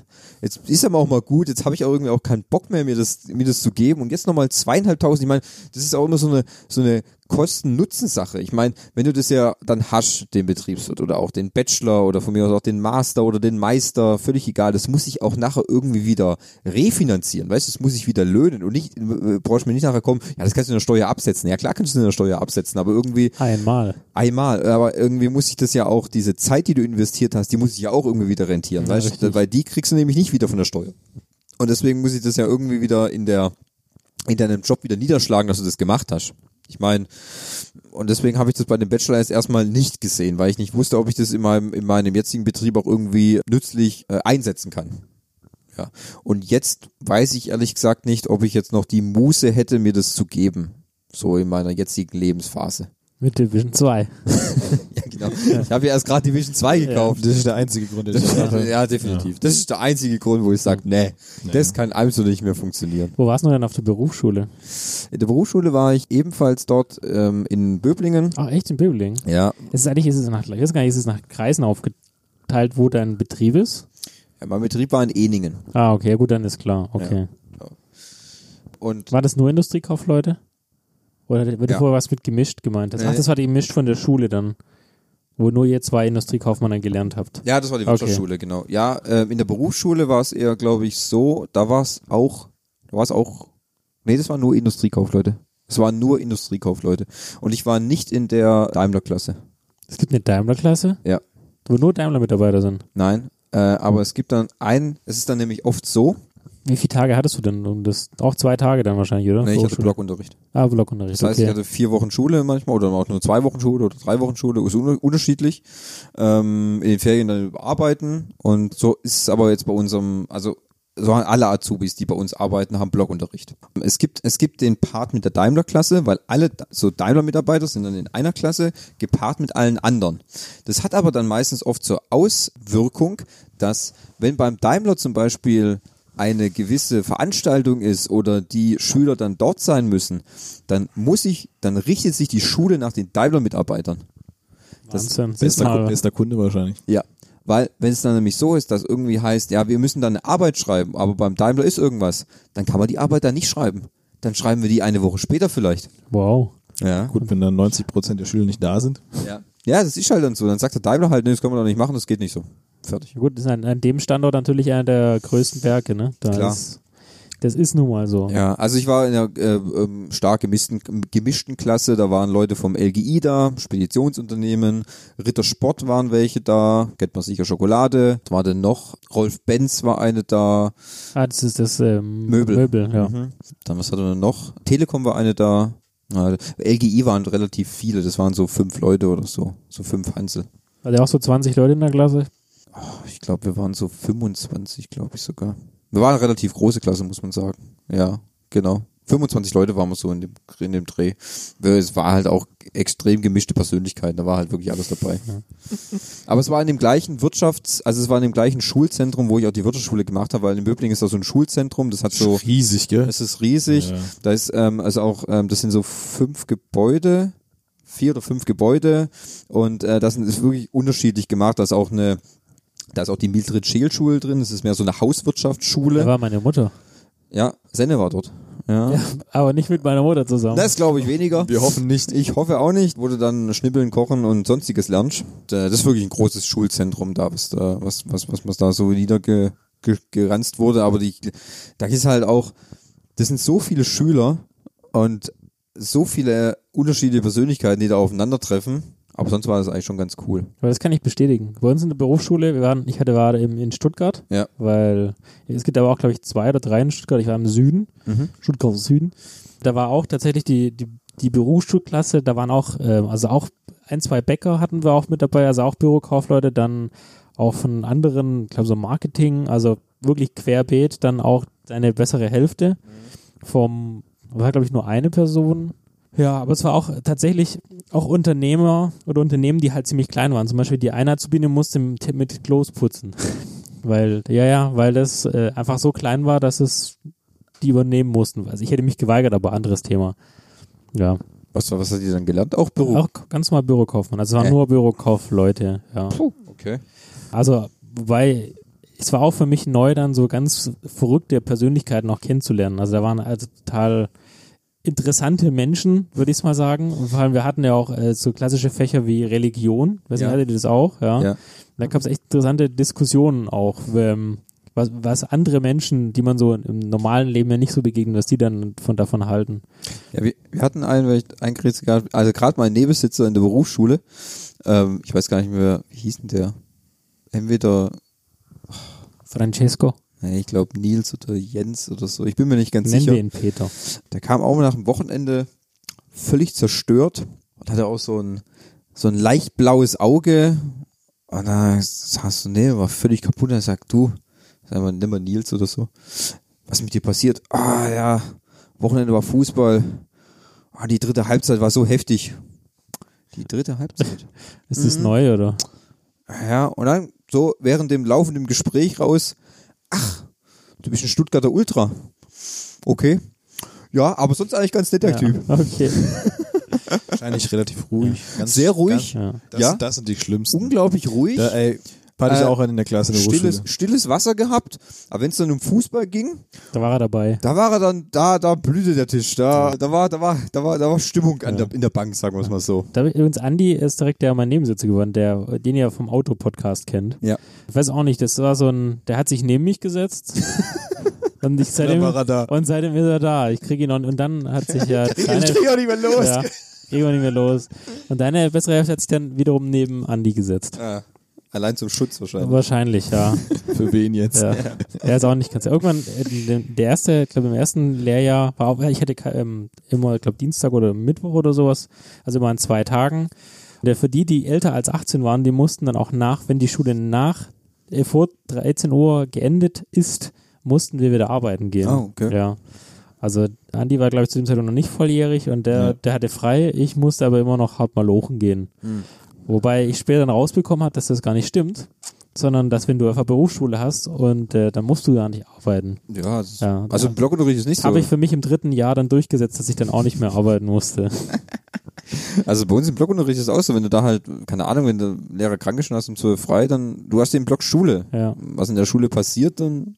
Speaker 2: jetzt ist aber auch mal gut, jetzt habe ich auch irgendwie auch keinen Bock mehr, mir das, mir das zu geben. Und jetzt nochmal zweieinhalbtausend, ich meine, das ist auch immer so eine, so eine Kosten-Nutzen-Sache. Ich meine, wenn du das ja dann hast, den Betriebswirt oder auch den Bachelor oder von mir aus auch den Master oder den Meister, völlig egal, das muss ich auch nachher irgendwie wieder refinanzieren, weißt du, das muss ich wieder löhnen und nicht, äh, brauchst mir nicht nachher kommen, ja, das kannst du in der Steuer absetzen. Ja, klar kannst du es in der Steuer absetzen, aber irgendwie
Speaker 3: Einmal.
Speaker 2: einmal, aber irgendwie muss ich das ja auch, diese Zeit, die du investiert hast, die muss ich ja auch irgendwie wieder rentieren, weißt du? Weil die kriegst du nämlich nicht wieder von der Steuer. Und deswegen muss ich das ja irgendwie wieder in der, in deinem Job wieder niederschlagen, dass du das gemacht hast. Ich meine, und deswegen habe ich das bei dem Bachelor jetzt erstmal nicht gesehen, weil ich nicht wusste, ob ich das in meinem, in meinem jetzigen Betrieb auch irgendwie nützlich äh, einsetzen kann. Ja. Und jetzt weiß ich ehrlich gesagt nicht, ob ich jetzt noch die Muße hätte, mir das zu geben. So in meiner jetzigen Lebensphase.
Speaker 3: Mit Division 2.
Speaker 2: Ja, genau. Ich habe ja erst gerade Division 2 gekauft.
Speaker 1: Das ist der einzige Grund, den ich
Speaker 2: Ja,
Speaker 1: hatte.
Speaker 2: definitiv. Das ist der einzige Grund, wo ich sage, nee, das kann also nicht mehr funktionieren.
Speaker 3: Wo warst du denn auf der Berufsschule?
Speaker 2: In der Berufsschule war ich ebenfalls dort ähm, in Böblingen.
Speaker 3: Ach, Ah, echt in Böbling?
Speaker 2: Ja,
Speaker 3: Es ist eigentlich, ist es nach, ich weiß gar nicht, ist es nach Kreisen aufgeteilt, wo dein Betrieb ist?
Speaker 2: ja, mein Betrieb war in Eningen.
Speaker 3: Ah, okay, ja, gut, dann ist klar. Okay.
Speaker 2: Und
Speaker 3: War das nur Industriekaufleute? Oder wird
Speaker 2: Ja.
Speaker 3: vorher was mit gemischt gemeint? hast? Ach,
Speaker 2: Nee.
Speaker 3: das war die gemischt von der Schule dann, wo nur ihr zwei Industriekaufmänner gelernt habt.
Speaker 2: ja, das war die
Speaker 3: Okay.
Speaker 2: Wirtschaftsschule, genau. Ja, ähm, in der Berufsschule war es eher, glaube ich, so, da war es auch, da war es auch, nee, das waren nur Industriekaufleute. Es waren nur Industriekaufleute. Und ich war nicht in der Daimler-Klasse.
Speaker 3: Es gibt eine Daimler-Klasse?
Speaker 2: Ja.
Speaker 3: Wo nur Daimler-Mitarbeiter sind.
Speaker 2: Nein, äh, aber es gibt dann ein, es ist dann nämlich oft so,
Speaker 3: Wie viele Tage hattest du denn? Um das, auch zwei Tage dann wahrscheinlich, oder?
Speaker 2: nee, Ne, ich hatte
Speaker 3: Hochschule.
Speaker 2: Blockunterricht.
Speaker 3: Ah, Blockunterricht.
Speaker 2: Das heißt,
Speaker 3: okay.
Speaker 2: ich hatte vier Wochen Schule manchmal oder auch nur zwei Wochen Schule oder drei Wochen Schule, ist un unterschiedlich. Ähm, in den Ferien dann arbeiten und so ist es aber jetzt bei unserem, also so haben alle Azubis, die bei uns arbeiten, haben Blockunterricht. Es gibt, es gibt den Part mit der Daimler-Klasse, weil alle Da- so Daimler-Mitarbeiter sind dann in einer Klasse gepaart mit allen anderen. Das hat aber dann meistens oft zur Auswirkung, dass wenn beim Daimler zum Beispiel eine gewisse Veranstaltung ist oder die Schüler dann dort sein müssen, dann muss ich, dann richtet sich die Schule nach den Daimler-Mitarbeitern.
Speaker 3: Wahnsinn. Das
Speaker 1: Bester, Kunde,
Speaker 3: mal,
Speaker 1: bester Kunde wahrscheinlich.
Speaker 2: Ja. Weil, wenn es dann nämlich so ist, dass irgendwie heißt, ja, wir müssen dann eine Arbeit schreiben, aber beim Daimler ist irgendwas, dann kann man die Arbeit dann nicht schreiben. Dann schreiben wir die eine Woche später vielleicht.
Speaker 3: wow.
Speaker 2: Ja.
Speaker 1: Gut, wenn dann 90% der Schüler nicht da sind.
Speaker 2: Ja, ja das ist halt dann so. Dann sagt der Daimler halt, nee, das können wir doch nicht machen, das geht nicht so. Fertig.
Speaker 3: Ja, Gut, ist an, an dem Standort natürlich einer der größten Werke, ne? Da
Speaker 2: Klar.
Speaker 3: Ist, das ist nun mal so.
Speaker 2: Ja, also ich war in einer äh, ähm, stark gemischten, gemischten Klasse, da waren Leute vom LGI da, Speditionsunternehmen, Rittersport waren welche da, kennt man sicher Schokolade, was war denn noch? Rolf Benz war eine da,
Speaker 3: Ah, das ist das ähm,
Speaker 2: Möbel.
Speaker 3: Möbel, ja.
Speaker 2: Mhm. Dann was hatte man noch? Telekom war eine da. Ja, LGI waren relativ viele, das waren so fünf Leute oder so, so fünf Hansel.
Speaker 3: Also auch so 20 Leute in der Klasse.
Speaker 2: Ich glaube, wir waren so 25, glaube ich sogar. Wir waren eine relativ große Klasse, muss man sagen. Ja, genau. 25 Leute waren wir so in dem, in dem Dreh. Es war halt auch extrem gemischte Persönlichkeiten, da war halt wirklich alles dabei. Aber es war in dem gleichen Wirtschafts-, also es war in dem gleichen Schulzentrum, wo ich auch die Wirtschaftsschule gemacht habe, weil in Böblingen ist da so ein Schulzentrum, das hat so,
Speaker 1: Riesig, gell?
Speaker 2: es ist riesig,
Speaker 1: Ja.
Speaker 2: da ist, ähm, also auch, ähm, das sind so fünf Gebäude, vier oder fünf Gebäude und äh, das sind- ist wirklich unterschiedlich gemacht, da ist auch eine, da ist auch die Mildred Scheel-Schule drin, das ist mehr so eine
Speaker 3: Da
Speaker 2: Hauswirtschaftsschule.
Speaker 3: war meine Mutter.
Speaker 2: Ja, Senne war dort. Ja.
Speaker 3: Aber nicht mit meiner Mutter zusammen.
Speaker 2: Das glaube ich weniger.
Speaker 1: Wir hoffen nicht.
Speaker 2: Ich hoffe auch nicht, wo du dann schnippeln, kochen und sonstiges lernst. Und, äh, Das ist wirklich ein großes Schulzentrum da, was da, was, was, was, was da so niedergeranzt wurde. Aber die, da ist halt auch, das sind so viele Schüler und so viele unterschiedliche Persönlichkeiten, die da aufeinandertreffen. Aber sonst war das eigentlich schon ganz cool.
Speaker 3: Aber das kann ich bestätigen. Bei uns in der Berufsschule, wir waren, ich hatte war eben in Stuttgart,
Speaker 2: Ja.
Speaker 3: weil es gibt aber auch, glaube ich, zwei oder drei in Stuttgart. Ich war im Süden,
Speaker 2: Mhm.
Speaker 3: Stuttgart Süden. Da war auch tatsächlich die, die, die Berufsschulklasse, da waren auch, ähm, also auch ein, zwei Bäcker hatten wir auch mit dabei, also auch Bürokaufleute, dann auch von anderen, ich glaube so Marketing, also wirklich querbeet, dann auch eine bessere Hälfte
Speaker 2: Mhm.
Speaker 3: vom, war glaube ich nur eine Person. Ja, aber es war auch tatsächlich auch Unternehmer oder Unternehmen, die halt ziemlich klein waren. Zum Beispiel die eine Azubine musste mit, mit Klos putzen. weil, ja, ja, weil das äh, einfach so klein war, dass es die übernehmen mussten. Also ich hätte mich geweigert, aber anderes Thema. Ja.
Speaker 2: Was, was hat ihr dann gelernt? Auch Büro.
Speaker 3: Auch ganz normal Bürokaufmann. Also es waren
Speaker 2: Äh.
Speaker 3: nur Bürokaufleute, ja.
Speaker 2: Okay.
Speaker 3: Also, wobei, es war auch für mich neu, dann so ganz verrückte Persönlichkeiten auch kennenzulernen. Also da waren also total interessante Menschen, würde ich es mal sagen. Und vor allem, wir hatten ja auch äh, so klassische Fächer wie Religion. Weiß nicht,
Speaker 2: Ja.
Speaker 3: hattet ihr das auch? Ja.
Speaker 2: Ja.
Speaker 3: Da gab es echt interessante Diskussionen auch. Ähm, was, was andere Menschen, die man so im normalen Leben ja nicht so begegnet, was die dann von davon halten.
Speaker 2: Ja, wir, wir hatten einen, weil ich ein Gerät, also gerade mein Nebensitzer in der Berufsschule, ähm, ich weiß gar nicht mehr, wie hieß denn der? Entweder,
Speaker 3: Francesco,
Speaker 2: nee, ich glaube Nils oder Jens oder so, ich bin mir nicht ganz
Speaker 3: nennen wir
Speaker 2: sicher.
Speaker 3: ihn Peter.
Speaker 2: Der kam auch nach dem Wochenende völlig zerstört und hatte auch so ein, so ein leicht blaues Auge. Und dann sagst du, nee, war völlig kaputt. Und er sagt, du, sag mal, nimm mal Nils oder so. Was mit dir passiert? Ah, ja, Wochenende war Fußball. Ah, die dritte Halbzeit war so heftig. Die dritte Halbzeit.
Speaker 3: Ist
Speaker 2: Mhm.
Speaker 3: das neu, oder?
Speaker 2: Ja, und dann so während dem laufenden Gespräch raus, ach, du bist ein Stuttgarter Ultra. Okay. Ja, aber sonst eigentlich ganz netter Typ.
Speaker 3: Ja, okay.
Speaker 1: Wahrscheinlich relativ ruhig. Ganz,
Speaker 2: Sehr ruhig.
Speaker 3: Ja.
Speaker 1: Ganz, das,
Speaker 2: Ja.
Speaker 1: das sind die schlimmsten.
Speaker 2: Unglaublich ruhig.
Speaker 1: Da, ey, hatte ich
Speaker 2: Äh,
Speaker 1: auch einen in der Klasse in der
Speaker 2: stilles,
Speaker 1: Hochschule.
Speaker 2: stilles Wasser gehabt. Aber wenn es dann um Fußball ging,
Speaker 3: Da war er dabei.
Speaker 2: da war er dann, da, da blühte der Tisch. Da, da war, da war, da war, da war Stimmung an der, in der Bank, sagen wir es mal so.
Speaker 3: Da übrigens Andi ist direkt der mein Nebensitzer geworden, der den ihr vom Auto Podcast kennt.
Speaker 2: Ja.
Speaker 3: Ich weiß auch nicht, das war so ein, der hat sich neben mich gesetzt. und ich seitdem
Speaker 1: war er da.
Speaker 3: und seitdem ist er da. Ich kriege ihn und, und dann hat sich ja deine
Speaker 2: Ich krieg auch nicht mehr los.
Speaker 3: ja, kriege nicht mehr los. Und deine bessere Hälfte hat sich dann wiederum neben Andi gesetzt.
Speaker 2: Ja. Allein zum Schutz wahrscheinlich.
Speaker 3: Wahrscheinlich, ja.
Speaker 1: Für wen jetzt?
Speaker 3: ja. Er ist auch nicht ganz. Irgendwann, äh, den- der erste, ich glaube im ersten Lehrjahr war auch, ich hatte ke- ähm, immer, ich glaube Dienstag oder Mittwoch oder sowas, also immer an zwei Tagen. Der, für die, die älter als 18 waren, die mussten dann auch nach, wenn die Schule nach äh, vor 13 Uhr geendet ist, mussten wir wieder arbeiten gehen.
Speaker 2: Ah, okay.
Speaker 3: Ja. Also Andi war, glaube ich, zu dem Zeitpunkt noch nicht volljährig und der,
Speaker 1: Ja.
Speaker 3: der hatte frei. Ich musste aber immer noch hart mal lochen gehen.
Speaker 2: Hm.
Speaker 3: Wobei ich später dann rausbekommen habe, dass das gar nicht stimmt, sondern dass wenn du einfach Berufsschule hast und äh, dann musst du gar nicht arbeiten.
Speaker 2: Ja, das ist,
Speaker 3: Ja,
Speaker 2: also
Speaker 3: ja.
Speaker 2: Blockunterricht ist nicht so.
Speaker 3: Habe ich für mich im dritten Jahr dann durchgesetzt, dass ich dann auch nicht mehr arbeiten musste.
Speaker 2: Also bei uns im Blockunterricht ist es auch so, wenn du da halt, keine Ahnung, wenn der Lehrer krank ist und hast um 12 frei, dann, du hast den Block Schule.
Speaker 3: Ja.
Speaker 2: Was in der Schule passiert, dann,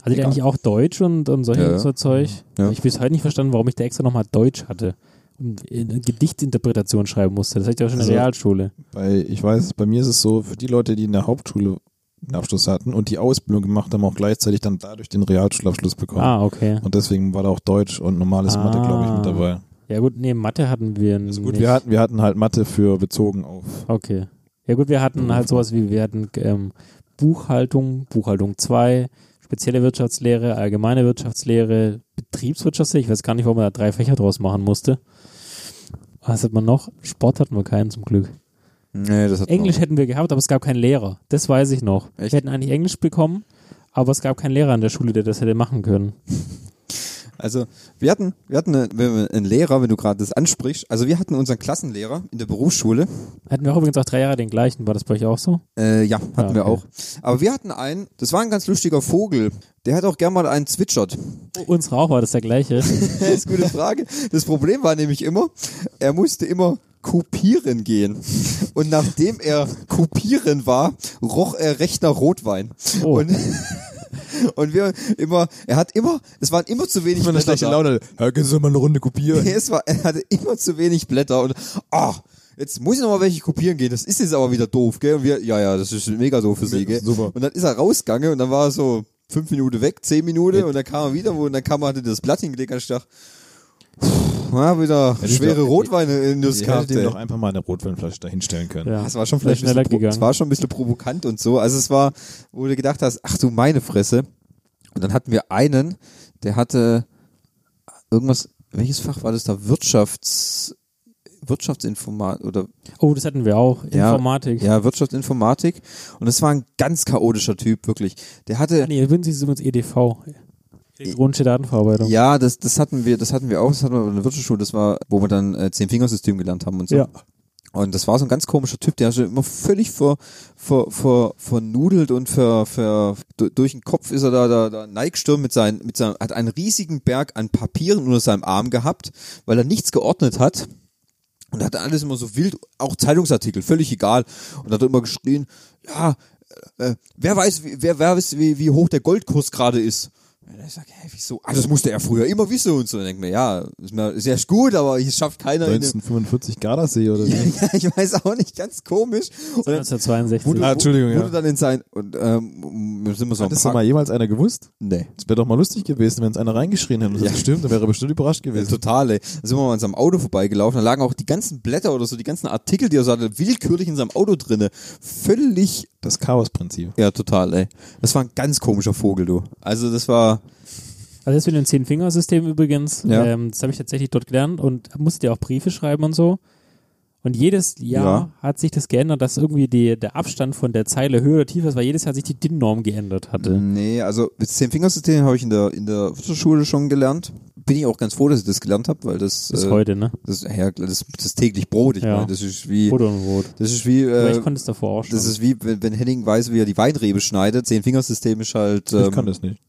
Speaker 3: Hatte ich
Speaker 2: Egal.
Speaker 3: Also eigentlich auch Deutsch und, und solche
Speaker 2: Ja, ja.
Speaker 3: so Zeug? Also
Speaker 2: Ja.
Speaker 3: Ich habe bis heute nicht verstanden, warum ich da extra nochmal Deutsch hatte und eine Gedichtinterpretation schreiben musste. Das hatte ich auch schon in
Speaker 1: Also-
Speaker 3: der Realschule.
Speaker 1: Bei, ich weiß, bei mir ist es so, für die Leute, die in der Hauptschule einen Abschluss hatten und die Ausbildung gemacht haben, auch gleichzeitig dann dadurch den Realschulabschluss bekommen.
Speaker 3: Ah, okay.
Speaker 1: Und deswegen war da auch Deutsch und normales Mathe, glaube ich, mit
Speaker 3: Ah.
Speaker 1: dabei.
Speaker 3: Ja gut, nee, Mathe hatten wir
Speaker 1: Also
Speaker 3: nicht.
Speaker 1: gut, wir hatten, wir hatten halt Mathe für bezogen auf.
Speaker 3: Okay. Ja gut, wir hatten
Speaker 1: Mhm.
Speaker 3: halt sowas wie, wir hatten ähm, Buchhaltung, Buchhaltung 2, spezielle Wirtschaftslehre, allgemeine Wirtschaftslehre, Betriebswirtschaftslehre. Ich weiß gar nicht, warum man da drei Fächer draus machen musste. Was hat man noch? Sport hatten wir keinen zum Glück.
Speaker 2: nee, das hat man-
Speaker 3: Englisch hätten wir gehabt, aber es gab keinen Lehrer. Das weiß ich noch.
Speaker 2: Genau. Echt?
Speaker 3: Wir hätten eigentlich Englisch bekommen, aber es gab keinen Lehrer an der Schule, der das hätte machen können.
Speaker 2: Also wir hatten, wir hatten eine- wenn wir- einen Lehrer, wenn du gerade das ansprichst. Also wir hatten unseren Klassenlehrer in der Berufsschule.
Speaker 3: Hatten wir auch übrigens auch drei Jahre den gleichen, war das bei euch auch so?
Speaker 2: Äh, ja, hatten
Speaker 3: okay.
Speaker 2: wir auch. Aber wir hatten einen, das war ein ganz lustiger Vogel. Der hat auch gern mal einen zwitschert.
Speaker 3: Unsere auch war das der gleiche.
Speaker 2: Das ist eine gute Frage. Das Problem war nämlich immer, er musste immer kupieren gehen. Und nachdem er kupieren war, roch er recht nach Rotwein.
Speaker 3: Oh.
Speaker 2: Und, und wir immer, er hat immer, es waren immer zu wenig
Speaker 1: Ich meine,
Speaker 2: Blätter
Speaker 1: schlechte
Speaker 2: da.
Speaker 1: Laune. Ja, können Sie mal eine Runde kopieren?
Speaker 2: es war, er hatte immer zu wenig Blätter und ah, jetzt muss ich nochmal welche kopieren gehen. Das ist jetzt aber wieder doof, gell? Und wir, ja, ja, das ist mega doof für sie,
Speaker 1: Mega,
Speaker 2: gell?
Speaker 1: super.
Speaker 2: Und dann ist er rausgegangen und dann war er so fünf Minuten weg, zehn Minuten und dann kam er wieder wo- und dann kam er hatte das Blatt hingelegt und ich dachte, pff, ja, wieder
Speaker 1: Hätte ich
Speaker 2: schwere
Speaker 1: doch-
Speaker 2: Rotweine in das
Speaker 1: Ich hätte
Speaker 2: gehabt,
Speaker 1: dem
Speaker 2: ey.
Speaker 1: noch einfach mal eine Rotweinflasche dahinstellen können.
Speaker 3: Ja.
Speaker 2: Das war schon
Speaker 3: Wäre
Speaker 2: vielleicht ein bisschen
Speaker 3: schneller
Speaker 2: pro-
Speaker 3: gegangen.
Speaker 2: es war schon ein bisschen provokant und so. Also es war, wo du gedacht hast, ach du meine Fresse. Und dann hatten wir einen, der hatte irgendwas, welches Fach war das da? Wirtschafts, Wirtschaftsinformat oder
Speaker 3: Oh, das hatten wir auch.
Speaker 2: Ja.
Speaker 3: Informatik.
Speaker 2: ja, Wirtschaftsinformatik. Und das war ein ganz chaotischer Typ, wirklich. Der hatte,
Speaker 3: Nee, Winzig ist übrigens EDV. Elektronische Datenverarbeitung.
Speaker 2: ja, das, das hatten wir, das hatten wir auch, das hatten wir in der Wirtschaftsschule, das war, wo wir dann äh, Zehn-Fingersystem gelernt haben und so.
Speaker 3: Ja.
Speaker 2: Und das war so ein ganz komischer Typ, der schon immer völlig ver, ver, ver, vernudelt und ver, ver, du- durch den Kopf ist er da, da, da Neigstürm mit seinen, mit seinem, hat einen riesigen Berg an Papieren unter seinem Arm gehabt, weil er nichts geordnet hat. Und hat alles immer so wild, auch Zeitungsartikel, völlig egal. Und hat immer geschrien, ja, äh, wer weiß, wie, wer, wer weiß, wie, wie hoch der Goldkurs gerade ist. Und ich sage, hä, wieso? Ah, das musste er früher immer wissen und so. Und denkt mir, ja, ist, mir, ist ja gut, aber es schafft keiner. in dem-
Speaker 1: 1945 Gardasee oder wie?
Speaker 2: ja, ich weiß auch nicht, ganz komisch. Und dann,
Speaker 3: 1962.
Speaker 1: Ah, Entschuldigung,
Speaker 2: wurde
Speaker 1: ja.
Speaker 2: dann in sein, und ähm, sind wir so am
Speaker 1: Hattest du
Speaker 2: Park-
Speaker 1: mal jemals einer gewusst?
Speaker 2: Nee.
Speaker 1: Es wäre doch mal lustig gewesen, wenn es einer reingeschrien hätte. Und
Speaker 2: Ja.
Speaker 1: Das stimmt, dann wäre er bestimmt überrascht
Speaker 2: Ja,
Speaker 1: gewesen.
Speaker 2: total, ey. Da sind wir mal an seinem Auto vorbeigelaufen, da lagen auch die ganzen Blätter oder so, die ganzen Artikel, die er so hatte, willkürlich in seinem Auto drinne. Völlig,
Speaker 1: Das Chaosprinzip.
Speaker 2: ja, total, ey. Das war ein ganz komischer Vogel, du. Also, das war,
Speaker 3: Also das mit dem Zehn-Finger-System übrigens,
Speaker 2: Ja.
Speaker 3: ähm, das habe ich tatsächlich dort gelernt und musste ja auch Briefe schreiben und so. Und jedes Jahr hat sich das geändert, dass irgendwie die, der Abstand von der Zeile höher oder tiefer ist, weil jedes Jahr sich die DIN-Norm geändert hatte.
Speaker 2: Nee, also das Zehn-Fingersystem habe ich in der, in der Wirtschaftsschule schon gelernt. Bin ich auch ganz froh, dass ich das gelernt habe, weil das,
Speaker 3: Bis
Speaker 2: äh,
Speaker 3: heute, ne?
Speaker 2: das, ja, das, das ist täglich Brot. Ich
Speaker 3: Ja.
Speaker 2: meine, das ist wie,
Speaker 3: Rot und Rot.
Speaker 2: das ist wie,
Speaker 3: Aber
Speaker 2: äh,
Speaker 3: ich konnte es davor auch schon.
Speaker 2: das ist wie, wenn, wenn Henning weiß, wie er die Weinrebe schneidet. Zehn-Fingersystem ist halt,
Speaker 1: Ich kann
Speaker 2: ähm,
Speaker 1: das nicht.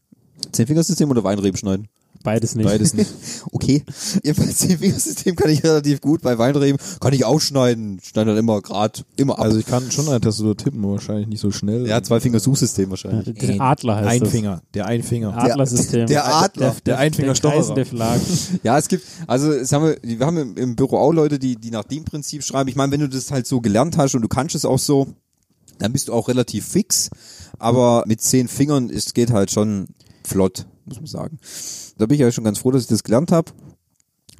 Speaker 2: Zehn-Fingersystem oder Weinrebe schneiden?
Speaker 3: Beides nicht.
Speaker 1: Beides nicht.
Speaker 2: Okay. Jedenfalls Zehn-Fingersystem kann ich relativ gut. Bei Weinreben kann ich auch schneiden. Schneide dann immer grad, immer ab.
Speaker 1: Also ich kann schon eine Tastatur tippen, aber wahrscheinlich nicht so schnell.
Speaker 2: ja, Zwei-Finger-Suchsystem wahrscheinlich.
Speaker 3: Der Adler heißt
Speaker 1: Ein
Speaker 3: das.
Speaker 1: Finger. Der Einfinger.
Speaker 3: Adler-System.
Speaker 2: Der Adler.
Speaker 1: Der Einfingerstocherer.
Speaker 3: Kaiser Der Verlag.
Speaker 2: Ja, es gibt, also es haben wir, wir haben im, im Büro auch Leute, die, die nach dem Prinzip schreiben. Ich meine, wenn du das halt so gelernt hast und du kannst es auch so, dann bist du auch relativ fix. Aber mit zehn Fingern ist geht halt schon flott, muss man sagen. Da bin ich ja schon ganz froh, dass ich das gelernt habe.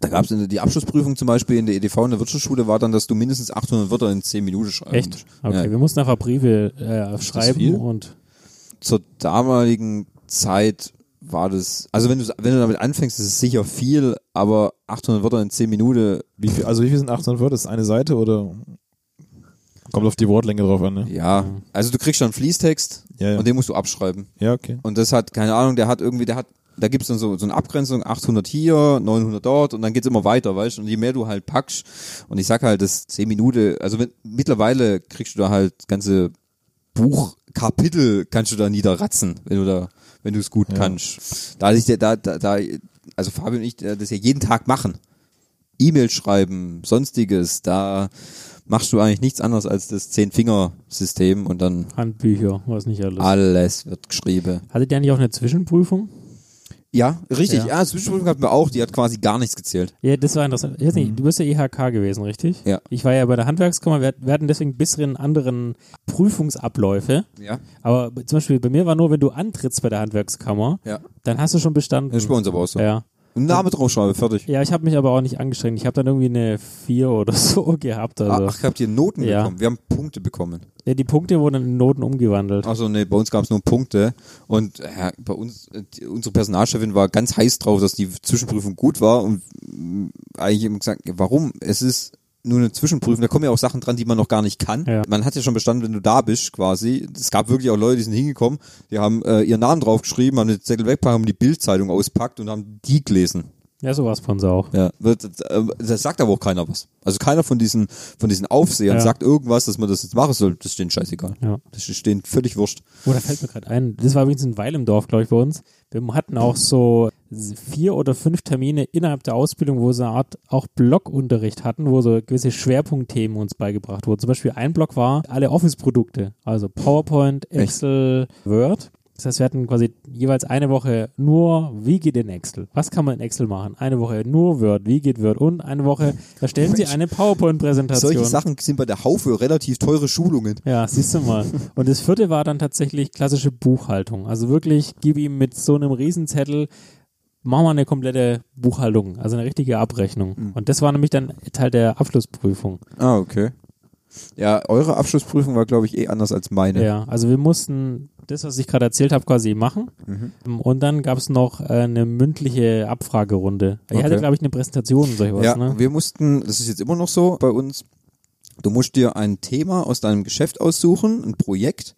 Speaker 2: Da gab es die Abschlussprüfung zum Beispiel in der EDV in der Wirtschaftsschule war dann, dass du mindestens 800 Wörter in 10 Minuten schreiben
Speaker 3: Echt?
Speaker 2: musst.
Speaker 3: Okay,
Speaker 2: Ja.
Speaker 3: wir mussten einfach Briefe äh, schreiben
Speaker 1: viel?
Speaker 3: und
Speaker 2: Zur damaligen Zeit war das, also wenn du, wenn du damit anfängst, ist es sicher viel, aber 800 Wörter in 10 Minuten
Speaker 1: Wie viel, also wie viel sind 800 Wörter? Ist eine Seite oder? Kommt auf die Wortlänge drauf an, ne?
Speaker 2: Ja, also du kriegst schon einen Fließtext
Speaker 1: Ja, ja.
Speaker 2: und den musst du abschreiben.
Speaker 1: Ja, okay.
Speaker 2: Und das hat, keine Ahnung, der hat irgendwie, der hat, da gibt's dann so, so eine Abgrenzung, 800 hier, 900 dort und dann geht's immer weiter, weißt du? Und je mehr du halt packst, und ich sag halt, das 10 Minuten, also wenn, mittlerweile kriegst du da halt ganze Buchkapitel, kannst du da niederratzen, wenn du da, wenn du es gut kannst. Da ich der, da, da, da, also Fabio und ich äh, das ja jeden Tag machen. E-Mail schreiben, sonstiges, da machst du eigentlich nichts anderes als das Zehn-Finger-System und dann
Speaker 3: Handbücher, was nicht alles.
Speaker 2: Ah. alles wird geschrieben.
Speaker 3: Hattet ihr eigentlich auch eine Zwischenprüfung?
Speaker 2: Ja, richtig. Ja,
Speaker 3: Ja.
Speaker 2: das Zwischenprüfung hatten wir auch, die hat quasi gar nichts gezählt.
Speaker 3: Ja, das war interessant. Ich weiß nicht, du bist ja EHK gewesen, richtig?
Speaker 2: Mhm. Ja.
Speaker 3: Ich war ja bei der Handwerkskammer, wir, wir hatten deswegen ein bisschen anderen Prüfungsabläufe.
Speaker 2: Ja.
Speaker 3: Aber zum Beispiel bei mir war nur, wenn du antrittst bei der Handwerkskammer,
Speaker 2: Ja.
Speaker 3: dann hast du schon bestanden.
Speaker 2: Das ist bei uns aber auch so.
Speaker 3: ja.
Speaker 2: Ein Name draufschreiben, fertig.
Speaker 3: ja, ich habe mich aber auch nicht angestrengt. Ich habe dann irgendwie eine 4 oder so gehabt. Also.
Speaker 2: Ach, habt ihr Noten
Speaker 3: Ja.
Speaker 2: bekommen? Wir haben Punkte bekommen.
Speaker 3: Ja, die Punkte wurden in Noten umgewandelt.
Speaker 2: Achso, nee, bei uns gab es nur Punkte. Und äh, bei uns, äh, die, unsere Personalchefin war ganz heiß drauf, dass die Zwischenprüfung gut war. Und mh, eigentlich immer gesagt, warum? Es ist nur eine Zwischenprüfung, da kommen ja auch Sachen dran, die man noch gar nicht kann.
Speaker 3: Ja.
Speaker 2: Man hat ja schon bestanden, wenn du da bist, quasi. Es gab wirklich auch Leute, die sind hingekommen, die haben äh, ihren Namen draufgeschrieben, haben den Zettel weggepackt, haben die Bildzeitung auspackt und haben die gelesen.
Speaker 3: Ja, sowas von sie auch.
Speaker 2: Ja. Das, äh, das sagt aber auch keiner was. Also keiner von diesen, von diesen Aufsehern
Speaker 3: Ja.
Speaker 2: sagt irgendwas, dass man das jetzt machen soll. Das ist denen scheißegal.
Speaker 3: Ja.
Speaker 2: Das ist denen völlig wurscht.
Speaker 3: Oh, da fällt mir gerade ein. Das war übrigens in Weilendorf, glaube ich, bei uns. Wir hatten auch so vier oder fünf Termine innerhalb der Ausbildung, wo so eine Art auch Blockunterricht hatten, wo so gewisse Schwerpunktthemen uns beigebracht wurden. Zum Beispiel ein Block war alle Office-Produkte, also PowerPoint, Excel, Word. Das heißt, wir hatten quasi jeweils eine Woche nur, wie geht in Excel? Was kann man in Excel machen? Eine Woche nur Word, wie geht Word? Und eine Woche erstellen Sie eine PowerPoint-Präsentation.
Speaker 2: Solche Sachen sind bei der Haufe relativ teure Schulungen.
Speaker 3: Ja, siehst du mal. Und das vierte war dann tatsächlich klassische Buchhaltung. Also wirklich, gib ihm mit so einem Riesenzettel, mach mal eine komplette Buchhaltung, also eine richtige Abrechnung. Und das war nämlich dann Teil der Abschlussprüfung.
Speaker 2: Ah, okay. Ja, eure Abschlussprüfung war, glaube ich, eh anders als meine.
Speaker 3: Ja, also wir mussten das, was ich gerade erzählt habe, quasi machen. Und dann gab es noch äh, eine mündliche Abfragerunde. Ich
Speaker 2: Okay.
Speaker 3: hatte, glaube ich, eine Präsentation und solche was,
Speaker 2: ja,
Speaker 3: ne?
Speaker 2: wir mussten, das ist jetzt immer noch so bei uns, du musst dir ein Thema aus deinem Geschäft aussuchen, ein Projekt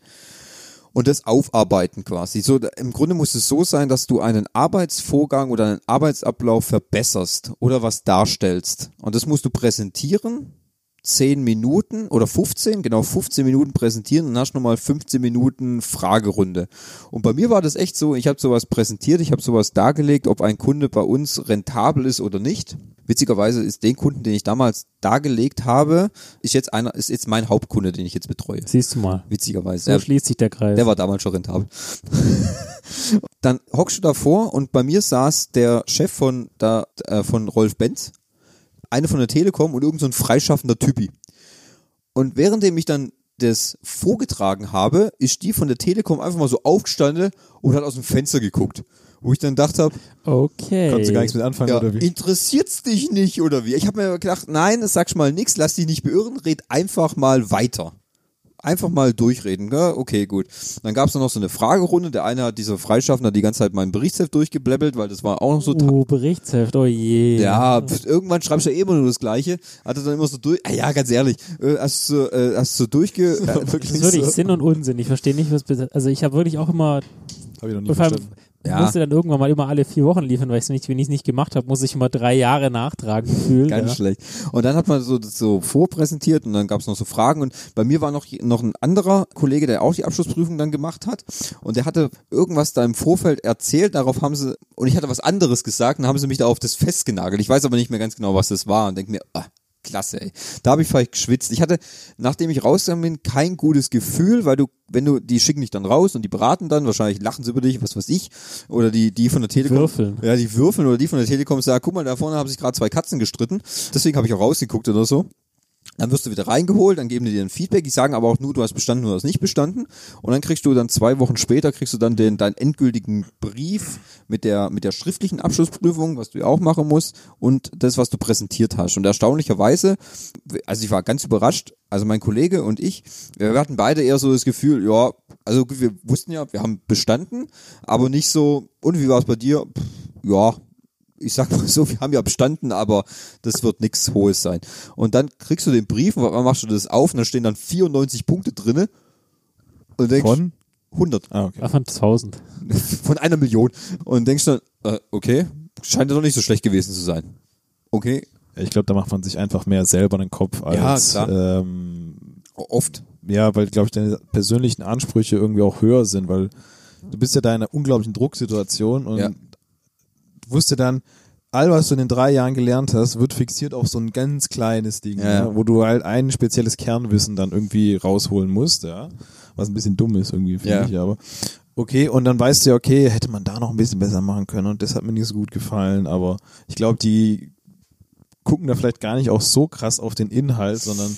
Speaker 2: und das aufarbeiten quasi. So, da- Im Grunde muss es so sein, dass du einen Arbeitsvorgang oder einen Arbeitsablauf verbesserst oder was darstellst. Und das musst du präsentieren, 10 Minuten oder 15, genau 15 Minuten präsentieren und dann hast du nochmal 15 Minuten Fragerunde. Und bei mir war das echt so, ich habe sowas präsentiert, ich habe sowas dargelegt, ob ein Kunde bei uns rentabel ist oder nicht. Witzigerweise ist den Kunden, den ich damals dargelegt habe, ist jetzt einer, ist jetzt mein Hauptkunde, den ich jetzt betreue.
Speaker 3: Siehst du mal.
Speaker 2: Witzigerweise.
Speaker 3: So
Speaker 2: Er-
Speaker 3: schließt sich der Kreis.
Speaker 2: der war damals schon rentabel. Dann hockst du davor und bei mir saß der Chef von, da, äh, von Rolf Benz, eine von der Telekom und irgend so ein freischaffender Typi. Und währenddem ich dann das vorgetragen habe, ist die von der Telekom einfach mal so aufgestanden und hat aus dem Fenster geguckt. Wo ich dann gedacht habe,
Speaker 3: okay.
Speaker 1: Kannst du gar nichts mit anfangen,
Speaker 2: ja,
Speaker 1: oder wie?
Speaker 2: interessiert's dich nicht oder wie? Ich habe mir gedacht, nein, sag mal nichts, lass dich nicht beirren, red einfach mal weiter. Einfach mal durchreden, gell? okay, gut. Dann gab's dann noch so eine Fragerunde. Der eine hat dieser Freischaffner die ganze Zeit meinen Berichtsheft durchgebläbbelt, weil das war auch noch so
Speaker 3: Oh, Berichtsheft, oh je.
Speaker 2: ja, pf, irgendwann schreibst du ja eh immer nur das Gleiche. Hat er dann immer so durch. Ah ja, ganz ehrlich, äh, hast du, äh, hast du durchge. Äh,
Speaker 3: Das ist wirklich Sinn und Unsinn. Ich verstehe nicht, was. bes- Also, ich habe wirklich auch immer.
Speaker 1: Habe ich noch nicht
Speaker 3: Vor allem
Speaker 1: verstanden.
Speaker 2: Ja.
Speaker 3: musste dann irgendwann mal immer alle vier Wochen liefern, weil ich es nicht, wenn ich es nicht gemacht habe, muss ich immer drei Jahre nachtragen gefühlt.
Speaker 2: Ganz
Speaker 3: Mhm, ja.
Speaker 2: schlecht. Und dann hat man so, das so vorpräsentiert und dann gab es noch so Fragen. Und bei mir war noch, noch ein anderer Kollege, der auch die Abschlussprüfung dann gemacht hat. Und der hatte irgendwas da im Vorfeld erzählt. Darauf haben sie, und ich hatte was anderes gesagt, und dann haben sie mich da auf das festgenagelt. Ich weiß aber nicht mehr ganz genau, was das war. Und denke mir, ah, klasse, ey. Da habe ich vielleicht geschwitzt. Ich hatte, nachdem ich rausgegangen bin, kein gutes Gefühl, weil du, wenn du, die schicken dich dann raus und die beraten dann, wahrscheinlich lachen sie über dich, was weiß ich. Oder die, die von der Telekom.
Speaker 3: Würfeln.
Speaker 2: Ja, die würfeln oder die von der Telekom sagen, guck mal, da vorne haben sich gerade zwei Katzen gestritten, deswegen habe ich auch rausgeguckt oder so. Dann wirst du wieder reingeholt, dann geben die dir ein Feedback, die sagen aber auch nur, du hast bestanden oder hast nicht bestanden. Und dann kriegst du dann zwei Wochen später, kriegst du dann den, deinen endgültigen Brief mit der, mit der schriftlichen Abschlussprüfung, was du ja auch machen musst, und das, was du präsentiert hast. Und erstaunlicherweise, also ich war ganz überrascht, also mein Kollege und ich, wir hatten beide eher so das Gefühl, ja, also gut, wir wussten ja, wir haben bestanden, aber nicht so, und wie war es bei dir? Pff, ja, ich sag mal so, wir haben ja bestanden, aber das wird nichts Hohes sein. Und dann kriegst du den Brief und auf einmal machst du das auf und dann stehen dann 94 Punkte drinne und denkst,
Speaker 1: Von?
Speaker 2: 100,
Speaker 1: Ah, okay.
Speaker 3: Davon 1000.
Speaker 2: von einer Million und denkst dann, äh, okay, scheint ja doch nicht so schlecht gewesen zu sein. Okay,
Speaker 1: Ich glaube, da macht man sich einfach mehr selber den Kopf als
Speaker 2: Ja,
Speaker 1: ähm,
Speaker 2: oft.
Speaker 1: ja, weil, glaube ich, deine persönlichen Ansprüche irgendwie auch höher sind, weil du bist ja da in einer unglaublichen Drucksituation und
Speaker 2: Ja.
Speaker 1: wusste dann, all was du in den drei Jahren gelernt hast, wird fixiert auf so ein ganz kleines Ding,
Speaker 2: Ja.
Speaker 1: ne, wo du halt ein spezielles Kernwissen dann irgendwie rausholen musst, ja. Was ein bisschen dumm ist irgendwie, finde
Speaker 2: Ja.
Speaker 1: ich, aber. Okay, und dann weißt du ja, okay, hätte man da noch ein bisschen besser machen können und das hat mir nicht so gut gefallen, aber ich glaube, die gucken da vielleicht gar nicht auch so krass auf den Inhalt, sondern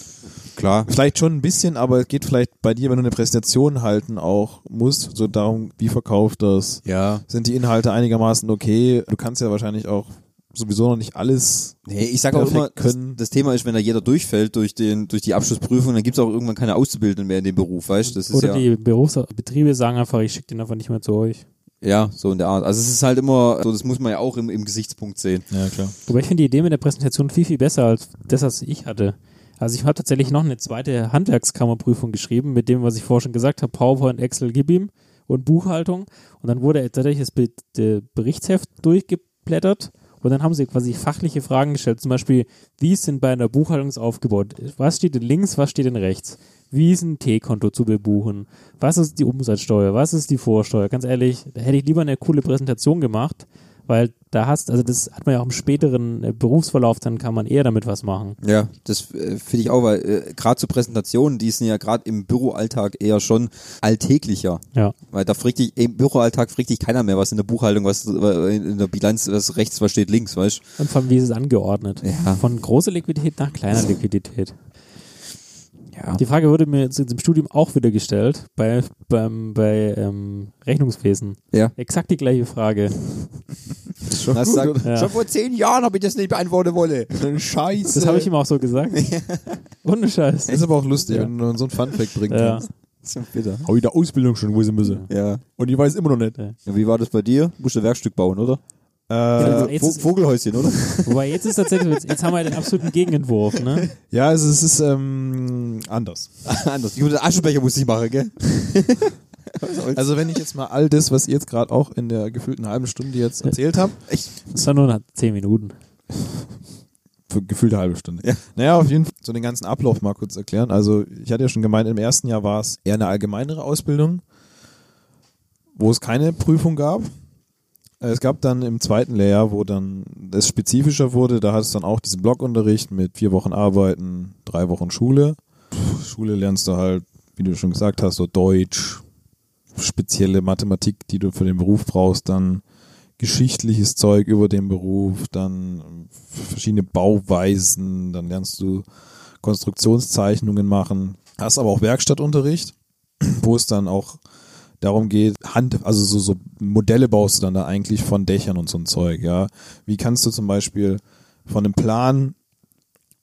Speaker 2: Klar.
Speaker 1: Vielleicht schon ein bisschen, aber es geht vielleicht bei dir, wenn du eine Präsentation halten auch musst, so darum, wie verkauft das?
Speaker 2: Ja.
Speaker 1: Sind die Inhalte einigermaßen okay? Du kannst ja wahrscheinlich auch sowieso noch nicht alles.
Speaker 2: Nee, ich sage auch
Speaker 1: perfekt
Speaker 2: immer, das,
Speaker 1: können.
Speaker 2: das Thema ist, wenn da jeder durchfällt durch, den, durch die Abschlussprüfung, dann gibt's auch irgendwann keine Auszubildenden mehr in dem Beruf, weißt du? Das ist
Speaker 3: Oder
Speaker 2: ja,
Speaker 3: die Berufsbetriebe sagen einfach, ich schicke den einfach nicht mehr zu euch.
Speaker 2: Ja, so in der Art. Also es ist halt immer, so das muss man ja auch im, im Gesichtspunkt sehen.
Speaker 1: Ja, klar.
Speaker 3: Aber ich finde die Idee mit der Präsentation viel, viel besser als das, was ich hatte. Also ich habe tatsächlich noch eine zweite Handwerkskammerprüfung geschrieben mit dem, was ich vorher schon gesagt habe, PowerPoint, Excel, gib ihm und Buchhaltung. Und dann wurde tatsächlich das Be de- Berichtsheft durchgeblättert und dann haben sie quasi fachliche Fragen gestellt. Zum Beispiel, wie ist denn bei einer Buchhaltung aufgebaut? Was steht denn links, was steht denn rechts? Wie ist ein T-Konto zu bebuchen? Was ist die Umsatzsteuer? Was ist die Vorsteuer? Ganz ehrlich, da hätte ich lieber eine coole Präsentation gemacht, weil da hast, also das hat man ja auch im späteren äh, Berufsverlauf, dann kann man eher damit was machen.
Speaker 2: Ja, das äh, finde ich auch, weil äh, gerade zu Präsentationen, die sind ja gerade im Büroalltag eher schon alltäglicher.
Speaker 3: Ja.
Speaker 2: Weil da fragt dich, im Büroalltag fragt dich keiner mehr, was in der Buchhaltung, was äh, in in der Bilanz, was rechts, was steht links, weißt
Speaker 3: Und vor allem, wie ist es angeordnet?
Speaker 2: Ja.
Speaker 3: Von großer Liquidität nach kleiner Liquidität.
Speaker 2: Ja.
Speaker 3: Die Frage wurde mir jetzt im Studium auch wieder gestellt, bei, beim, bei ähm, Rechnungswesen.
Speaker 2: Ja.
Speaker 3: Exakt die gleiche Frage.
Speaker 2: Schon,
Speaker 1: gut,
Speaker 3: Ja. Schon
Speaker 2: vor zehn Jahren habe ich das nicht beantworten wollen.
Speaker 1: Scheiße.
Speaker 3: Das habe ich ihm auch so gesagt. Ohne Scheiß.
Speaker 1: Das ist aber auch lustig,
Speaker 3: Ja.
Speaker 1: wenn du so ein Funfact bringen
Speaker 3: Ja.
Speaker 1: kannst.
Speaker 2: Schon bitter.
Speaker 1: Habe ich da Ausbildung schon gewesen müssen.
Speaker 2: Ja.
Speaker 1: Und ich weiß immer noch nicht.
Speaker 2: ja. Wie war das bei dir? Musst du ein Werkstück bauen, oder?
Speaker 1: Äh,
Speaker 3: jetzt
Speaker 2: Vo
Speaker 3: ist-
Speaker 2: Vogelhäuschen, oder?
Speaker 3: Wobei jetzt ist tatsächlich, jetzt, jetzt haben wir den absoluten Gegenentwurf, ne?
Speaker 1: ja, es ist, es ist ähm, anders.
Speaker 2: Ah, Anders. Ich muss- Aschenbecher muss ich machen, gell?
Speaker 1: Also wenn ich jetzt mal all das, was ihr jetzt gerade auch in der gefühlten halben Stunde jetzt erzählt habt,
Speaker 3: Das war nur nach zehn Minuten.
Speaker 1: für gefühlte halbe Stunde.
Speaker 2: Ja.
Speaker 1: Naja, auf jeden Fall so den ganzen Ablauf mal kurz erklären. Also ich hatte ja schon gemeint, im ersten Jahr war es eher eine allgemeinere Ausbildung, wo es keine Prüfung gab. Äh, Es gab dann im zweiten Lehrjahr, wo dann es spezifischer wurde, da hat es dann auch diesen Blockunterricht mit vier Wochen Arbeiten, drei Wochen Schule. Puh, Schule lernst du halt, wie du schon gesagt hast, so Deutsch, spezielle Mathematik, die du für den Beruf brauchst, dann geschichtliches Zeug über den Beruf, dann ähm, verschiedene Bauweisen, dann lernst du Konstruktionszeichnungen machen. Hast aber auch Werkstattunterricht, wo es dann auch darum geht, Hand, also so, so Modelle baust du dann da eigentlich von Dächern und so ein Zeug, ja. Wie kannst du zum Beispiel von einem Plan,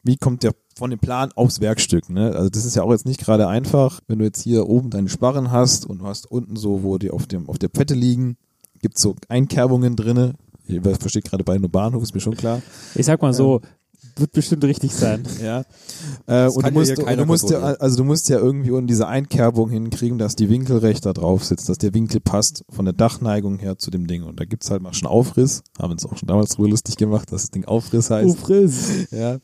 Speaker 1: wie kommt der von dem Plan aufs Werkstück, ne? Also das ist ja auch jetzt nicht gerade einfach, wenn du jetzt hier oben deine Sparren hast und du hast unten so, wo die auf dem, auf der Pette liegen, gibt's so Einkerbungen drinne. Ich verstehe gerade bei nur Bahnhof, ist mir schon klar.
Speaker 3: Ich sag mal so, wird bestimmt richtig sein.
Speaker 1: Ja. Äh, und du
Speaker 2: kann ja
Speaker 1: musst,
Speaker 2: hier
Speaker 1: und
Speaker 2: keiner
Speaker 1: du musst ja,
Speaker 2: kontrollieren.
Speaker 1: also du musst ja irgendwie unten diese Einkerbung hinkriegen, dass die Winkel recht da drauf sitzt, dass der Winkel passt von der Dachneigung her zu dem Ding. Und da gibt's halt mal schon Aufriss. Haben uns auch schon damals drüber lustig gemacht, dass das Ding Aufriss heißt.
Speaker 3: Ufriss.
Speaker 1: Ja.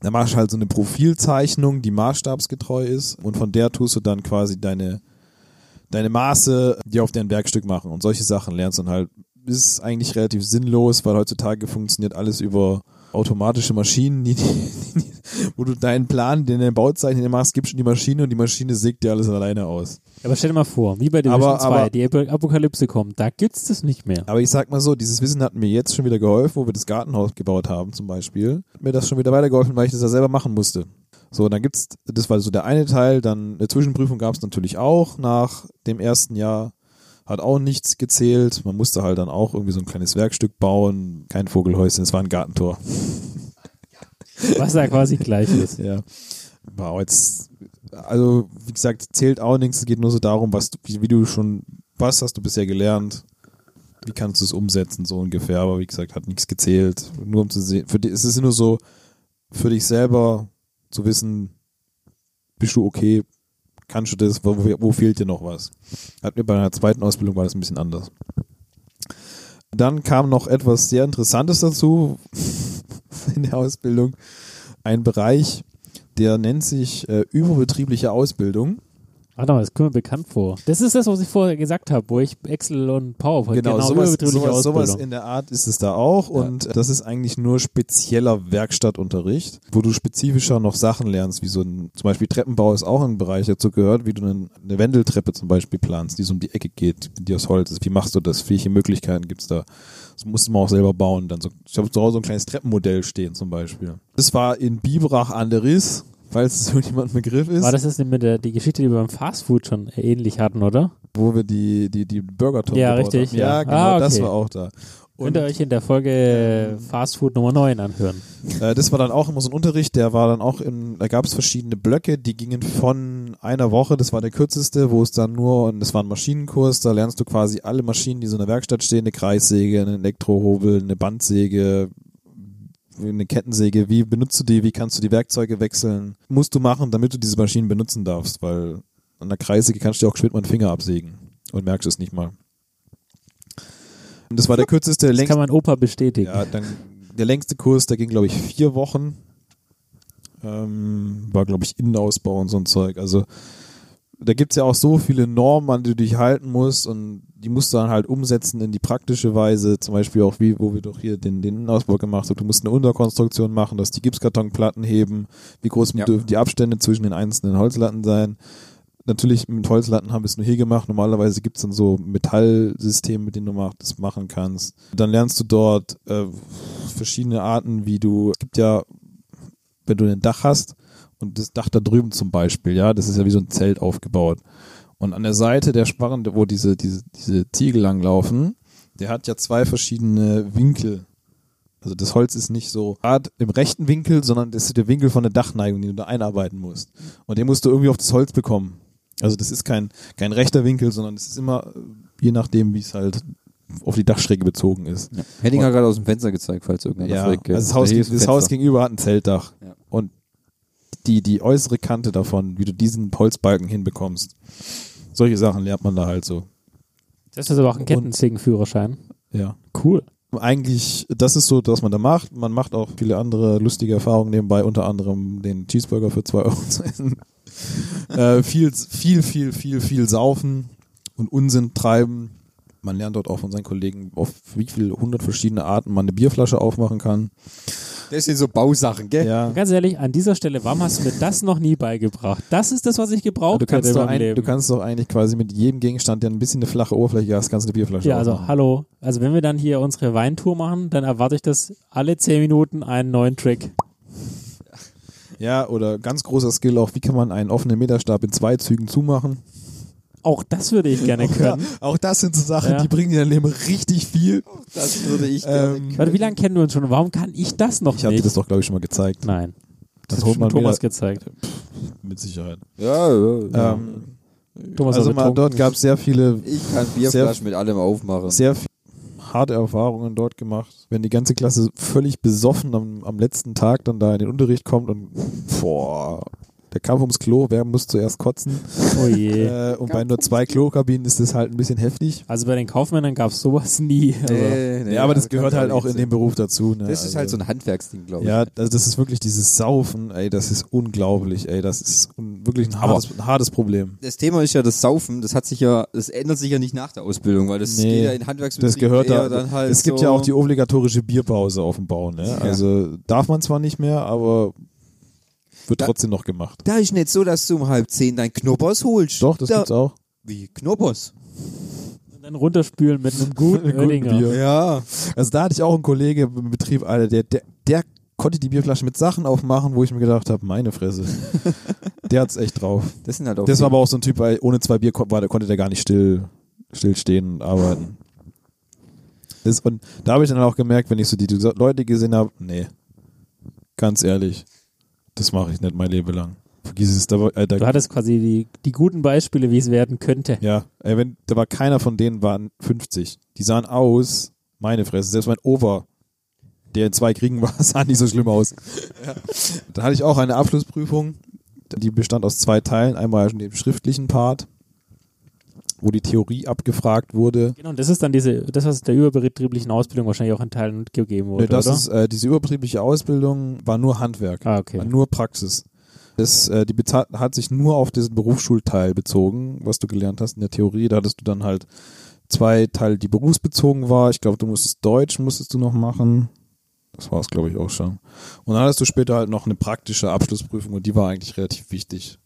Speaker 1: Da machst du halt so eine Profilzeichnung, die maßstabsgetreu ist und von der tust du dann quasi deine, deine Maße, die auf dein Werkstück machen und solche Sachen lernst und halt ist eigentlich relativ sinnlos, weil heutzutage funktioniert alles über automatische Maschinen, die, die, die wo du deinen Plan, den du Bauzeichen den du machst, gibst du in die Maschine und die Maschine sägt dir alles alleine aus.
Speaker 3: Aber stell dir mal vor, wie bei Division
Speaker 1: Aber-
Speaker 3: 2,
Speaker 1: aber-
Speaker 3: die Ap- Apokalypse kommt, da gibt's das nicht mehr.
Speaker 1: Aber ich sag mal so, dieses Wissen hat mir jetzt schon wieder geholfen, wo wir das Gartenhaus gebaut haben zum Beispiel. Hat mir das schon wieder weitergeholfen, weil ich das ja selber machen musste. So, und dann gibt's, das war so der eine Teil, dann eine Zwischenprüfung gab's natürlich auch nach dem ersten Jahr. Hat auch nichts gezählt. Man musste halt dann auch irgendwie so ein kleines Werkstück bauen. Kein Vogelhäuschen, es war ein Gartentor.
Speaker 3: Was da quasi gleich ist.
Speaker 1: Ja. Wow, jetzt, also wie gesagt, zählt auch nichts. Es geht nur so darum, was du, wie, wie du schon, was hast du bisher gelernt? Wie kannst du es umsetzen, so ungefähr? Aber wie gesagt, hat nichts gezählt. Nur um zu sehen, für die, es ist nur so, für dich selber zu wissen, bist du okay? Kannst du das? Wo, wo, wo fehlt dir noch was? Hat mir bei einer zweiten Ausbildung war das ein bisschen anders. Dann kam noch etwas sehr Interessantes dazu in der Ausbildung ein Bereich, der nennt sich äh, überbetriebliche Ausbildung.
Speaker 3: Warte mal, das kommt mir bekannt vor. Das ist das, was ich vorher gesagt habe, wo ich Excel und PowerPoint
Speaker 1: Genau, sowas,
Speaker 3: genau überbetriebliche
Speaker 1: sowas, sowas
Speaker 3: Ausbildung.
Speaker 1: in der Art ist es da auch. Und äh, das ist eigentlich nur spezieller Werkstattunterricht, wo du spezifischer noch Sachen lernst, wie so ein, zum Beispiel Treppenbau ist auch ein Bereich dazu gehört, wie du einen, eine Wendeltreppe zum Beispiel planst, die so um die Ecke geht, die aus Holz ist. Wie machst du das? Welche Möglichkeiten gibt's da? Das musste man auch selber bauen. Dann so, ich habe zu Hause so ein kleines Treppenmodell stehen zum Beispiel. Das war in Biberach an der Riss, falls es irgendjemand ein Begriff ist.
Speaker 3: War das jetzt nicht mit der die Geschichte, die wir beim Fastfood schon ähnlich hatten, oder?
Speaker 1: wo wir die, die, die burger top
Speaker 3: Ja,
Speaker 1: gebaut
Speaker 3: richtig,
Speaker 1: Haben. Ja,
Speaker 3: ja.
Speaker 1: genau,
Speaker 3: Ah,
Speaker 1: das
Speaker 3: okay.
Speaker 1: war auch da. Und Ähm,
Speaker 3: Könnt ihr euch in der Folge äh, Fastfood Nummer 9 anhören.
Speaker 1: äh, das war dann auch immer so ein Unterricht, der war dann auch in, da gab es verschiedene Blöcke, die gingen von in einer Woche, das war der kürzeste, wo es dann nur, und das war ein Maschinenkurs, da lernst du quasi alle Maschinen, die so in der Werkstatt stehen, eine Kreissäge, eine Elektrohobel, eine Bandsäge, eine Kettensäge, wie benutzt du die, wie kannst du die Werkzeuge wechseln, musst du machen, damit du diese Maschinen benutzen darfst, weil an der Kreissäge kannst du dir auch geschwind mal einen Finger absägen und merkst es nicht mal. Und das war der kürzeste,
Speaker 3: Das
Speaker 1: längste,
Speaker 3: kann mein Opa bestätigen.
Speaker 1: ja, dann, der längste Kurs, der ging glaube ich vier Wochen, ähm, war glaube ich Innenausbau und so ein Zeug, also da gibt's ja auch so viele Normen, an die du dich halten musst und die musst du dann halt umsetzen in die praktische Weise. Zum Beispiel auch wie, wo wir doch hier den, den Innenausbau gemacht haben. Du musst eine Unterkonstruktion machen, dass die Gipskartonplatten heben. Wie groß
Speaker 2: Ja.
Speaker 1: dürfen die Abstände zwischen den einzelnen Holzlatten sein? Natürlich mit Holzlatten haben wir es nur hier gemacht. Normalerweise gibt's dann so Metallsysteme, mit denen du mach- das machen kannst. Dann lernst du dort äh, verschiedene Arten, wie du. Es gibt ja, wenn du ein Dach hast und das Dach da drüben zum Beispiel, ja, das ist ja wie so ein Zelt aufgebaut. Und an der Seite der Sparren, wo diese, diese, diese Ziegel langlaufen, der hat ja zwei verschiedene Winkel. Also das Holz ist nicht so hart im rechten Winkel, sondern das ist der Winkel von der Dachneigung, den du da einarbeiten musst. Und den musst du irgendwie auf das Holz bekommen. Also das ist kein, kein rechter Winkel, sondern es ist immer, äh, je nachdem, wie es halt auf die Dachschräge bezogen ist.
Speaker 2: Henning hat gerade aus dem Fenster gezeigt, falls irgendjemand
Speaker 1: Ja,
Speaker 2: das
Speaker 1: also
Speaker 2: weggeht.
Speaker 1: das Haus,
Speaker 2: Hier
Speaker 1: das
Speaker 2: ist ein
Speaker 1: Haus
Speaker 2: Fenster.
Speaker 1: gegenüber hat ein Zeltdach.
Speaker 2: Ja.
Speaker 1: Und die, die äußere Kante davon, wie du diesen Holzbalken hinbekommst. Solche Sachen lernt man da halt so.
Speaker 3: Das ist aber auch ein Kettensägenführerschein.
Speaker 1: Ja.
Speaker 3: Cool.
Speaker 1: Eigentlich, das ist so, was man da macht. Man macht auch viele andere lustige Erfahrungen nebenbei, unter anderem den Cheeseburger für 2 Euro zu essen. äh, viel, viel, viel, viel, viel saufen und Unsinn treiben. Man lernt dort auch von seinen Kollegen, auf wie viele hundert verschiedene Arten man eine Bierflasche aufmachen kann.
Speaker 2: Das sind so Bausachen, gell?
Speaker 1: Ja.
Speaker 3: Ganz ehrlich, an dieser Stelle, warum hast du mir das noch nie beigebracht? Das ist das, was ich gebraucht
Speaker 1: Also Du kannst,
Speaker 3: hätte
Speaker 1: doch
Speaker 3: in meinem
Speaker 1: ein,
Speaker 3: Leben.
Speaker 1: du kannst doch eigentlich quasi mit jedem Gegenstand, der ein bisschen eine flache Oberfläche hast, kannst du eine Bierflasche
Speaker 3: ja, also
Speaker 1: aufmachen.
Speaker 3: hallo. Also wenn wir dann hier unsere Weintour machen, dann erwarte ich, dass alle 10 Minuten einen neuen Trick.
Speaker 1: Ja, oder ganz großer Skill auch, wie kann man einen offenen Meterstab in zwei Zügen zumachen?
Speaker 3: Auch das würde ich gerne können.
Speaker 1: Auch das sind so Sachen,
Speaker 3: Ja.
Speaker 1: die bringen dir in deinem Leben richtig viel.
Speaker 2: Das würde ich
Speaker 1: Ähm,
Speaker 3: Warte, wie lange kennen wir uns schon? Warum kann ich das noch
Speaker 1: Ich habe dir
Speaker 3: nicht?
Speaker 1: das doch, glaube ich, schon mal gezeigt.
Speaker 3: Nein.
Speaker 1: Das,
Speaker 3: hat
Speaker 1: holt
Speaker 3: schon
Speaker 1: man
Speaker 3: Thomas
Speaker 1: Thomas
Speaker 3: gezeigt.
Speaker 1: mit Sicherheit.
Speaker 2: Ja, ja, ja.
Speaker 1: Ähm,
Speaker 3: Thomas
Speaker 1: also
Speaker 3: war
Speaker 1: mal,
Speaker 3: betrunken.
Speaker 1: dort gab es sehr viele,
Speaker 2: ich kann Bierflaschen mit allem aufmachen.
Speaker 1: sehr viel harte Erfahrungen dort gemacht. Wenn die ganze Klasse völlig besoffen am, am letzten Tag dann da in den Unterricht kommt und boah, der Kampf ums Klo, wer muss zuerst kotzen?
Speaker 3: Oh je.
Speaker 1: Äh, und bei nur zwei Klokabinen ist das halt ein bisschen heftig.
Speaker 3: Also bei den Kaufmännern gab es sowas nie. Also,
Speaker 1: Ja, aber das gehört halt auch in dem Beruf dazu. Ne?
Speaker 2: Das ist halt so
Speaker 1: Also-
Speaker 2: ein Handwerksding, glaube ich.
Speaker 1: Ja, also das ist wirklich dieses Saufen, ey, das ist unglaublich, ey, das ist un wirklich ein
Speaker 2: Aber-
Speaker 1: hartes, ein hartes Problem.
Speaker 2: Das Thema ist ja das Saufen, das hat sich ja, das ändert sich ja nicht nach der Ausbildung, weil das
Speaker 1: Nee,
Speaker 2: geht ja in Handwerksbetrieben
Speaker 1: Das gehört da.
Speaker 2: eher dann halt
Speaker 1: es gibt
Speaker 2: so,
Speaker 1: ja auch die obligatorische Bierpause auf dem Bau, ne? Also darf man zwar nicht mehr, aber wird
Speaker 2: Da-
Speaker 1: trotzdem noch gemacht.
Speaker 2: Da ist nicht so, dass du um halb zehn dein Knoppers holst.
Speaker 1: Doch, das
Speaker 2: da,
Speaker 1: gibt's auch.
Speaker 2: Wie Knoppers?
Speaker 3: und Also dann runterspülen mit einem guten
Speaker 1: Guten Bier.
Speaker 3: Oettinger.
Speaker 2: Ja.
Speaker 1: Also da hatte ich auch einen Kollege im Betrieb, Alter, der, der, der konnte die Bierflasche mit Sachen aufmachen, wo ich mir gedacht habe, meine Fresse. der hat's echt drauf.
Speaker 2: Das sind halt auch.
Speaker 1: Das war aber auch so ein Typ, weil ohne zwei Bier kon- war, der konnte der gar nicht still, still stehen und arbeiten. Das, und da habe ich dann auch gemerkt, wenn ich so die, die Leute gesehen habe, nee, ganz ehrlich, das mache ich nicht mein Leben lang. Vergiss es. Da, war- äh,
Speaker 3: Du
Speaker 1: da,
Speaker 3: hattest quasi die, die guten Beispiele, wie es werden könnte.
Speaker 1: ja, ey, wenn, da war keiner von denen waren 50. Die sahen aus, meine Fresse, selbst mein Over, der in zwei Kriegen war, sah nicht so schlimm aus. Dann hatte ich auch eine Abschlussprüfung, die bestand aus zwei Teilen. Einmal den schriftlichen Part, wo die Theorie abgefragt wurde.
Speaker 3: Genau, und das ist dann diese, das, was der überbetrieblichen Ausbildung wahrscheinlich auch in Teilen gegeben wurde,
Speaker 1: Nee, das
Speaker 3: oder?
Speaker 1: ist, äh, diese überbetriebliche Ausbildung war nur Handwerk.
Speaker 3: ah, okay.
Speaker 1: War Nur Praxis. Das, äh, die beza- hat sich nur auf diesen Berufsschulteil bezogen, was du gelernt hast in der Theorie. Da hattest du dann halt zwei Teile, die berufsbezogen war. Ich glaube, du musstest Deutsch musstest du noch machen. Das war es, glaube ich, auch schon. Und dann hattest du später halt noch eine praktische Abschlussprüfung und die war eigentlich relativ wichtig.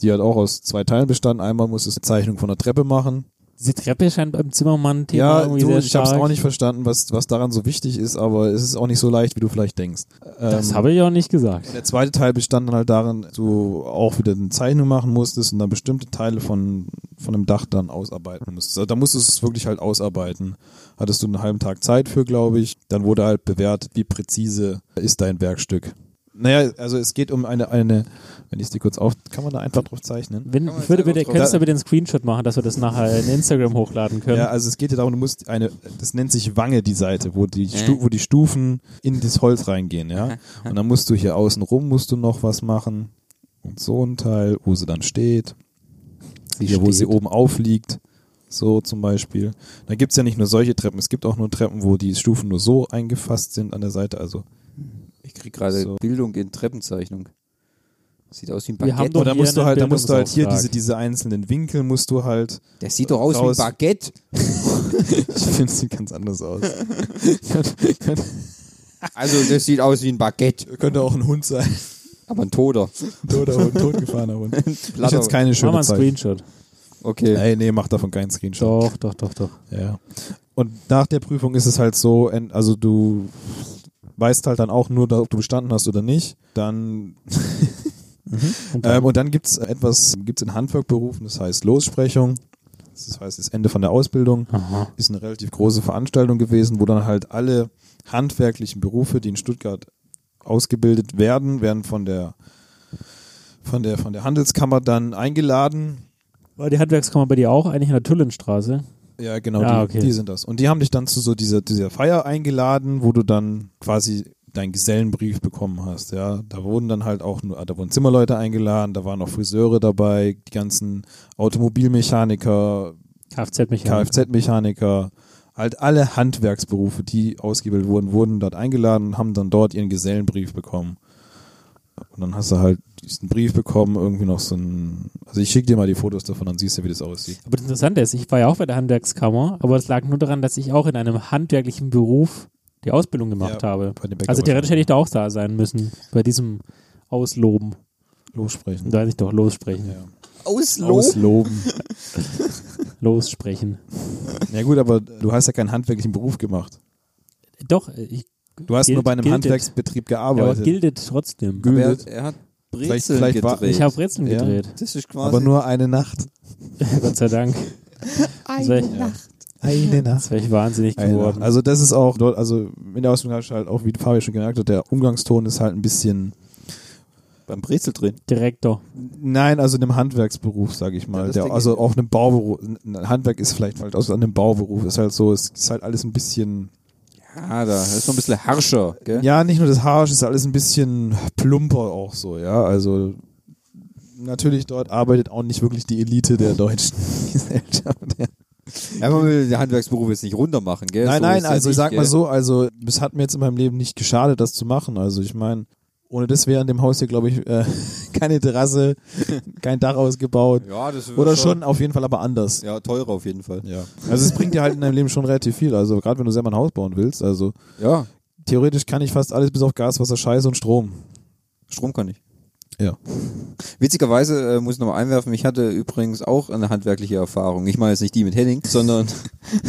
Speaker 1: Die hat auch aus zwei Teilen bestanden. Einmal musstest du eine Zeichnung von der Treppe machen.
Speaker 3: Diese Treppe scheint beim Zimmermann-Thema
Speaker 1: ja,
Speaker 3: irgendwie
Speaker 1: du,
Speaker 3: sehr
Speaker 1: ich habe es
Speaker 3: stark.
Speaker 1: auch nicht verstanden, was, was daran so wichtig ist, aber es ist auch nicht so leicht, wie du vielleicht denkst.
Speaker 3: Das
Speaker 1: Ähm,
Speaker 3: habe ich auch nicht gesagt.
Speaker 1: der zweite Teil bestand dann halt darin, dass du auch wieder eine Zeichnung machen musstest und dann bestimmte Teile von, von einem Dach dann ausarbeiten musstest. Also da musstest du es wirklich halt ausarbeiten. Hattest du einen halben Tag Zeit für, glaube ich. Dann wurde halt bewährt, wie präzise ist dein Werkstück. Naja, also es geht um eine, eine wenn ich es dir kurz auf, kann man da einfach drauf zeichnen?
Speaker 2: Kann
Speaker 3: Wenn,
Speaker 2: man jetzt
Speaker 3: würde,
Speaker 2: einfach
Speaker 3: bitte,
Speaker 2: drauf-
Speaker 3: könntest du bitte den Screenshot machen, dass wir das nachher in Instagram hochladen können?
Speaker 1: Ja, also es geht ja darum, du musst eine, das nennt sich Wange, die Seite, wo die, Stu wo die Stufen in das Holz reingehen, ja. Und dann musst du hier außen rum, musst du noch was machen. Und so ein Teil, wo sie dann steht. hier, wo sie
Speaker 3: steht.
Speaker 1: oben aufliegt. So zum Beispiel. Da gibt's ja nicht nur solche Treppen, es gibt auch nur Treppen, wo die Stufen nur so eingefasst sind an der Seite. Also
Speaker 2: Ich krieg gerade
Speaker 1: So.
Speaker 2: Bildung in Treppenzeichnung. Sieht aus wie ein
Speaker 3: Wir haben
Speaker 2: Baguette.
Speaker 3: doch-
Speaker 1: oder musst du
Speaker 3: einen
Speaker 1: halt, da musst du halt hier diese,
Speaker 3: Bildungsauftrag.
Speaker 1: diese einzelnen Winkel musst du halt.
Speaker 2: Das sieht doch aus wie ein
Speaker 1: Raus.
Speaker 2: Baguette.
Speaker 1: Ich finde, es sieht ganz anders aus.
Speaker 2: Also das sieht aus wie ein Baguette.
Speaker 1: Könnte auch ein Hund sein.
Speaker 2: Aber ein Toder.
Speaker 1: Toter Hund, totgefahrener Hund. Ich jetzt keine
Speaker 3: Mach mal
Speaker 1: schöne
Speaker 3: einen
Speaker 1: Zeit.
Speaker 3: Screenshot.
Speaker 2: Okay.
Speaker 1: Nee, nee, mach davon keinen Screenshot.
Speaker 3: Doch, doch, doch, doch.
Speaker 1: Ja. Und nach der Prüfung ist es halt so, en- also du weißt halt dann auch nur, ob du bestanden hast oder nicht. Dann
Speaker 3: Und dann,
Speaker 1: ähm, und dann gibt's etwas, gibt's in Handwerkberufen, das heißt Lossprechung. Das heißt, das Ende von der Ausbildung
Speaker 3: aha.
Speaker 1: ist eine relativ große Veranstaltung gewesen, wo dann halt alle handwerklichen Berufe, die in Stuttgart ausgebildet werden, werden von der von der von der Handelskammer dann eingeladen
Speaker 3: War die Handwerkskammer bei dir auch eigentlich in der Tüllenstraße?
Speaker 1: Ja, genau,
Speaker 3: Ah,
Speaker 1: die,
Speaker 3: okay.
Speaker 1: die sind das. Und die haben dich dann zu so dieser, dieser Feier eingeladen, wo du dann quasi deinen Gesellenbrief bekommen hast, ja. Da wurden dann halt auch nur, da wurden Zimmerleute eingeladen, da waren auch Friseure dabei, die ganzen Automobilmechaniker,
Speaker 3: Kfz-Mechaniker.
Speaker 1: Kfz-Mechaniker, halt alle Handwerksberufe, die ausgebildet wurden, wurden dort eingeladen und haben dann dort ihren Gesellenbrief bekommen. Und dann hast du halt diesen Brief bekommen, irgendwie noch so ein, also ich schicke dir mal die Fotos davon, dann siehst du, wie das aussieht.
Speaker 3: Aber das Interessante ist, ich war ja auch bei der Handwerkskammer, aber es lag nur daran, dass ich auch in einem handwerklichen Beruf die Ausbildung gemacht
Speaker 1: Ja,
Speaker 3: habe.
Speaker 1: bei den Bäcker-
Speaker 3: Also theoretisch hätte ich da auch da sein müssen, bei diesem Ausloben.
Speaker 1: Lossprechen.
Speaker 3: Da hätte ich doch lossprechen.
Speaker 1: Ja.
Speaker 2: Auslob.
Speaker 1: Ausloben.
Speaker 3: Lossprechen.
Speaker 1: Ja gut, aber du hast ja keinen handwerklichen Beruf gemacht.
Speaker 3: Doch, ich
Speaker 1: Du hast
Speaker 3: Gilt-
Speaker 1: nur bei einem
Speaker 3: giltet.
Speaker 1: Handwerksbetrieb
Speaker 3: aber
Speaker 1: gearbeitet.
Speaker 3: gildet trotzdem.
Speaker 1: Gül-
Speaker 2: Er, er hat Brezeln
Speaker 1: Vielleicht- vielleicht war-
Speaker 2: gedreht.
Speaker 3: Ich habe Rätseln
Speaker 1: Ja.
Speaker 3: gedreht,
Speaker 2: das ist quasi
Speaker 1: aber nur eine Nacht.
Speaker 3: Gott sei Dank. Das wäre ich,
Speaker 1: Eine
Speaker 3: das wär ich wahnsinnig geworden.
Speaker 1: Also das ist auch dort, also in der Ausbildung hast du halt auch, wie Fabi schon gemerkt hat, der Umgangston ist halt ein bisschen,
Speaker 2: beim Brezel drehen.
Speaker 3: Direktor.
Speaker 1: nein, also in einem Handwerksberuf, sage ich
Speaker 2: Ja,
Speaker 1: mal.
Speaker 2: das
Speaker 1: der,
Speaker 2: Ding-
Speaker 1: also auf einem Bauberuf, ein Handwerk ist vielleicht falsch, also an einem Bauberuf ist halt so, es ist halt alles ein bisschen,
Speaker 2: Ah, da das ist so ein bisschen harscher. Gell?
Speaker 1: ja, nicht nur das Haar, es ist alles ein bisschen plumper auch so, ja, also natürlich dort arbeitet auch nicht wirklich die Elite der deutschen Gesellschaft, ja.
Speaker 2: Ja, man will den Handwerksberuf jetzt nicht runter machen, gell?
Speaker 1: Nein,
Speaker 2: So
Speaker 1: nein,
Speaker 2: ist ja
Speaker 1: also ich
Speaker 2: nicht, äh,
Speaker 1: sag mal
Speaker 2: gell?
Speaker 1: so, also es hat mir jetzt in meinem Leben nicht geschadet, das zu machen. Also ich meine, ohne das wäre an dem Haus hier, glaube ich, äh, keine Terrasse, kein Dach ausgebaut.
Speaker 2: Ja, das wird
Speaker 1: Oder schon auf jeden Fall aber anders.
Speaker 2: Ja, teurer auf jeden Fall.
Speaker 1: Ja. Also es bringt dir halt in deinem Leben schon relativ viel. Also gerade wenn du selber ein Haus bauen willst, also
Speaker 2: Ja,
Speaker 1: theoretisch kann ich fast alles bis auf Gas, Wasser, Scheiße und Strom.
Speaker 2: Strom kann ich.
Speaker 1: Ja.
Speaker 2: Witzigerweise äh, muss ich nochmal einwerfen, ich hatte übrigens auch eine handwerkliche Erfahrung. Ich meine jetzt nicht die mit Henning, sondern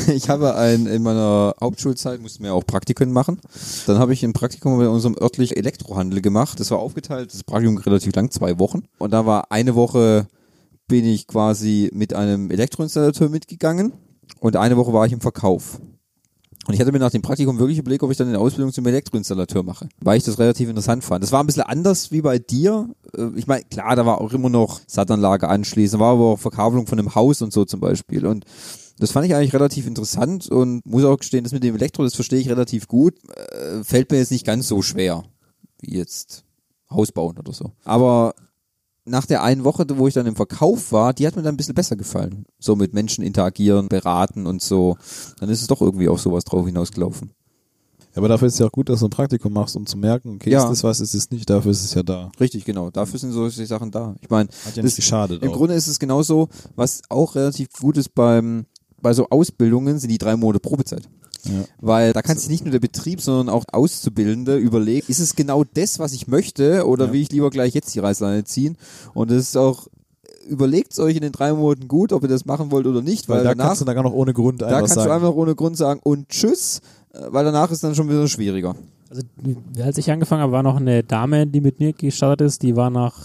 Speaker 2: ich habe ein, in meiner Hauptschulzeit, mussten wir auch Praktiken machen. Dann habe ich ein Praktikum bei unserem örtlichen Elektrohandel gemacht. Das war aufgeteilt, das Praktikum ging relativ lang, zwei Wochen. Und da war eine Woche bin ich quasi mit einem Elektroinstallateur mitgegangen und eine Woche war ich im Verkauf. Und ich hatte mir nach dem Praktikum wirklich überlegt, ob ich dann eine Ausbildung zum Elektroinstallateur mache, weil ich das relativ interessant fand. Das war ein bisschen anders wie bei dir. Äh, Ich meine, klar, da war auch immer noch Satanlage anschließend, war aber auch Verkabelung von einem Haus und so zum Beispiel. Und das fand ich eigentlich relativ interessant und muss auch gestehen, das mit dem Elektro, das verstehe ich relativ gut, äh, fällt mir jetzt nicht ganz so schwer wie jetzt Haus bauen oder so. Aber nach der einen Woche, wo ich dann im Verkauf war, die hat mir dann ein bisschen besser gefallen. So mit Menschen interagieren, beraten und so. Dann ist es doch irgendwie auf sowas drauf hinausgelaufen.
Speaker 1: Aber dafür ist es ja auch gut, dass du ein Praktikum machst, um zu merken, okay,
Speaker 2: Ja.
Speaker 1: ist das was, ist es nicht, dafür ist es ja da.
Speaker 2: Richtig, genau. Dafür sind solche Sachen da. Ich meine,
Speaker 1: Hat ja
Speaker 2: Das-
Speaker 1: nicht geschadet.
Speaker 2: Im
Speaker 1: auch.
Speaker 2: Grunde ist es genauso, was auch relativ gut ist beim, bei so Ausbildungen, sind die drei Monate Probezeit.
Speaker 1: Ja.
Speaker 2: Weil da kann sich nicht nur der Betrieb, sondern auch Auszubildende überlegen, ist es genau das, was ich möchte, oder will ich lieber gleich jetzt die Reißleine ziehen? Und es ist auch, überlegt euch in den drei Monaten gut, ob ihr das machen wollt oder nicht, weil,
Speaker 1: Weil da
Speaker 2: danach
Speaker 1: kannst du dann gar noch ohne Grund
Speaker 2: Da
Speaker 1: einfach
Speaker 2: kannst du
Speaker 1: sagen.
Speaker 2: einfach ohne Grund sagen und tschüss, äh, weil danach ist dann schon wieder schwieriger.
Speaker 3: Also, als ich angefangen habe, war noch eine Dame, die mit mir gestartet ist, die war nach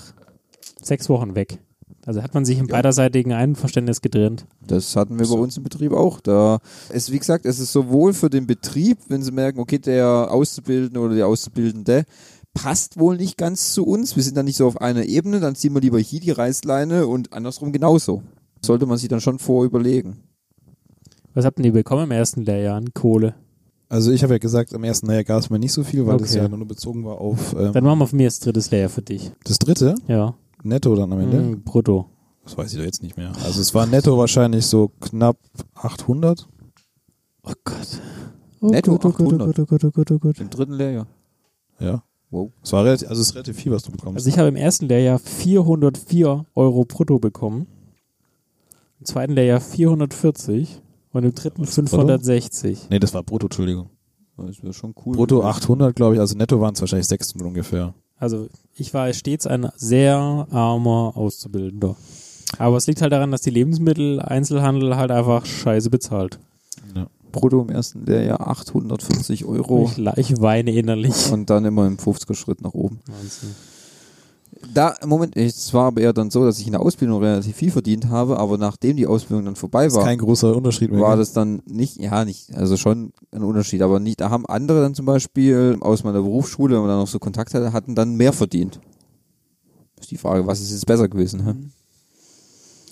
Speaker 3: sechs Wochen weg. Also hat man sich im beiderseitigen Einverständnis getrennt.
Speaker 2: Das hatten wir bei uns im Betrieb auch. Da es wie gesagt, es ist sowohl für den Betrieb, wenn sie merken, okay, der Auszubildende oder die Auszubildende passt wohl nicht ganz zu uns. Wir sind dann nicht so auf einer Ebene, dann ziehen wir lieber hier die Reißleine und andersrum genauso. Sollte man sich dann schon vorüberlegen.
Speaker 3: Was habt denn ihr bekommen im ersten Lehrjahr an Kohle?
Speaker 1: Also ich habe ja gesagt, im ersten Lehrjahr gab es mir nicht so viel, weil das
Speaker 3: Okay.
Speaker 1: ja nur bezogen war auf ähm,
Speaker 3: Dann machen wir von mir das drittes Lehrjahr für dich.
Speaker 1: das dritte,
Speaker 3: Ja.
Speaker 1: netto dann am Ende.
Speaker 3: Mm, brutto.
Speaker 1: Das weiß ich doch jetzt nicht mehr. Also es war netto wahrscheinlich so knapp 800.
Speaker 3: Oh Gott.
Speaker 2: Netto
Speaker 3: gut, oh gut, oh
Speaker 2: 800.
Speaker 3: gut, oh gut, oh gut, oh gut.
Speaker 2: Im dritten Lehrjahr.
Speaker 1: Ja.
Speaker 2: Wow.
Speaker 1: Es war relativ, also es ist relativ viel, was du bekommst.
Speaker 3: Also ich habe im ersten Lehrjahr 404 Euro brutto bekommen, im zweiten Lehrjahr 440 und im dritten
Speaker 1: Was, brutto?
Speaker 3: 560.
Speaker 1: nee, das war brutto, Entschuldigung.
Speaker 2: Das wäre schon cool.
Speaker 1: Brutto 800, glaube ich. Also netto waren es wahrscheinlich 600 ungefähr.
Speaker 3: Also ich war stets ein sehr armer Auszubildender. Aber es liegt halt daran, dass die Lebensmittel-Einzelhandel halt einfach scheiße bezahlt.
Speaker 2: Brutto im ersten Lehrjahr 840
Speaker 1: Oh.
Speaker 2: Euro.
Speaker 3: Ich, la- ich weine innerlich.
Speaker 2: Und dann immer im 50er Schritt nach oben.
Speaker 3: Wahnsinn.
Speaker 2: Da, Moment, es war aber eher dann so, dass ich in der Ausbildung relativ viel verdient habe, aber nachdem die Ausbildung dann vorbei
Speaker 1: Ist
Speaker 2: war,
Speaker 1: kein großer Unterschied mehr.
Speaker 2: war
Speaker 1: gell?
Speaker 2: das dann nicht, ja, nicht, also schon ein Unterschied, aber nicht, da haben andere dann zum Beispiel aus meiner Berufsschule, wenn man da noch so Kontakt hatte, hatten dann mehr verdient. Ist die Frage, was ist jetzt besser gewesen? Hä?
Speaker 1: Mhm.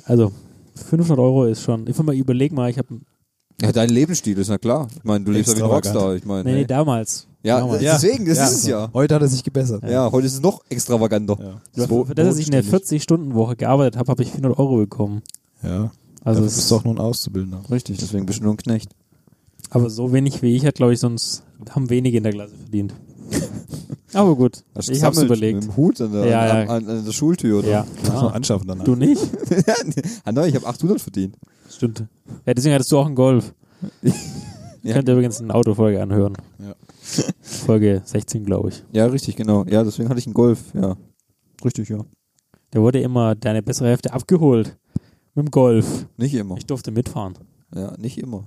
Speaker 3: Also 500 Euro ist schon. Ich will mal überleg mal. Ich habe
Speaker 2: Ja, dein Lebensstil ist na klar. Ich meine, du lebst ja wie ein
Speaker 1: Extravagant.
Speaker 2: Rockstar, ich meine.
Speaker 3: nee, genau. nee,
Speaker 2: ey.
Speaker 3: damals.
Speaker 2: ja,
Speaker 1: damals.
Speaker 2: deswegen, das
Speaker 1: Ja.
Speaker 2: ist es ja.
Speaker 1: Heute hat er sich gebessert.
Speaker 2: Ja, heute ist es noch extravaganter.
Speaker 1: Ja.
Speaker 3: Das, dass ich in der 40-Stunden-Woche gearbeitet habe, habe ich 400 Euro bekommen.
Speaker 1: Ja. Also
Speaker 3: Also
Speaker 1: du
Speaker 3: es Ah.
Speaker 1: bist doch nur ein Auszubildender.
Speaker 2: Richtig, deswegen bist du nur ein Knecht.
Speaker 3: aber so wenig wie ich hat, glaube ich, sonst haben wenige in der Klasse verdient. aber gut,
Speaker 2: Hast
Speaker 3: ich habe
Speaker 2: gesammelt
Speaker 3: überlegt.
Speaker 2: Mit dem Hut an der,
Speaker 3: Ja, ja.
Speaker 2: an, an, an der Schultür, oder?
Speaker 3: Ja,
Speaker 1: Muss man
Speaker 3: klar.
Speaker 1: anschaffen danach.
Speaker 3: Du nicht?
Speaker 2: ah, nein, ich habe 800 verdient.
Speaker 3: Stimmt. Ja, deswegen hattest du auch einen Golf.
Speaker 2: Ja.
Speaker 3: Könnt ihr übrigens eine Autofolge anhören.
Speaker 1: Ja.
Speaker 3: Folge 16, glaube ich.
Speaker 2: Ja, richtig, genau. Ja, deswegen hatte ich einen Golf, ja. Richtig, ja.
Speaker 3: Da wurde immer deine bessere Hälfte abgeholt. Mit dem Golf.
Speaker 2: Nicht immer.
Speaker 3: Ich durfte mitfahren.
Speaker 2: Ja, nicht immer.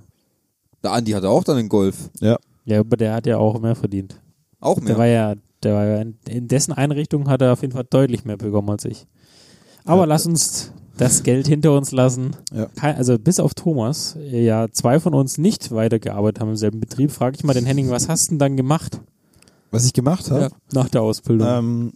Speaker 2: Der Andi hatte auch dann einen Golf.
Speaker 3: Ja, aber der hat ja auch mehr verdient.
Speaker 2: Auch
Speaker 3: Der
Speaker 2: mehr.
Speaker 3: war ja, der war ja in, in dessen Einrichtung hat er auf jeden Fall deutlich mehr bekommen als ich. Aber
Speaker 1: Ja.
Speaker 3: lass uns das Geld hinter uns lassen.
Speaker 1: Ja.
Speaker 3: Kein, also bis auf Thomas, äh, ja, zwei von uns nicht weitergearbeitet haben im selben Betrieb, frage ich mal den Henning, was hast du denn dann gemacht
Speaker 1: Was ich gemacht habe,
Speaker 3: nach der Ausbildung?
Speaker 1: ähm,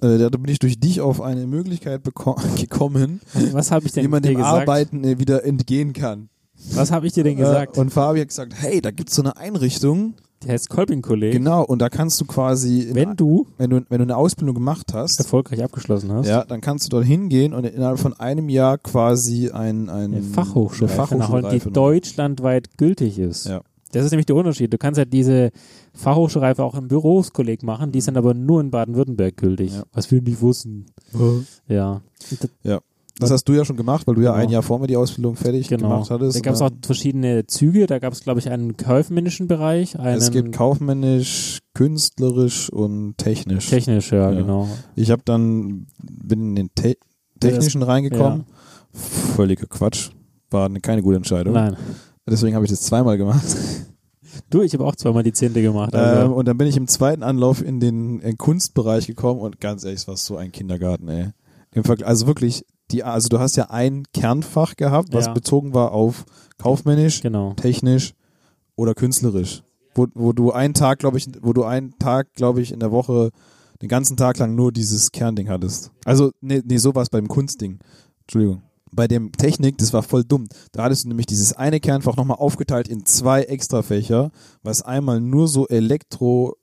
Speaker 1: äh, da bin ich durch dich auf eine Möglichkeit beko- gekommen,
Speaker 3: was habe ich denn
Speaker 1: wie man
Speaker 3: dir
Speaker 1: dem
Speaker 3: gesagt?
Speaker 1: Arbeiten äh, wieder entgehen kann.
Speaker 3: Was habe ich dir denn gesagt?
Speaker 1: Äh, und Fabi hat gesagt, hey, da gibt's so eine Einrichtung.
Speaker 3: der heißt Kolping-Kollege.
Speaker 1: Genau, und da kannst du quasi, in,
Speaker 3: Wenn du
Speaker 1: wenn, du, wenn du eine Ausbildung gemacht hast,
Speaker 3: erfolgreich abgeschlossen hast,
Speaker 1: ja, dann kannst du dort hingehen und innerhalb von einem Jahr quasi ein, ein
Speaker 3: eine Fachhochschule,
Speaker 1: eine
Speaker 3: die
Speaker 1: Fachhochschulreife
Speaker 3: deutschlandweit gültig ist.
Speaker 1: Ja.
Speaker 3: Das ist nämlich der Unterschied. Du kannst halt diese Fachhochschulreife auch im Büroskolleg machen, die ist dann aber nur in Baden-Württemberg gültig.
Speaker 1: Hm. Ja.
Speaker 3: Was wir nicht wussten.
Speaker 1: noch-
Speaker 3: Ja. D-
Speaker 1: Das hast du ja schon gemacht, weil du ja
Speaker 3: Genau.
Speaker 1: ein Jahr vor mir die Ausbildung fertig
Speaker 3: Genau.
Speaker 1: gemacht äh, hattest.
Speaker 3: Da gab es auch
Speaker 1: Und
Speaker 3: verschiedene Züge. Da gab es, glaube ich, einen kaufmännischen Bereich,
Speaker 1: dann-
Speaker 3: einen
Speaker 1: es gibt kaufmännisch, künstlerisch und technisch.
Speaker 3: technisch, ja,
Speaker 1: Ja.
Speaker 3: genau.
Speaker 1: Ich habe dann bin in den Te technischen reingekommen. Völliger Quatsch. War eine, keine gute Entscheidung.
Speaker 3: Nein.
Speaker 1: Deswegen habe ich das zweimal gemacht.
Speaker 3: Du, ich habe auch zweimal die Zehnte gemacht.
Speaker 1: Ähm,
Speaker 3: Also.
Speaker 1: und dann bin ich im zweiten Anlauf in den äh, Kunstbereich gekommen und ganz ehrlich, es war so ein Kindergarten, ey. Im Vergl- also wirklich, die, also du hast ja ein Kernfach gehabt, was
Speaker 3: Ja.
Speaker 1: bezogen war auf kaufmännisch,
Speaker 3: genau.
Speaker 1: technisch oder künstlerisch. Wo, wo du einen Tag, glaube ich, wo du einen Tag, glaube ich, in der Woche den ganzen Tag lang nur dieses Kernding hattest. Also, nee, nee, sowas beim Kunstding. Entschuldigung. Bei dem Technik, das war voll dumm. Da hattest du nämlich dieses eine Kernfach nochmal aufgeteilt in zwei Extrafächer, was einmal nur so Elektro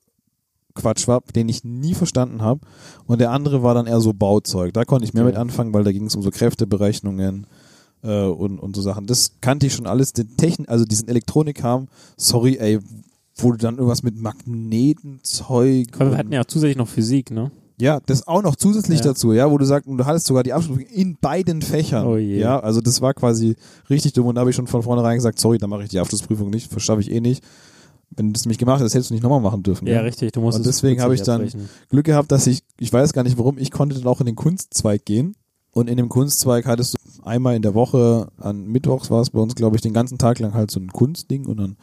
Speaker 1: Quatsch war, den ich nie verstanden habe. Und der andere war dann eher so Bauzeug. Da konnte ich mehr
Speaker 3: Okay.
Speaker 1: mit anfangen, weil da ging es um so Kräfteberechnungen äh, und, und so Sachen. Das kannte ich schon alles. Den Techn also diesen Elektronikkram, sorry, ey, wo du dann irgendwas mit Magnetenzeug.
Speaker 3: Weil wir
Speaker 1: und-
Speaker 3: hatten ja auch zusätzlich noch Physik, ne?
Speaker 1: ja, das auch noch zusätzlich
Speaker 3: Ja.
Speaker 1: dazu, ja, wo du sagst, und du hattest sogar die Abschlussprüfung in beiden Fächern.
Speaker 3: Oh je.
Speaker 1: Ja, also das war quasi richtig dumm und da habe ich schon von vornherein gesagt, sorry, da mache ich die Abschlussprüfung nicht, verschaffe ich eh nicht. Wenn du das mich gemacht hättest, hättest du nicht nochmal machen dürfen.
Speaker 3: Ja,
Speaker 1: gell?
Speaker 3: richtig. Du musst
Speaker 1: Und
Speaker 3: es
Speaker 1: deswegen habe ich dann-
Speaker 3: abbrechen.
Speaker 1: Glück gehabt, dass ich, ich weiß gar nicht warum, ich konnte dann auch in den Kunstzweig gehen. Und in dem Kunstzweig hattest du einmal in der Woche, an Mittwochs war es bei uns, glaube ich, den ganzen Tag lang halt so ein Kunstding und dann,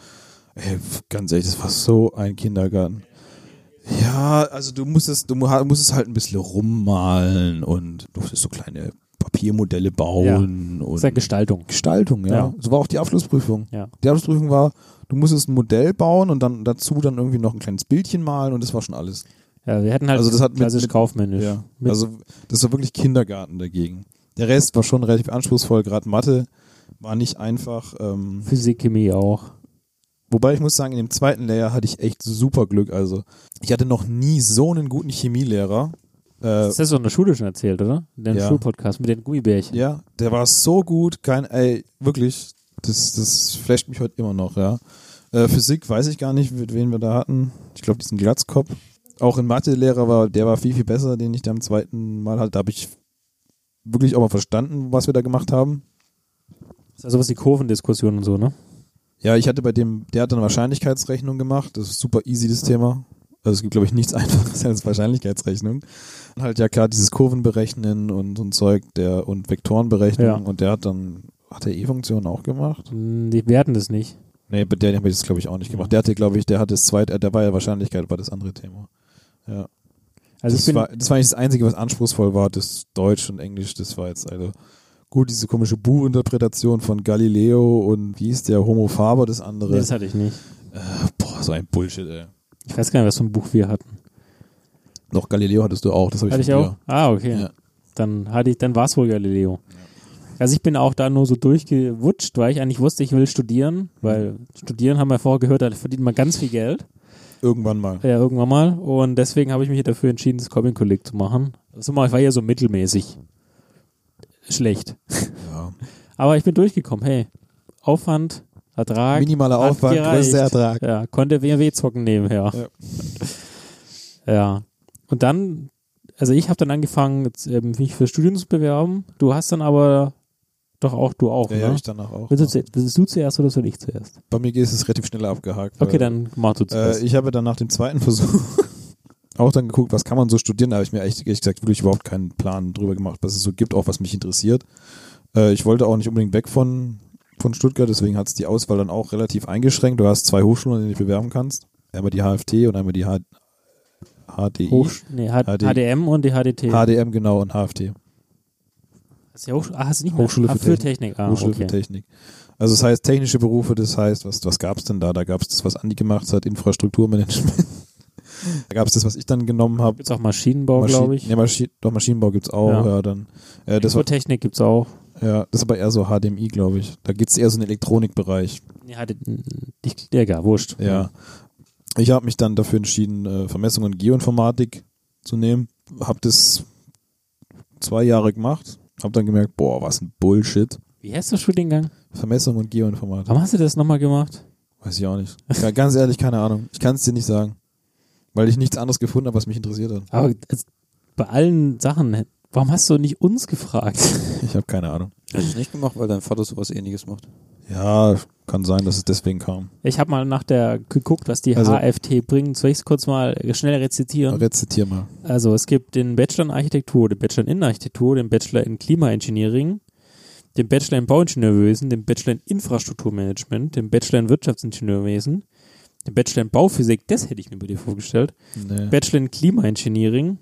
Speaker 1: ey, pf, ganz ehrlich, das war so ein Kindergarten. Ja, also du musstest, du mu- musstest halt ein bisschen rummalen und du musstest so kleine Papiermodelle bauen
Speaker 3: Das ist
Speaker 1: und
Speaker 3: ja Gestaltung.
Speaker 1: Gestaltung, ja.
Speaker 3: Ja.
Speaker 1: So war auch die Abschlussprüfung.
Speaker 3: Ja.
Speaker 1: Die Abschlussprüfung war, du musstest ein Modell bauen und dann dazu dann irgendwie noch ein kleines Bildchen malen und das war schon alles.
Speaker 3: Ja, wir hatten halt
Speaker 1: Also das hat mit-
Speaker 3: klassisch
Speaker 1: mit-
Speaker 3: kaufmännisch.
Speaker 1: Ja.
Speaker 3: Mit-
Speaker 1: Also das war wirklich Kindergarten dagegen. Der Rest war schon relativ anspruchsvoll, gerade Mathe war nicht einfach. Ähm,
Speaker 3: Physik, Chemie auch.
Speaker 1: wobei ich muss sagen, in dem zweiten Lehrjahr hatte ich echt super Glück. Also ich hatte noch nie so einen guten Chemielehrer. Äh,
Speaker 3: Das hast du in der Schule schon erzählt, oder? In deinem
Speaker 1: Ja.
Speaker 3: Schulpodcast mit den Gummibärchen.
Speaker 1: ja, der war so gut, kein, ey, wirklich, das, das flasht mich heute immer noch, ja. Äh, Physik weiß ich gar nicht, mit wen wir da hatten. Ich glaube, diesen Glatzkopf. Auch in Mathelehrer war, der war viel, viel besser, den ich da am zweiten Mal hatte. Da habe ich wirklich auch mal verstanden, was wir da gemacht haben.
Speaker 3: Das ist also was die Kurvendiskussion und so, ne?
Speaker 1: Ja, ich hatte bei dem, der hat eine Wahrscheinlichkeitsrechnung gemacht. Das ist super easy, das Thema. Also es gibt, glaube ich, nichts einfaches als Wahrscheinlichkeitsrechnung. Und halt ja klar dieses Kurvenberechnen und so ein Zeug der und Vektorenberechnung.
Speaker 3: Ja.
Speaker 1: Und der hat dann, hat der E-Funktion auch gemacht?
Speaker 3: Hm, Die werten das nicht.
Speaker 1: Nee, bei der habe ich das, glaube ich, auch nicht gemacht. Der hatte, glaube ich, der hatte das zweite, äh, der war ja Wahrscheinlichkeit, war das andere Thema.
Speaker 3: Also
Speaker 1: das,
Speaker 3: ich bin,
Speaker 1: war, das war eigentlich das Einzige, was anspruchsvoll war, das Deutsch und Englisch, das war jetzt also gut, diese komische Bu-Interpretation von Galileo und wie ist der Homo Faber, das andere.
Speaker 3: nee, das hatte ich nicht.
Speaker 1: Boah, so ein Bullshit, ey.
Speaker 3: Ich weiß gar nicht, was für ein Buch wir hatten.
Speaker 1: Doch, Galileo hattest du auch, das habe ich
Speaker 3: Hatte ich
Speaker 1: von
Speaker 3: auch?
Speaker 1: dir.
Speaker 3: Ah, okay.
Speaker 1: Ja.
Speaker 3: Dann hatte ich, dann war es wohl Galileo. Also ich bin auch da nur so durchgewutscht, weil ich eigentlich wusste, ich will studieren, weil studieren haben wir vorher gehört, da verdient man ganz viel Geld.
Speaker 1: Irgendwann mal.
Speaker 3: Ja, irgendwann mal. Und deswegen habe ich mich dafür entschieden, das Comic Collect zu machen. Also mal, ich war ja so mittelmäßig. Schlecht.
Speaker 1: Ja.
Speaker 3: Aber ich bin durchgekommen, hey. Aufwand, Ertrag.
Speaker 1: Minimaler
Speaker 3: hat
Speaker 1: Aufwand,
Speaker 3: gereicht.
Speaker 1: größter Ertrag.
Speaker 3: Ja, konnte WoW zocken nebenher. Ja. Und dann, also ich habe dann angefangen, jetzt, ähm, mich für Studien zu bewerben. Du hast dann aber doch auch, du auch,
Speaker 1: Ja,
Speaker 3: ne?
Speaker 1: ja, ich danach auch.
Speaker 3: willst, du,
Speaker 1: ja.
Speaker 3: zu- willst du zuerst oder soll ich zuerst?
Speaker 1: Bei mir ist es relativ schnell abgehakt.
Speaker 3: Okay,
Speaker 1: weil,
Speaker 3: dann mach du zuerst.
Speaker 1: Äh, ich habe dann nach dem zweiten Versuch auch dann geguckt, was kann man so studieren. Da habe ich mir echt, ehrlich gesagt wirklich überhaupt keinen Plan drüber gemacht, was es so gibt, auch was mich interessiert. Äh, ich wollte auch nicht unbedingt weg von, von Stuttgart, deswegen hat es die Auswahl dann auch relativ eingeschränkt. Du hast zwei Hochschulen, an denen du dich bewerben kannst. Einmal die HFT und einmal die H E. HDI.
Speaker 3: Hochsch- nee, H
Speaker 1: HD.
Speaker 3: HDM und die HDT.
Speaker 1: HDM, genau, und HFT.
Speaker 3: Hast du ja Hochsch ah, hast du nicht mehr?
Speaker 1: Hochschule
Speaker 3: ah,
Speaker 1: für
Speaker 3: für Technik. Ah,
Speaker 1: Hochschule
Speaker 3: okay.
Speaker 1: für Technik. Also das heißt technische Berufe, das heißt, was, was gab es denn da? Da gab es das, was Andi gemacht hat, Infrastrukturmanagement. da gab es das, was ich dann genommen habe.
Speaker 3: Gibt's auch Maschinenbau, glaube ich.
Speaker 1: Nee, Maschi doch, Maschinenbau gibt es auch,
Speaker 3: Ja.
Speaker 1: ja, dann. Äh, das, war,
Speaker 3: Technik gibt's auch.
Speaker 1: ja, das ist aber eher so HDMI, glaube ich. Da geht es eher so in den Elektronikbereich.
Speaker 3: Nee, HD, ich, ja, egal, wurscht.
Speaker 1: Ja. Ich habe mich dann dafür entschieden, äh, Vermessung und Geoinformatik zu nehmen. Habe das zwei Jahre gemacht. Habe dann gemerkt, boah, was ein Bullshit.
Speaker 3: Wie heißt der Studiengang?
Speaker 1: Vermessung und Geoinformatik.
Speaker 3: Warum hast du das nochmal gemacht?
Speaker 1: Weiß ich auch nicht. Ja, ganz ehrlich, keine Ahnung. Ich kann es dir nicht sagen. Weil ich nichts anderes gefunden habe, was mich interessiert hat.
Speaker 3: Aber es- bei allen Sachen, warum hast du nicht uns gefragt?
Speaker 1: Ich habe keine Ahnung.
Speaker 2: Hast du es nicht gemacht, weil dein Vater sowas ähnliches macht?
Speaker 1: Ja, kann sein, dass es deswegen kam.
Speaker 3: Ich habe mal nach der geguckt, was die
Speaker 1: Also-
Speaker 3: HFT bringen. Soll ich es kurz mal schnell rezitieren?
Speaker 1: Rezitier mal.
Speaker 3: Also es gibt den Bachelor in Architektur, den Bachelor in Innenarchitektur, den Bachelor in Klimaengineering, den Bachelor in Bauingenieurwesen, den Bachelor in Infrastrukturmanagement, den Bachelor in Wirtschaftsingenieurwesen, den Bachelor in Bauphysik, das hätte ich mir bei dir vorgestellt,
Speaker 1: Nee.
Speaker 3: Bachelor in Klimaengineering,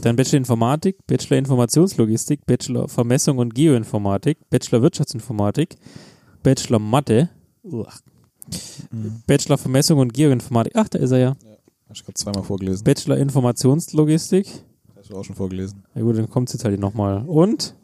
Speaker 3: dann Bachelor Informatik, Bachelor Informationslogistik, Bachelor Vermessung und Geoinformatik, Bachelor Wirtschaftsinformatik, Bachelor Mathe, uah, Bachelor Vermessung und Geoinformatik, ach, da ist er ja.
Speaker 1: Hab ich gerade zweimal vorgelesen.
Speaker 3: Bachelor Informationslogistik,
Speaker 1: Hast du auch schon vorgelesen.
Speaker 3: ja gut, dann kommt es jetzt halt nochmal. Und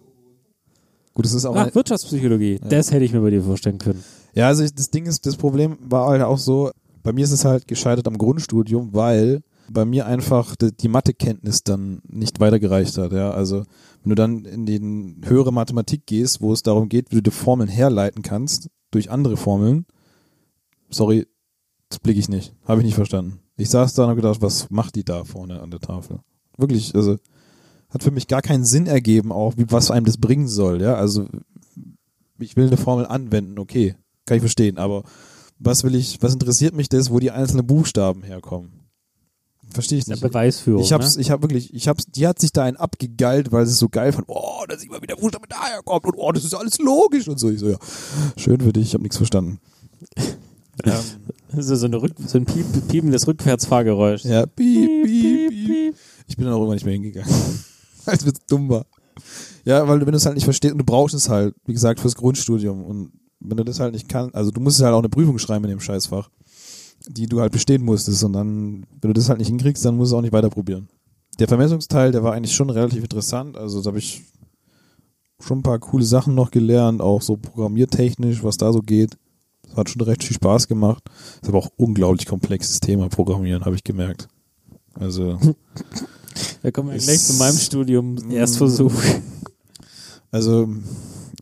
Speaker 1: Gut, es ist auch.
Speaker 3: ach,
Speaker 1: Ein,
Speaker 3: Wirtschaftspsychologie, das hätte ich mir bei dir vorstellen können.
Speaker 1: ja, also ich, das Ding ist, das Problem war halt auch so, bei mir ist es halt gescheitert am Grundstudium, weil bei mir einfach die, die Mathekenntnis dann nicht weitergereicht hat. Ja, also wenn du dann in die höhere Mathematik gehst, wo es darum geht, wie du die Formeln herleiten kannst durch andere Formeln, sorry, das blicke ich nicht. Habe ich nicht verstanden. Ich saß da und habe gedacht, was macht die da vorne an der Tafel? Wirklich, also hat für mich gar keinen Sinn ergeben, auch wie, was einem das bringen soll. Ja, also ich will eine Formel anwenden, okay, kann ich verstehen, aber was will ich, was interessiert mich das, wo die einzelnen Buchstaben herkommen? Verstehe ich
Speaker 3: Das
Speaker 1: nicht.
Speaker 3: ist ja Beweisführung.
Speaker 1: Ich hab's,
Speaker 3: ne?
Speaker 1: ich hab wirklich, ich hab's, die hat sich da einen abgegeilt, weil sie es so geil fand. Oh, da sieht man, wie der Buchstabe daher kommt und oh, das ist alles logisch und so. Ich so, ja, schön für dich, ich habe nichts verstanden. ähm,
Speaker 3: Das ist so, eine Rück so ein piep, piependes Rückwärtsfahrgeräusch.
Speaker 1: ja, piep, piep,
Speaker 3: Piep,
Speaker 1: piep.
Speaker 3: piep.
Speaker 1: Ich bin dann auch immer nicht mehr hingegangen, als es dumm war. Ja, weil du- wenn du es halt nicht verstehst und du brauchst es halt, wie gesagt, fürs Grundstudium und wenn du das halt nicht kannst, also du musst halt auch eine Prüfung schreiben in dem Scheißfach. die du halt bestehen musstest. Und dann, wenn du das halt nicht hinkriegst, dann musst du es auch nicht weiter probieren. Der Vermessungsteil, der war eigentlich schon relativ interessant. Also da habe ich schon ein paar coole Sachen noch gelernt, auch so programmiertechnisch, was da so geht. Das hat schon recht viel Spaß gemacht. Ist aber auch unglaublich komplexes Thema, Programmieren, habe ich gemerkt. Also,
Speaker 3: Da kommen wir
Speaker 1: Ist-
Speaker 3: gleich zu meinem
Speaker 1: Mm.
Speaker 3: Studium. Erstversuch.
Speaker 1: also,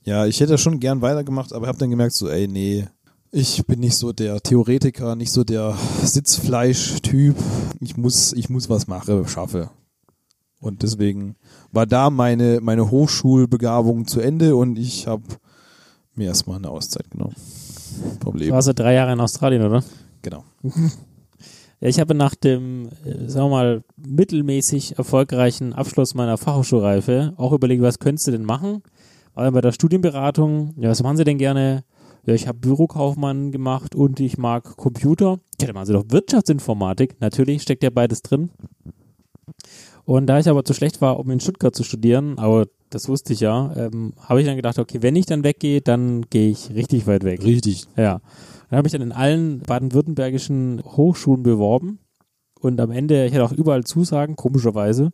Speaker 1: ja, ich hätte schon gern weitergemacht, aber habe dann gemerkt, so, ey, nee, ich bin nicht so der Theoretiker, nicht so der Sitzfleisch-Typ. Ich muss, ich muss was machen, schaffe. Und deswegen war da meine, meine Hochschulbegabung zu Ende und ich habe mir erstmal eine Auszeit genommen. Vom
Speaker 3: Du
Speaker 1: Leben.
Speaker 3: warst ja drei Jahre in Australien, oder?
Speaker 1: Genau.
Speaker 3: Ja, ich habe nach dem, äh, sagen wir mal, mittelmäßig erfolgreichen Abschluss meiner Fachhochschulreife auch überlegt, was könntest du denn machen? Aber bei der Studienberatung, ja, was machen sie denn gerne? Ja, ich habe Bürokaufmann gemacht und ich mag Computer. Ja, dann machen sie doch Wirtschaftsinformatik. Natürlich steckt ja beides drin. Und da ich aber zu schlecht war, um in Stuttgart zu studieren, aber das wusste ich ja, ähm, habe ich dann gedacht, okay, wenn ich dann weggehe, dann gehe ich richtig weit weg.
Speaker 1: Richtig.
Speaker 3: Ja. Dann habe ich dann in allen baden-württembergischen Hochschulen beworben und am Ende, ich hatte auch überall Zusagen, komischerweise.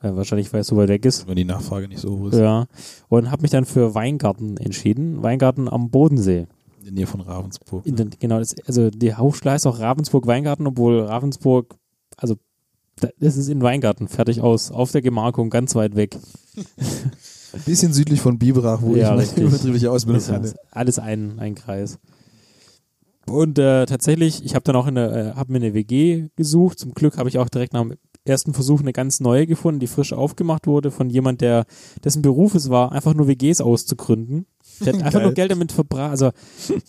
Speaker 3: Äh, wahrscheinlich, weil es so weit weg ist.
Speaker 1: Wenn die Nachfrage nicht so hoch ist.
Speaker 3: Ja. Und habe mich dann für Weingarten entschieden. Weingarten am Bodensee.
Speaker 1: In der Nähe von Ravensburg.
Speaker 3: In den, genau, das, also die Hochschule heißt auch Ravensburg-Weingarten, obwohl Ravensburg, also da- das ist in Weingarten, fertig aus, auf der Gemarkung, ganz weit weg.
Speaker 1: Ein bisschen südlich von Biberach, wo
Speaker 3: Ja,
Speaker 1: ich
Speaker 3: richtig.
Speaker 1: meine übertriebliche
Speaker 2: Ne,
Speaker 1: Ausbildung
Speaker 3: Ist ja
Speaker 1: hatte.
Speaker 3: Alles ein, ein Kreis. Und äh, tatsächlich, ich habe dann auch eine, äh, hab mir eine WG gesucht. Zum Glück habe ich auch direkt nach dem ersten Versuch eine ganz neue gefunden, die frisch aufgemacht wurde von jemand, der dessen Beruf es war, einfach nur WGs auszugründen. Der hat einfach
Speaker 1: Geil.
Speaker 3: nur Geld damit verbracht. Also,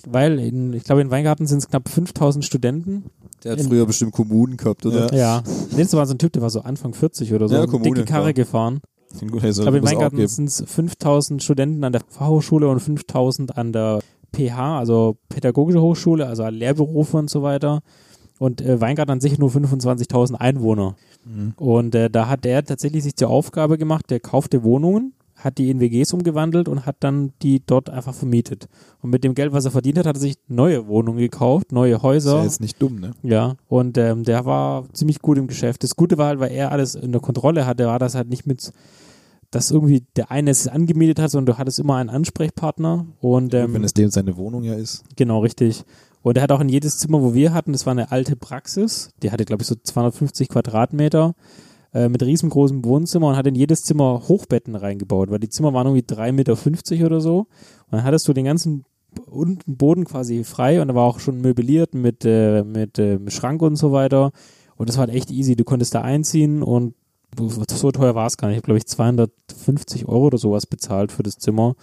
Speaker 3: weil in, ich glaube, in Weingarten sind es knapp 5000 Studenten.
Speaker 2: Der hat
Speaker 3: In-
Speaker 2: früher bestimmt Kommunen gehabt, oder?
Speaker 3: Ja. Letztes war so ein Typ, der war so Anfang 40 oder so.
Speaker 2: Ja,
Speaker 3: eine
Speaker 2: Kommune,
Speaker 3: dicke
Speaker 2: klar.
Speaker 3: Karre gefahren.
Speaker 1: Gut, hey,
Speaker 3: Ich
Speaker 1: soll
Speaker 2: Also
Speaker 3: glaube, in
Speaker 1: das auch
Speaker 3: Weingarten
Speaker 1: geben.
Speaker 3: sind es 5000 Studenten an der Fachhochschule und 5000 an der PH, also Pädagogische Hochschule, also an Lehrberufe und so weiter. Und äh, Weingarten an sich nur 25.000 Einwohner. Und äh, da hat der tatsächlich sich zur Aufgabe gemacht, der kaufte Wohnungen, hat die in WGs umgewandelt und hat dann die dort einfach vermietet. Und mit dem Geld, was er verdient hat, hat er sich neue Wohnungen gekauft, neue
Speaker 1: Ist ja
Speaker 3: Häuser.
Speaker 1: jetzt nicht dumm, ne?
Speaker 3: Ja, und ähm, der war ziemlich gut im Geschäft. Das Gute war halt, weil er alles in der Kontrolle hatte, war das halt nicht mit, dass irgendwie der eine es angemietet hat, sondern du hattest immer einen Ansprechpartner und
Speaker 1: Gut, wenn
Speaker 3: ähm,
Speaker 1: es dem seine Wohnung ja ist.
Speaker 3: genau richtig. Und er hat auch in jedes Zimmer, wo wir hatten, das war eine alte Praxis, die hatte glaube ich so 250 Quadratmeter äh, mit riesengroßem Wohnzimmer und hat in jedes Zimmer Hochbetten reingebaut, weil die Zimmer waren irgendwie 3,50 Meter oder so. Und dann hattest du den ganzen unten Boden quasi frei und da war auch schon möbliert mit, äh, mit äh, Schrank und so weiter. Und das war halt echt easy. Du konntest da einziehen und so teuer war es gar nicht. Ich habe, glaube ich, 250 Euro oder sowas bezahlt für das Zimmer.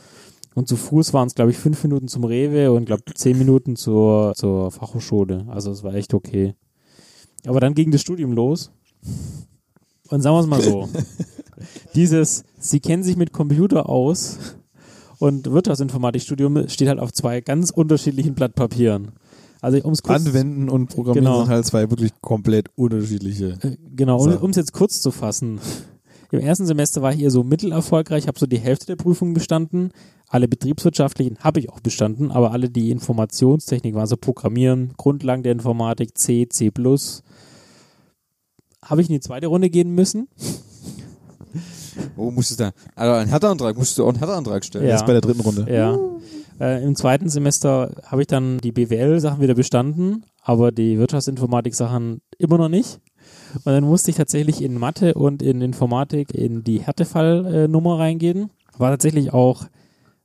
Speaker 3: Und zu Fuß waren es, glaube ich, fünf Minuten zum Rewe und, glaube zehn Minuten zur, zur Fachhochschule. Also es war echt okay. Aber dann ging das Studium los. Und sagen wir es mal so. Dieses, sie kennen sich mit Computer aus und Wirtschaftsinformatikstudium steht halt auf zwei ganz unterschiedlichen Blatt Papieren. Also um es kurz
Speaker 1: Anwenden und Programmieren
Speaker 3: Genau.
Speaker 1: sind halt zwei wirklich komplett unterschiedliche.
Speaker 3: Äh, Genau, um
Speaker 1: Sachen.
Speaker 3: es jetzt kurz zu fassen. Im ersten Semester war ich eher so mittelerfolgreich, habe so die Hälfte der Prüfungen bestanden. Alle betriebswirtschaftlichen habe ich auch bestanden, aber alle die Informationstechnik waren, also Programmieren, Grundlagen der Informatik, C, C++. Habe ich in die zweite Runde gehen müssen?
Speaker 2: Oh, musstest du da. Also einen Härteantrag, musstest du auch einen Härteantrag stellen.
Speaker 1: Jetzt bei der dritten Runde.
Speaker 3: Ja. Äh, Im zweiten Semester habe ich dann die BWL-Sachen wieder bestanden, aber die Wirtschaftsinformatik-Sachen immer noch nicht. Und dann musste ich tatsächlich in Mathe und in Informatik in die Härtefallnummer reingehen. War tatsächlich auch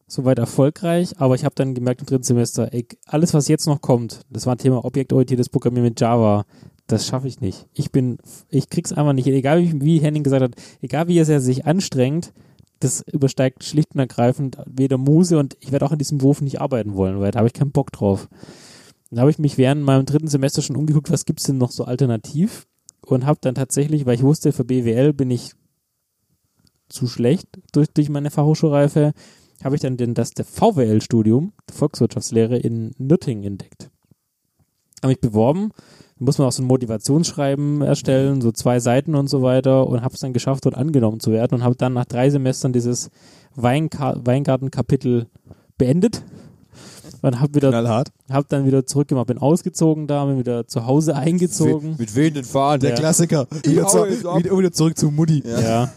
Speaker 3: soweit erfolgreich, aber ich habe dann gemerkt im dritten Semester, ey, alles was jetzt noch kommt, das war ein Thema objektorientiertes Programmieren mit Java, das schaffe ich nicht. Ich bin, ich krieg's einfach nicht, hin. egal wie, wie Henning gesagt hat, egal wie er sich anstrengt, das übersteigt schlicht und ergreifend weder Muse und ich werde auch in diesem Beruf nicht arbeiten wollen, weil da habe ich keinen Bock drauf. Dann habe ich mich während meinem dritten Semester schon umgeguckt, was gibt's denn noch so alternativ und habe dann tatsächlich, weil ich wusste, für BWL bin ich zu schlecht durch, durch meine Fachhochschulreife, habe ich dann den, das der VWL-Studium, Volkswirtschaftslehre in Nürtingen entdeckt. Habe mich beworben, da muss man auch so ein Motivationsschreiben erstellen, so zwei Seiten und so weiter und habe es dann geschafft, dort angenommen zu werden und habe dann nach drei Semestern dieses Weinka Weingarten-Kapitel beendet Und hab wieder,
Speaker 1: Knallhart.
Speaker 3: hab dann wieder zurückgemacht, bin ausgezogen da, bin wieder zu Hause eingezogen.
Speaker 2: Mit, mit wem denn fahren?
Speaker 1: Der
Speaker 3: Ja.
Speaker 1: Klassiker. Wieder,
Speaker 2: hau
Speaker 1: zu,
Speaker 2: jetzt ab.
Speaker 1: wieder, wieder zurück zu Mutti.
Speaker 3: Ja.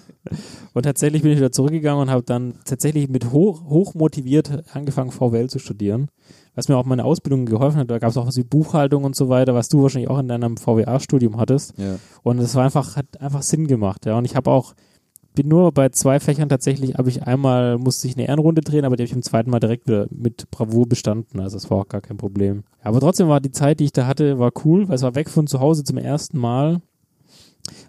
Speaker 3: Und tatsächlich bin ich wieder zurückgegangen und habe dann tatsächlich mit hoch, hoch motiviert angefangen, VWL zu studieren. Was mir auch meine Ausbildung geholfen hat, da gab es auch was wie Buchhaltung und so weiter, was du wahrscheinlich auch in deinem VWA-Studium hattest.
Speaker 2: Ja.
Speaker 3: Und es war einfach, hat einfach Sinn gemacht, ja. Und ich habe auch, bin nur bei zwei Fächern tatsächlich, habe ich einmal, musste ich eine Ehrenrunde drehen, aber die habe ich im zweiten Mal direkt wieder mit Bravour bestanden. Also das war auch gar kein Problem. Aber trotzdem war die Zeit, die ich da hatte, war cool, weil es war weg von zu Hause zum ersten Mal.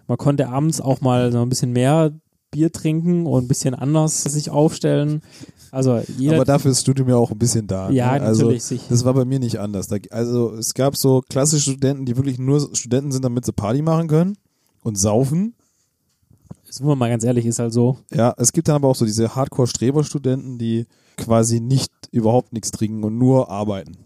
Speaker 3: Man konnte abends auch mal so ein bisschen mehr Bier trinken und ein bisschen anders sich aufstellen. Also jeder,
Speaker 1: Aber dafür ist das Studium ja auch ein bisschen da.
Speaker 3: Ja,
Speaker 1: ne? also,
Speaker 3: natürlich, sicher.
Speaker 1: Das war bei mir nicht anders. Da, also es gab so klassische Studenten, die wirklich nur Studenten sind, damit sie Party machen können und saufen.
Speaker 3: sind wir mal ganz ehrlich, ist halt so.
Speaker 1: Ja, es gibt dann aber auch so diese Hardcore-Streber-Studenten, die quasi nicht überhaupt nichts trinken und nur arbeiten.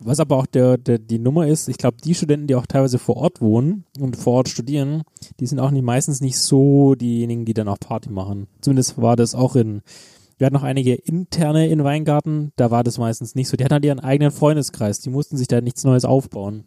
Speaker 3: Was aber auch der, der, die Nummer ist, ich glaube, die Studenten, die auch teilweise vor Ort wohnen und vor Ort studieren, die sind auch nicht, meistens nicht so diejenigen, die dann auch Party machen. Zumindest war das auch in, wir hatten noch einige interne in Weingarten, da war das meistens nicht so. Die hatten halt ihren eigenen Freundeskreis, die mussten sich da nichts Neues aufbauen.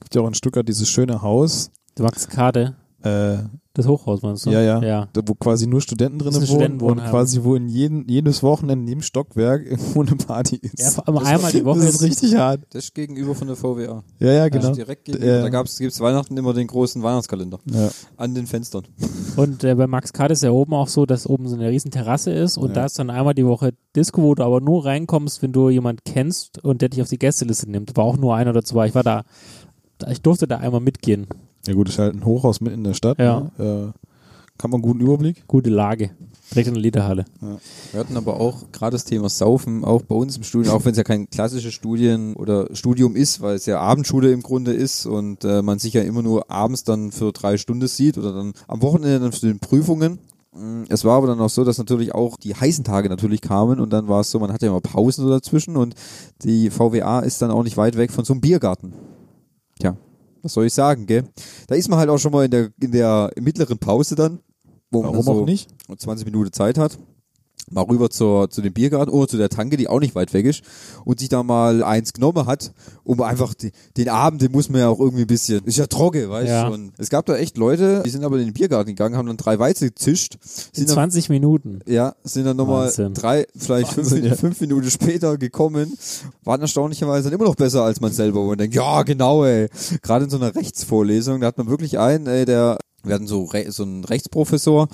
Speaker 1: Gibt ja auch in Stuttgart dieses schöne Haus,
Speaker 3: Du magst Kade,
Speaker 1: äh,
Speaker 3: das Hochhaus meinst du?
Speaker 1: ja, ja,
Speaker 3: ja.
Speaker 1: Da, wo quasi nur Studenten drin
Speaker 3: Das ist
Speaker 1: wohnen
Speaker 3: ein
Speaker 1: und
Speaker 3: Studentenwohnheim.
Speaker 1: quasi wo in jeden, jedes Wochenende in jedem Stockwerk irgendwo eine Party ist.
Speaker 3: Ja, vor allem einmal die Woche
Speaker 1: Das ist richtig hart.
Speaker 2: Das ist gegenüber von der VWA.
Speaker 1: Ja, ja,
Speaker 2: Das
Speaker 1: genau.
Speaker 2: ist direkt gegenüber.
Speaker 1: Äh,
Speaker 2: Da gab's, gibt's Weihnachten immer den großen Weihnachtskalender.
Speaker 1: Ja.
Speaker 2: An den Fenstern.
Speaker 3: Und äh, bei Max Kade ist ja oben auch so, dass oben so eine riesen Terrasse ist und
Speaker 1: Ja.
Speaker 3: da ist dann einmal die Woche Disco, wo du aber nur reinkommst, wenn du jemand kennst und der dich auf die Gästeliste nimmt. War auch nur ein oder zwei. Ich war da, da- ich durfte da einmal mitgehen.
Speaker 1: ja gut, ist halt ein Hochhaus mitten in der Stadt.
Speaker 3: Ja.
Speaker 1: Ne? Äh, kann man einen guten Überblick.
Speaker 3: Gute Lage. Direkt in der Liederhalle.
Speaker 2: Wir hatten aber auch gerade das Thema Saufen, auch bei uns im Studium, auch wenn es ja kein klassisches Studien oder Studium ist, weil es ja Abendschule im Grunde ist und äh, man sich ja immer nur abends dann für drei Stunden sieht oder dann am Wochenende dann für den Prüfungen. Mm, Es war aber dann auch so, dass natürlich auch die heißen Tage natürlich kamen und dann war es so, man hatte ja immer Pausen so dazwischen und die VWA ist dann auch nicht weit weg von so einem Biergarten. Tja, was soll ich sagen, gell? Da ist man halt auch schon mal in der, in der mittleren Pause dann. Wo man
Speaker 1: Warum
Speaker 2: so
Speaker 1: auch nicht?
Speaker 2: und 20 Minuten Zeit hat, mal rüber zur, zu dem Biergarten oder zu der Tanke, die auch nicht weit weg ist, und sich da mal eins genommen hat, um einfach die, den Abend, den muss man ja auch irgendwie ein bisschen, ist ja trocken, weißt du.
Speaker 3: Ja.
Speaker 2: Und es gab da echt Leute, die sind aber in den Biergarten gegangen, haben dann drei Weizen gezischt,
Speaker 3: In
Speaker 2: sind dann,
Speaker 3: 20 Minuten.
Speaker 2: ja, sind dann nochmal
Speaker 3: Wahnsinn.
Speaker 2: drei, vielleicht fünf,
Speaker 1: Wahnsinn, ja.
Speaker 2: fünf Minuten später gekommen, waren erstaunlicherweise dann immer noch besser als man selber, wo man denkt, ja, genau, ey. Gerade in so einer Rechtsvorlesung, da hat man wirklich einen, ey, der, wir hatten so, Re so einen Rechtsprofessor,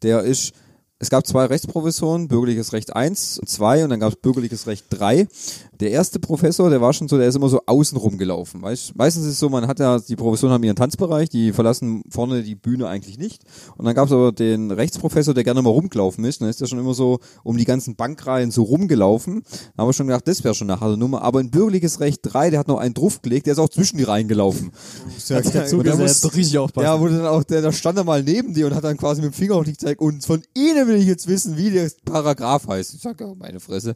Speaker 2: der ist, es gab zwei Rechtsprofessoren, bürgerliches Recht 1, 2 und dann gab es bürgerliches Recht 3. Der erste Professor, der war schon so, der ist immer so außenrum gelaufen. Weißt, meistens ist es so, man hat ja, die Professoren haben ihren Tanzbereich, die verlassen vorne die Bühne eigentlich nicht. Und dann gab es aber den Rechtsprofessor, der gerne mal rumgelaufen ist. Und Dann ist der schon immer so um die ganzen Bankreihen so rumgelaufen. Da haben wir schon gedacht, das wäre schon eine harte Nummer. Aber in bürgerliches Recht 3, der hat noch einen draufgelegt, der ist auch zwischen die Reihen gelaufen.
Speaker 1: Ja, genau
Speaker 3: dazu
Speaker 1: und da
Speaker 3: gesetzt.
Speaker 1: musst du richtig aufpassen.
Speaker 2: Ja, wurde dann auch, der, da stand er mal neben dir und hat dann quasi mit dem Finger auf dich gezeigt, und von Ihnen will ich jetzt wissen, wie der Paragraph heißt. Ich sag ja, meine Fresse.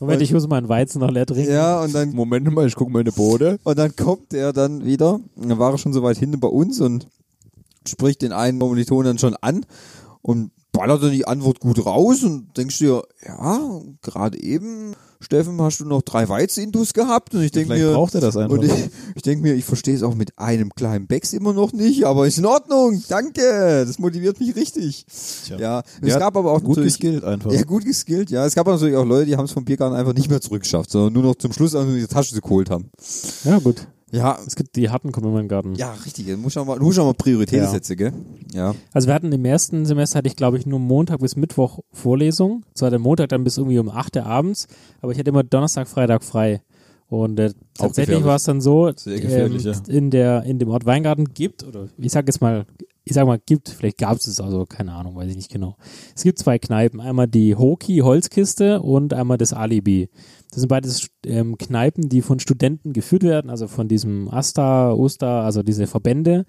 Speaker 3: Moment, ich muss meinen Weizen noch leer trinken.
Speaker 2: Ja, und dann,
Speaker 1: Moment mal, ich gucke meine Bode.
Speaker 2: und dann kommt er dann wieder, und dann war er schon so weit hinten bei uns und spricht den einen Kommilitonen dann schon an und ballert dann die Antwort gut raus und denkst dir, ja, gerade eben, Steffen, hast du noch drei Weizenindus gehabt? Und ich denke
Speaker 1: Vielleicht
Speaker 2: mir,
Speaker 1: braucht er das einfach.
Speaker 2: Und ich, ich denke mir, ich verstehe es auch mit einem kleinen Becks immer noch nicht, aber ist in Ordnung. Danke. Das motiviert mich richtig.
Speaker 1: Tja.
Speaker 2: Ja, es
Speaker 1: Ja,
Speaker 2: gab aber auch
Speaker 1: Gut
Speaker 2: natürlich,
Speaker 1: geskillt einfach.
Speaker 2: ja, gut geskillt, ja. Es gab aber natürlich auch Leute, die haben es vom Biergarten einfach nicht mehr zurückgeschafft, sondern nur noch zum Schluss einfach die Tasche geholt haben.
Speaker 3: ja gut.
Speaker 2: Ja,
Speaker 3: Es gibt die harten kommen immer in den Garten.
Speaker 2: ja, richtig. Du musst auch mal, du musst auch mal Prioritäten
Speaker 3: Ja.
Speaker 2: setzen, gell? Ja.
Speaker 3: Also wir hatten im ersten Semester hatte ich glaube ich nur Montag bis Mittwoch Vorlesung. Zwar der Montag dann bis irgendwie um 8 Uhr abends, aber ich hatte immer Donnerstag, Freitag frei. Und äh, tatsächlich
Speaker 2: gefährlich.
Speaker 3: war es dann so,
Speaker 2: Sehr gefährlich,
Speaker 1: ja.
Speaker 3: Ähm, in der in dem Ort Weingarten gibt oder ich sag jetzt mal, ich sag mal gibt, vielleicht gab es es also keine Ahnung, weiß ich nicht genau. Es gibt zwei Kneipen, einmal die Hoki Holzkiste und einmal das Alibi. Das sind beides ähm, Kneipen, die von Studenten geführt werden, also von diesem Asta, Oster, also diese Verbände.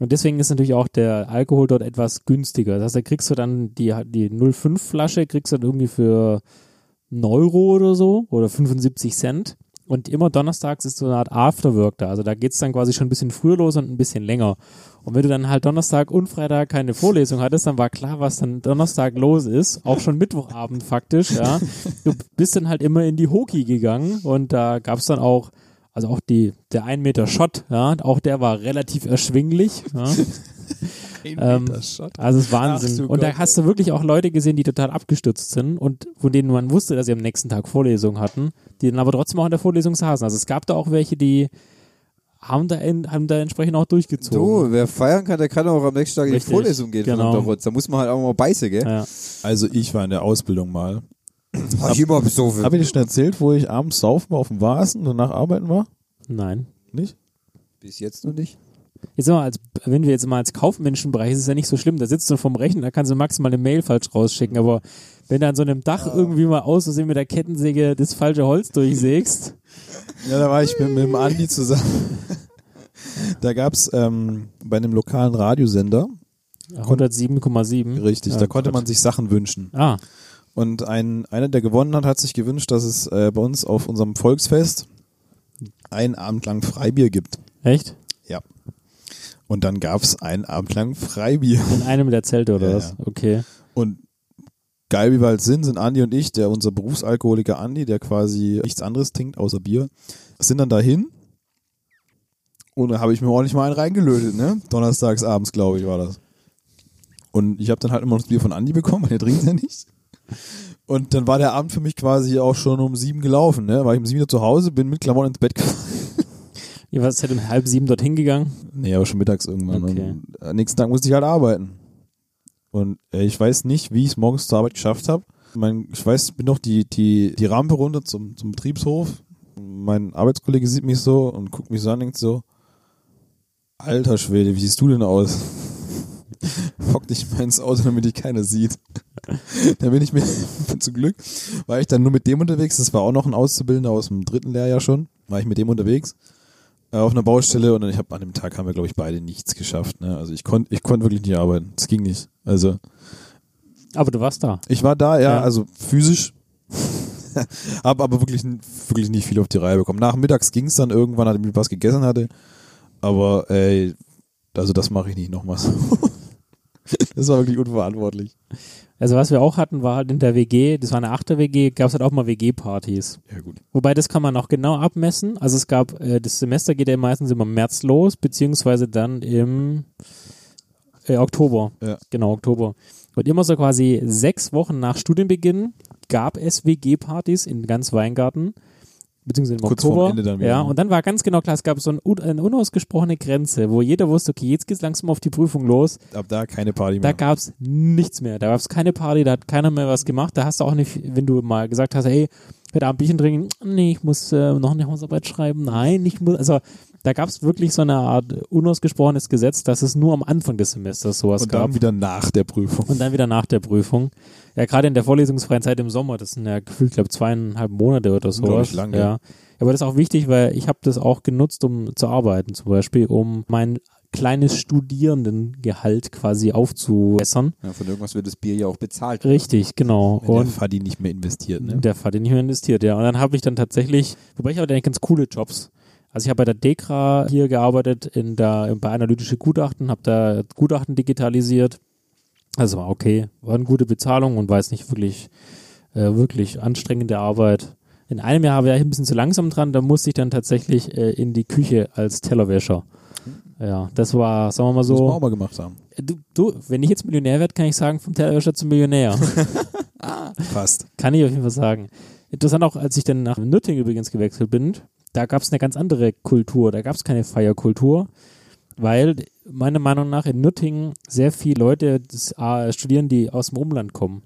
Speaker 3: Und deswegen ist natürlich auch der Alkohol dort etwas günstiger. Das heißt, da kriegst du dann die, die 05-Flasche, kriegst du dann irgendwie für einen Euro oder so oder 75 Cent. Und immer donnerstags ist so eine Art Afterwork da. Also da geht's dann quasi schon ein bisschen früher los und ein bisschen länger. Und wenn du dann halt Donnerstag und Freitag keine Vorlesung hattest, dann war klar, was dann Donnerstag los ist. Auch schon Mittwochabend faktisch, ja. Du bist dann halt immer in die Hoki gegangen und da gab's dann auch, also auch die, der 1 Meter Shot, ja, auch der war relativ erschwinglich. Ja. Ähm, also es
Speaker 1: Ach
Speaker 3: ist Wahnsinn.
Speaker 1: du
Speaker 3: und da
Speaker 1: Gott,
Speaker 3: hast du wirklich auch Leute gesehen, die total abgestürzt sind und von denen man wusste, dass sie am nächsten Tag Vorlesungen hatten, die dann aber trotzdem auch in der Vorlesung saßen. Also es gab da auch welche, die haben da, en- haben da entsprechend auch durchgezogen.
Speaker 2: Du, wer feiern kann, der kann auch am nächsten Tag in die
Speaker 3: Richtig,
Speaker 2: Vorlesung gehen.
Speaker 3: genau.
Speaker 2: verdammter Rotz. Da muss man halt auch mal beißen, gell?
Speaker 3: Ja.
Speaker 1: Also ich war in der Ausbildung mal.
Speaker 2: Hab ich immer besoffen.
Speaker 1: Habe ich dir schon erzählt, wo ich abends saufen war auf dem Vasen und danach arbeiten war?
Speaker 3: Nein.
Speaker 1: Nicht?
Speaker 2: Bis jetzt noch nicht.
Speaker 3: Jetzt immer als, wenn wir jetzt mal als Kaufmenschenbereich, ist es ja nicht so schlimm. Da sitzt du vom Rechner, da kannst du maximal eine Mail falsch rausschicken. Aber wenn du an so einem Dach irgendwie mal aus Versehen mit der Kettensäge das falsche Holz durchsägst,
Speaker 1: Ja, da war ich mit, mit dem Andi zusammen. Da gab's ähm, bei einem lokalen Radiosender,
Speaker 3: 107,7.
Speaker 1: richtig,
Speaker 3: Ja,
Speaker 1: da konnte
Speaker 3: Gott.
Speaker 1: man sich Sachen wünschen.
Speaker 3: Ah,
Speaker 1: Und ein, einer, der gewonnen hat, hat sich gewünscht, dass es äh, bei uns auf unserem Volksfest einen Abend lang Freibier gibt.
Speaker 3: echt?
Speaker 1: Ja. Und dann gab's einen Abend lang Freibier.
Speaker 3: In einem der Zelte oder
Speaker 1: Ja,
Speaker 3: was?
Speaker 1: ja.
Speaker 3: Okay.
Speaker 1: Und geil wie wir halt sind, sind Andi und ich, der unser Berufsalkoholiker Andi, der quasi nichts anderes trinkt außer Bier, sind dann dahin. Und da habe ich mir ordentlich mal einen reingelötet, ne? Donnerstags abends, glaube ich, war das. Und ich habe dann halt immer noch das Bier von Andi bekommen, weil der trinkt ja nicht. Und dann war der Abend für mich quasi auch schon um sieben gelaufen, ne? War ich um sieben Uhr zu Hause, bin mit Klamotten ins Bett gefahren.
Speaker 3: Ihr wart seit um halb sieben dorthin gegangen.
Speaker 1: Nee, aber schon mittags irgendwann.
Speaker 3: Okay.
Speaker 1: Und am nächsten Tag musste ich halt arbeiten. Und äh, ich weiß nicht, wie ich es morgens zur Arbeit geschafft habe. Mein, ich weiß, bin noch die, die, die Rampe runter zum, zum Betriebshof. Mein Arbeitskollege sieht mich so und guckt mich so an und denkt so, alter Schwede, wie siehst du denn aus? Fock dich mal ins Auto, damit dich keiner sieht. da bin ich mir zum Glück, war ich dann nur mit dem unterwegs, das war auch noch ein Auszubildender aus dem dritten Lehrjahr schon, war ich mit dem unterwegs äh, auf einer Baustelle und dann ich habe an dem Tag haben wir glaube ich beide nichts geschafft. Ne? Also ich konnte ich konnte wirklich nicht arbeiten. Es ging nicht. Also
Speaker 3: Aber du warst da.
Speaker 1: ich war da, ja,
Speaker 3: Ja.
Speaker 1: also physisch. habe aber wirklich, wirklich nicht viel auf die Reihe bekommen. Nachmittags ging es dann irgendwann, nachdem ich was gegessen hatte. Aber ey, also das mache ich nicht nochmal so. das war wirklich unverantwortlich.
Speaker 3: Also was wir auch hatten, war halt in der WG, das war eine achter WG, gab es halt auch mal WG-Partys.
Speaker 1: Ja gut.
Speaker 3: Wobei das kann man auch genau abmessen. Also es gab, äh, das Semester geht ja meistens immer im März los, beziehungsweise dann im äh, Oktober.
Speaker 1: Ja.
Speaker 3: Genau, Oktober. Und immer so quasi sechs Wochen nach Studienbeginn gab es WG-Partys in ganz Weingarten, beziehungsweise im
Speaker 1: Kurz vorm
Speaker 3: Oktober.
Speaker 1: Ende dann wieder,
Speaker 3: ja,
Speaker 1: ne?
Speaker 3: und dann war ganz genau klar, es gab so ein, un- eine unausgesprochene Grenze, wo jeder wusste, okay, jetzt geht's langsam auf die Prüfung los.
Speaker 1: Ab da keine Party
Speaker 3: Da
Speaker 1: mehr.
Speaker 3: gab's nichts mehr. Da gab's keine Party, da hat keiner mehr was gemacht. Da hast du auch nicht, wenn du mal gesagt hast, ey, heute Abend Bierchen trinken, nee, ich muss äh, noch eine Hausarbeit schreiben, nein, ich muss. Also da gab's wirklich so eine Art unausgesprochenes Gesetz, dass es nur am Anfang des Semesters sowas
Speaker 1: und
Speaker 3: gab.
Speaker 1: dann wieder nach der Prüfung.
Speaker 3: und dann wieder nach der Prüfung. Ja, gerade in der vorlesungsfreien Zeit im Sommer, das sind ja gefühlt, glaube zweieinhalb Monate oder sowas.
Speaker 1: Unglaublich lang, ja.
Speaker 3: ja. Aber das ist auch wichtig, weil ich habe das auch genutzt, um zu arbeiten, zum Beispiel, um mein kleines Studierendengehalt quasi aufzubessern.
Speaker 2: Ja, von irgendwas wird das Bier ja auch bezahlt.
Speaker 3: Richtig, genau.
Speaker 1: Wenn der
Speaker 3: Und
Speaker 1: Fadi nicht mehr investiert, ne?
Speaker 3: der Vater nicht mehr investiert, ja. Und dann habe ich dann tatsächlich, wobei ich aber denke, ganz coole Jobs. Also ich habe bei der Dekra hier gearbeitet, in der, bei analytische Gutachten, habe da Gutachten digitalisiert. Also war okay, war eine gute Bezahlung und war jetzt nicht wirklich, äh, wirklich anstrengende Arbeit. In einem Jahr war ich ein bisschen zu langsam dran, da musste ich dann tatsächlich äh, in die Küche als Tellerwäscher. Ja, das war, sagen wir mal
Speaker 1: Hm. Das muss man
Speaker 3: so,
Speaker 1: auch mal gemacht haben.
Speaker 3: du, du, wenn ich jetzt Millionär werde, kann ich sagen, vom Tellerwäscher zum Millionär.
Speaker 1: Fast.
Speaker 3: Kann ich auf jeden Fall sagen. Interessant auch, als ich dann nach Nürtingen übrigens gewechselt bin, da gab es eine ganz andere Kultur. Da gab es keine Feierkultur, weil meiner Meinung nach in Nürtingen sehr viele Leute das, äh, studieren, die aus dem Umland kommen.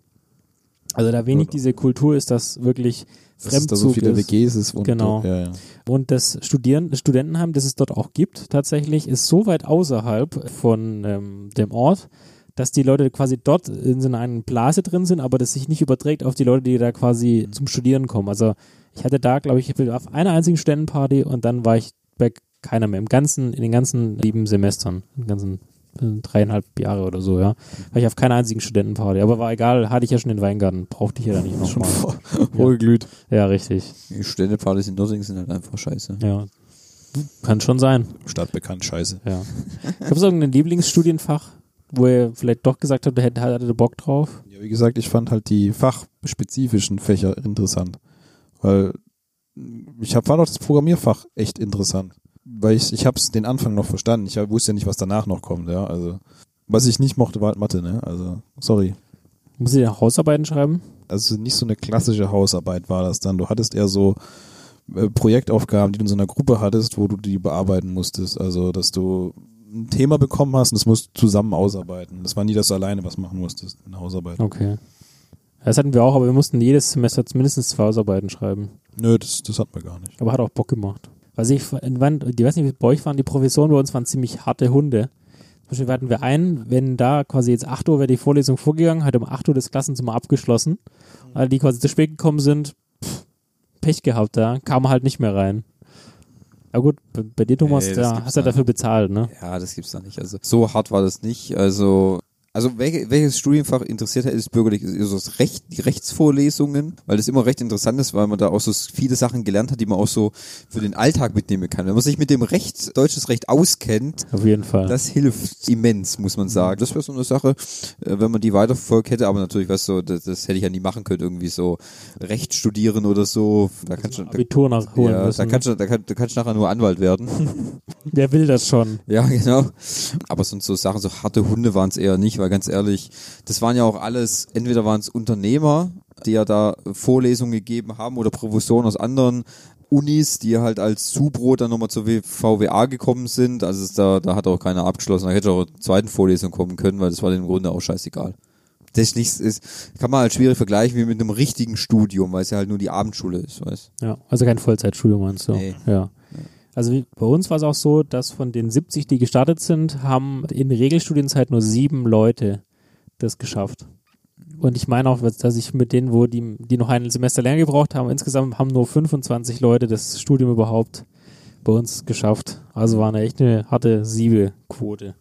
Speaker 3: Also da wenig diese Kultur ist, dass wirklich
Speaker 1: Dass es da so
Speaker 3: Fremdzug
Speaker 1: viele
Speaker 3: ist.
Speaker 1: WGs ist und
Speaker 3: Genau.
Speaker 1: ja, ja.
Speaker 3: Und das Studieren, Studentenheim, das es dort auch gibt, tatsächlich, ist so weit außerhalb von ähm, dem Ort, dass die Leute quasi dort in so einer eigenen Blase drin sind, aber das sich nicht überträgt auf die Leute, die da quasi zum Studieren kommen. Also ich hatte da, glaube ich, ich bin auf einer einzigen Studentenparty und dann war ich bei keiner mehr. Im ganzen, in den ganzen sieben Semestern, in den ganzen äh, dreieinhalb Jahre oder so, ja. War ich auf keiner einzigen Studentenparty. Aber war egal, hatte ich ja schon den Weingarten. Brauchte ich ja dann nicht
Speaker 1: Schon
Speaker 3: nochmal.
Speaker 1: vor- vorgeglüht.
Speaker 3: Ja, richtig.
Speaker 2: Die Ständepartys in Nürnberg sind halt einfach scheiße.
Speaker 3: Ja. Kann schon sein.
Speaker 1: Stadtbekannt, scheiße.
Speaker 3: Ja. Gab es irgendein Lieblingsstudienfach, wo ihr vielleicht doch gesagt habt, da hättet- hattet ihr Bock drauf?
Speaker 1: Ja, wie gesagt, ich fand halt die fachspezifischen Fächer interessant. Weil ich hab, fand auch das Programmierfach echt interessant. Weil ich, ich hab's den Anfang noch verstanden. Ich hab- wusste ja nicht, was danach noch kommt, ja. Also, was ich nicht mochte, war halt Mathe, ne? Also, sorry.
Speaker 3: Muss ich ja Hausarbeiten schreiben?
Speaker 1: Also nicht so eine klassische Hausarbeit war das dann. Du hattest eher so äh, Projektaufgaben, die du in so einer Gruppe hattest, wo du die bearbeiten musstest. Also, dass du ein Thema bekommen hast und das musst du zusammen ausarbeiten. Das war nie, dass du alleine was machen musstest in der Hausarbeit.
Speaker 3: Okay. Das hatten wir auch, aber wir mussten jedes Semester mindestens zwei Hausarbeiten schreiben.
Speaker 1: Nö, das, das hat man gar nicht.
Speaker 3: Aber hat auch Bock gemacht. Also ich fand, ich weiß nicht, wie es bei euch waren, die Professoren bei uns waren ziemlich harte Hunde. Zum Beispiel hatten wir einen, wenn da quasi jetzt 8 Uhr wäre die Vorlesung vorgegangen, hat um 8 Uhr das Klassenzimmer abgeschlossen. Alle, die quasi zu spät gekommen sind, pff, Pech gehabt da, kamen halt nicht mehr rein. Ja gut, bei, bei dir, Thomas,
Speaker 2: Ey, das
Speaker 3: da
Speaker 2: gibt's
Speaker 3: hast du ja
Speaker 2: nicht.
Speaker 3: dafür bezahlt, ne?
Speaker 2: Ja, das gibt's doch nicht. Also so hart war das nicht. Also also welche, welches Studienfach interessiert hat, ist bürgerlich, ist das Recht, die Rechtsvorlesungen, weil das immer recht interessant ist, weil man da auch so viele Sachen gelernt hat, die man auch so für den Alltag mitnehmen kann. Wenn man sich mit dem Recht, deutsches Recht auskennt,
Speaker 3: Auf jeden Fall.
Speaker 2: das hilft immens, muss man sagen. Das wäre so eine Sache, äh, wenn man die weiterverfolgt hätte, aber natürlich, weißt du, das, das hätte ich ja nie machen können, irgendwie so Recht studieren oder so. Da kannst du, da,
Speaker 3: Also Abitur nachholen
Speaker 2: ja, da
Speaker 3: müssen.
Speaker 2: kannst du, da, kann, da kannst du nachher nur Anwalt werden.
Speaker 3: Der will das schon.
Speaker 2: Ja, genau. Aber sonst so Sachen, so harte Hunde waren es eher nicht, weil ganz ehrlich, das waren ja auch alles, entweder waren es Unternehmer, die ja da Vorlesungen gegeben haben oder Professoren aus anderen Unis, die halt als Zubro dann nochmal zur W- VWA gekommen sind. Also es da, da hat auch keiner abgeschlossen. Da hätte auch zur zweiten Vorlesung kommen können, weil das war dem Grunde auch scheißegal. Das ist nichts, ist, kann man halt schwierig vergleichen wie mit einem richtigen Studium, weil es ja halt nur die Abendschule ist, weißt
Speaker 3: Ja, also kein Vollzeitstudium meinst du?
Speaker 2: Nee.
Speaker 3: Ja. Also wie- bei uns war es auch so, dass von den 70, die gestartet sind, haben in Regelstudienzeit nur sieben Leute das geschafft. Und ich meine auch, dass ich mit denen, wo die, die noch ein Semester länger gebraucht haben, insgesamt haben nur 25 Leute das Studium überhaupt bei uns geschafft. Also war eine echt eine harte Siebequote.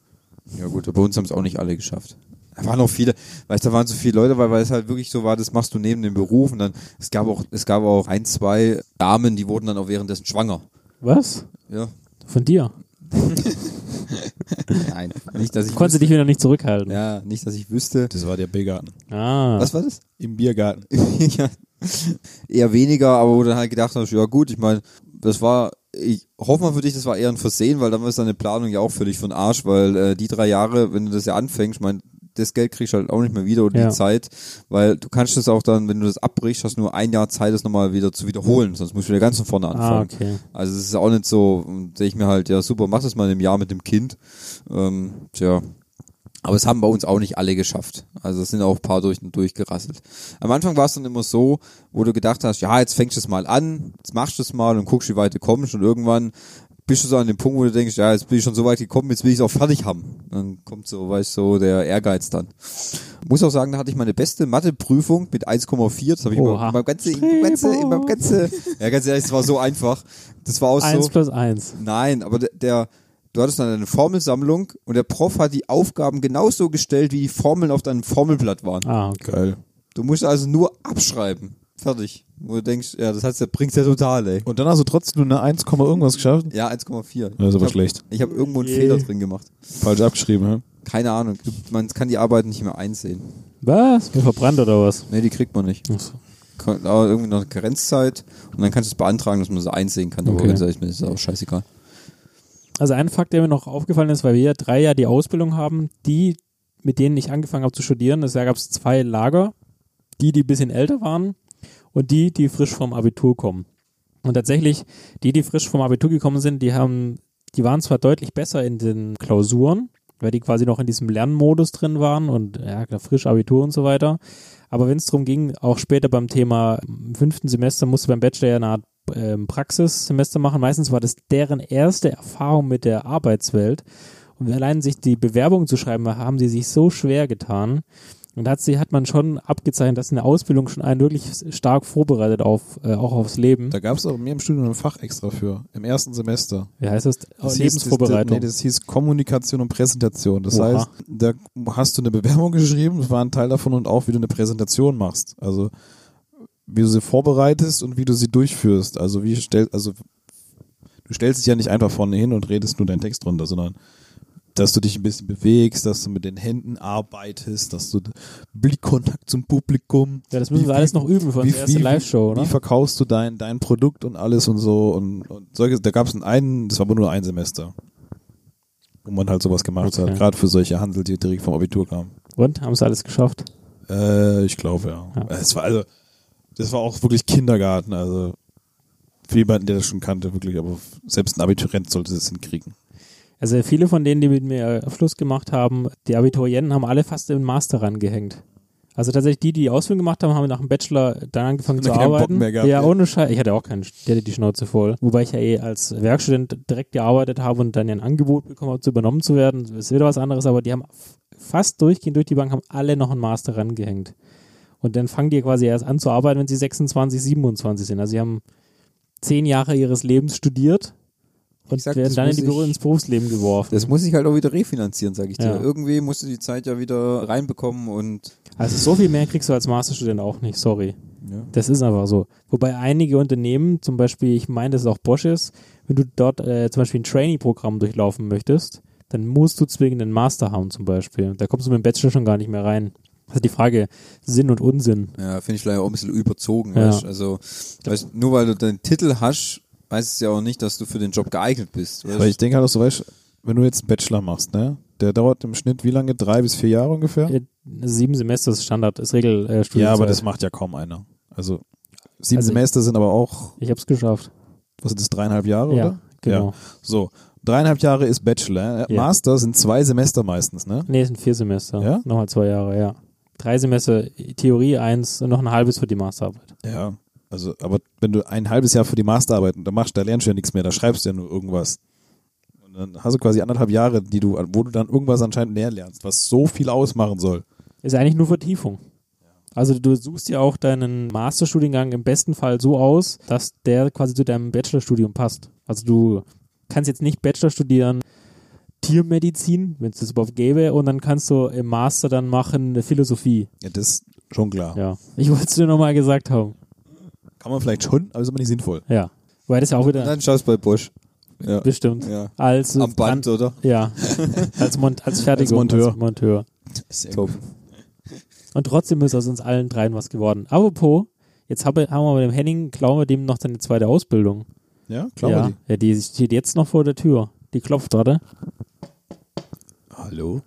Speaker 2: Ja gut, aber bei uns haben es auch nicht alle geschafft. Da waren auch viele, weißt du, da waren so viele Leute, weil, weil es halt wirklich so war, das machst du neben dem Beruf und dann, es gab auch, es gab auch ein, zwei Damen, die wurden dann auch währenddessen schwanger.
Speaker 3: Was?
Speaker 2: Ja.
Speaker 3: Von dir?
Speaker 2: Nein. Nicht, dass ich
Speaker 3: Konntest du dich wieder nicht zurückhalten?
Speaker 2: Ja, nicht, dass ich wüsste.
Speaker 1: Das war der Biergarten.
Speaker 3: Ah.
Speaker 2: Was war das?
Speaker 1: Im Biergarten.
Speaker 2: ja. Eher weniger, aber wo du dann halt gedacht hast, ja gut, ich meine, das war, ich hoffe mal für dich, das war eher ein Versehen, weil dann ist deine Planung ja auch völlig für den Arsch, weil äh, die drei Jahre, wenn du das ja anfängst, ich meine, das Geld kriegst du halt auch nicht mehr wieder oder
Speaker 3: Ja.
Speaker 2: die Zeit, weil du kannst das auch dann, wenn du das abbrichst, hast du nur ein Jahr Zeit, das nochmal wieder zu wiederholen, sonst musst du wieder ganz von vorne anfangen.
Speaker 3: ah, okay.
Speaker 2: Also es ist auch nicht so, und sehe ich mir halt, ja super, mach das mal im Jahr mit dem Kind. Ähm, tja. Aber es haben bei uns auch nicht alle geschafft. Also es sind auch ein paar durch und durch gerasselt. Am Anfang war es dann immer so, wo du gedacht hast, ja, jetzt fängst du es mal an, jetzt machst du es mal und guckst, wie weit du kommst und irgendwann bist du so an dem Punkt, wo du denkst, ja, jetzt bin ich schon so weit gekommen, jetzt will ich es auch fertig haben. Dann kommt so, weißt du, so der Ehrgeiz dann. Muss auch sagen, da hatte ich meine beste Matheprüfung mit 1,4. Das habe ich
Speaker 3: Oha.
Speaker 2: immer, beim ganze, beim ganze, beim
Speaker 3: Streber.
Speaker 2: ganze, ja, ganz ehrlich, es war so einfach. Das war auch
Speaker 3: Eins
Speaker 2: so.
Speaker 3: plus eins.
Speaker 2: Nein, aber der, der, du hattest dann eine Formelsammlung und der Prof hat die Aufgaben genauso gestellt, wie die Formeln auf deinem Formelblatt waren.
Speaker 3: Ah, okay.
Speaker 1: Geil.
Speaker 2: Du musst also nur abschreiben. Fertig. Wo du denkst, ja, das heißt, der bringt's ja total, ey.
Speaker 1: Und dann hast du trotzdem nur eine 1, Komma irgendwas geschafft?
Speaker 2: Ja, 1,4.
Speaker 1: Das ist aber
Speaker 2: ich hab,
Speaker 1: schlecht.
Speaker 2: Ich habe irgendwo einen
Speaker 3: Je.
Speaker 2: Fehler drin gemacht.
Speaker 1: Falsch abgeschrieben, hä?
Speaker 2: Keine Ahnung. Du- Man kann die Arbeit nicht mehr einsehen.
Speaker 3: Was? Mir verbrannt oder was?
Speaker 2: Nee, die kriegt man nicht.
Speaker 3: Ach so.
Speaker 2: Kann- Aber irgendwie noch eine Karenzzeit und dann kannst du es beantragen, dass man sie einsehen kann. Aber
Speaker 3: Okay.
Speaker 2: ganz ehrlich, mir ist das auch scheißegal.
Speaker 3: Also ein Fakt, der mir noch aufgefallen ist, weil wir ja drei Jahre die Ausbildung haben, die, mit denen ich angefangen habe zu studieren, das Jahr gab es zwei Lager, die, die ein bisschen älter waren und die, die frisch vom Abitur kommen. Und tatsächlich, die, die frisch vom Abitur gekommen sind, die haben, die waren zwar deutlich besser in den Klausuren, weil die quasi noch in diesem Lernmodus drin waren und ja, klar, frisch Abitur und so weiter. Aber wenn es darum ging, auch später beim Thema im fünften Semester musst du beim Bachelor ja eine Art ähm, Praxissemester machen. Meistens war das deren erste Erfahrung mit der Arbeitswelt. Und allein sich die Bewerbung zu schreiben, haben sie sich so schwer getan. Und hat, sie, hat man schon abgezeichnet, dass eine Ausbildung schon einen wirklich stark vorbereitet auf, äh, auch aufs Leben.
Speaker 1: Da gab es aber mir im Studium ein Fach extra für, im ersten Semester.
Speaker 3: Wie heißt das?
Speaker 1: Oh, Das hieß-
Speaker 3: Lebensvorbereitung.
Speaker 1: Das, nee, das hieß Kommunikation und Präsentation. Das
Speaker 3: Oha.
Speaker 1: heißt, da hast du eine Bewerbung geschrieben, das war ein Teil davon und auch, wie du eine Präsentation machst. Also wie du sie vorbereitest und wie du sie durchführst. Also wie stellst, also du stellst dich ja nicht einfach vorne hin und redest nur deinen Text runter, sondern dass du dich ein bisschen bewegst, dass du mit den Händen arbeitest, dass du Blickkontakt zum Publikum.
Speaker 3: ja, das müssen
Speaker 1: Wie-
Speaker 3: wir alles noch üben für
Speaker 1: wie-
Speaker 3: unsere erste
Speaker 1: wie-
Speaker 3: Live-Show, ne?
Speaker 1: Wie
Speaker 3: oder?
Speaker 1: verkaufst du dein, dein Produkt und alles und so und, und solche, da gab es einen, das war aber nur ein Semester, wo man halt sowas gemacht
Speaker 3: Okay.
Speaker 1: hat, gerade für solche Handel, die direkt vom Abitur kamen.
Speaker 3: Und haben es alles geschafft?
Speaker 1: Äh, ich glaube, ja.
Speaker 3: Ja.
Speaker 1: Es war also, das war auch wirklich Kindergarten, also für jemanden, der das schon kannte, wirklich, aber selbst ein Abiturient sollte das hinkriegen.
Speaker 3: Also viele von denen, die mit mir Abschluss gemacht haben, die Abiturienten haben alle fast im Master rangehängt. Also tatsächlich die, die die Ausbildung gemacht haben, haben nach dem Bachelor dann angefangen
Speaker 1: Haben
Speaker 3: zu
Speaker 1: keinen Bock
Speaker 3: arbeiten.
Speaker 1: mehr gehabt,
Speaker 3: ja,
Speaker 1: ja.
Speaker 3: ohne Scheiß. Ich hatte auch keinen, der hatte die Schnauze voll. Wobei ich ja eh als Werkstudent direkt gearbeitet habe und dann ja ein Angebot bekommen habe, zu übernommen zu werden. Das ist wieder was anderes, aber die haben f- fast durchgehend durch die Bank, haben alle noch einen Master rangehängt. Und dann fangen die quasi erst an zu arbeiten, wenn sie 26, 27 sind. Also sie haben zehn Jahre ihres Lebens studiert und
Speaker 2: Ich sag,
Speaker 3: werden
Speaker 2: das
Speaker 3: dann in
Speaker 2: muss
Speaker 3: die Büro,
Speaker 2: ich-
Speaker 3: ins Berufsleben geworfen.
Speaker 2: Das muss ich halt auch wieder refinanzieren, sag ich dir.
Speaker 3: Ja.
Speaker 2: Irgendwie musst du die Zeit ja wieder reinbekommen und
Speaker 3: Also so viel mehr kriegst du als Masterstudent auch nicht, sorry.
Speaker 2: Ja.
Speaker 3: Das ist einfach so. Wobei einige Unternehmen, zum Beispiel, ich meine, das ist auch Bosch ist, wenn du dort äh, zum Beispiel ein Trainee-Programm durchlaufen möchtest, dann musst du zwingend einen Master haben zum Beispiel. Da kommst du mit dem Bachelor schon gar nicht mehr rein. Also die Frage Sinn und Unsinn.
Speaker 2: ja, finde ich leider auch ein bisschen überzogen.
Speaker 3: Ja.
Speaker 2: Weißt? Also weißt, nur weil du den Titel hast, heißt es ja auch nicht, dass du für den Job geeignet bist. Weißt?
Speaker 1: Weil ich denke halt auch so, weißt, wenn du jetzt einen Bachelor machst, ne, der dauert im Schnitt wie lange? Drei bis vier Jahre ungefähr?
Speaker 3: Äh, Sieben Semester ist Standard, ist Regel. Äh,
Speaker 1: Ja,
Speaker 3: Studienzeit.
Speaker 1: aber das macht ja kaum einer. Also sieben
Speaker 3: Also ich-
Speaker 1: Semester sind aber auch,
Speaker 3: ich habe es geschafft.
Speaker 1: was sind das, dreieinhalb Jahre,
Speaker 3: Ja,
Speaker 1: oder?
Speaker 3: genau.
Speaker 1: So, dreieinhalb Jahre ist Bachelor. ne?
Speaker 3: Ja.
Speaker 1: Master sind zwei Semester meistens, ne?
Speaker 3: Nee, es sind vier Semester.
Speaker 1: Ja?
Speaker 3: Nochmal zwei Jahre, ja. Drei Semester Theorie, eins und noch ein halbes für die Masterarbeit.
Speaker 1: Ja. Also, aber wenn du ein halbes Jahr für die Masterarbeit und dann machst, da lernst du ja nichts mehr, da schreibst du ja nur irgendwas. Und dann hast du quasi anderthalb Jahre, die du, wo du dann irgendwas anscheinend mehr lernst, was so viel ausmachen soll.
Speaker 3: Ist eigentlich nur Vertiefung. Also du suchst ja auch deinen Masterstudiengang im besten Fall so aus, dass der quasi zu deinem Bachelorstudium passt. Also du kannst jetzt nicht Bachelor studieren Tiermedizin, wenn es das überhaupt gäbe, und dann kannst du im Master dann machen Philosophie.
Speaker 1: Ja, das ist schon klar.
Speaker 3: Ja. Ich wollte es dir nochmal gesagt haben.
Speaker 1: Kann man vielleicht schon, aber ist aber nicht sinnvoll.
Speaker 3: Ja. Weil das ja auch
Speaker 2: Und
Speaker 3: wieder
Speaker 2: dann schaust du bei Bosch. Ja.
Speaker 3: bestimmt.
Speaker 2: ja.
Speaker 3: Als
Speaker 2: Am Band, oder?
Speaker 3: Ja. Als, Mon als Fertigung.
Speaker 1: Als Monteur.
Speaker 3: Als Monteur.
Speaker 2: Top.
Speaker 3: Und trotzdem ist aus uns allen dreien was geworden. Apropos, jetzt habe, haben wir mit dem Henning, klauen wir dem noch seine zweite Ausbildung.
Speaker 1: Ja, klar.
Speaker 3: ja.
Speaker 1: Die.
Speaker 3: ja, die steht jetzt noch vor der Tür. Die klopft, oder?
Speaker 1: Hallo?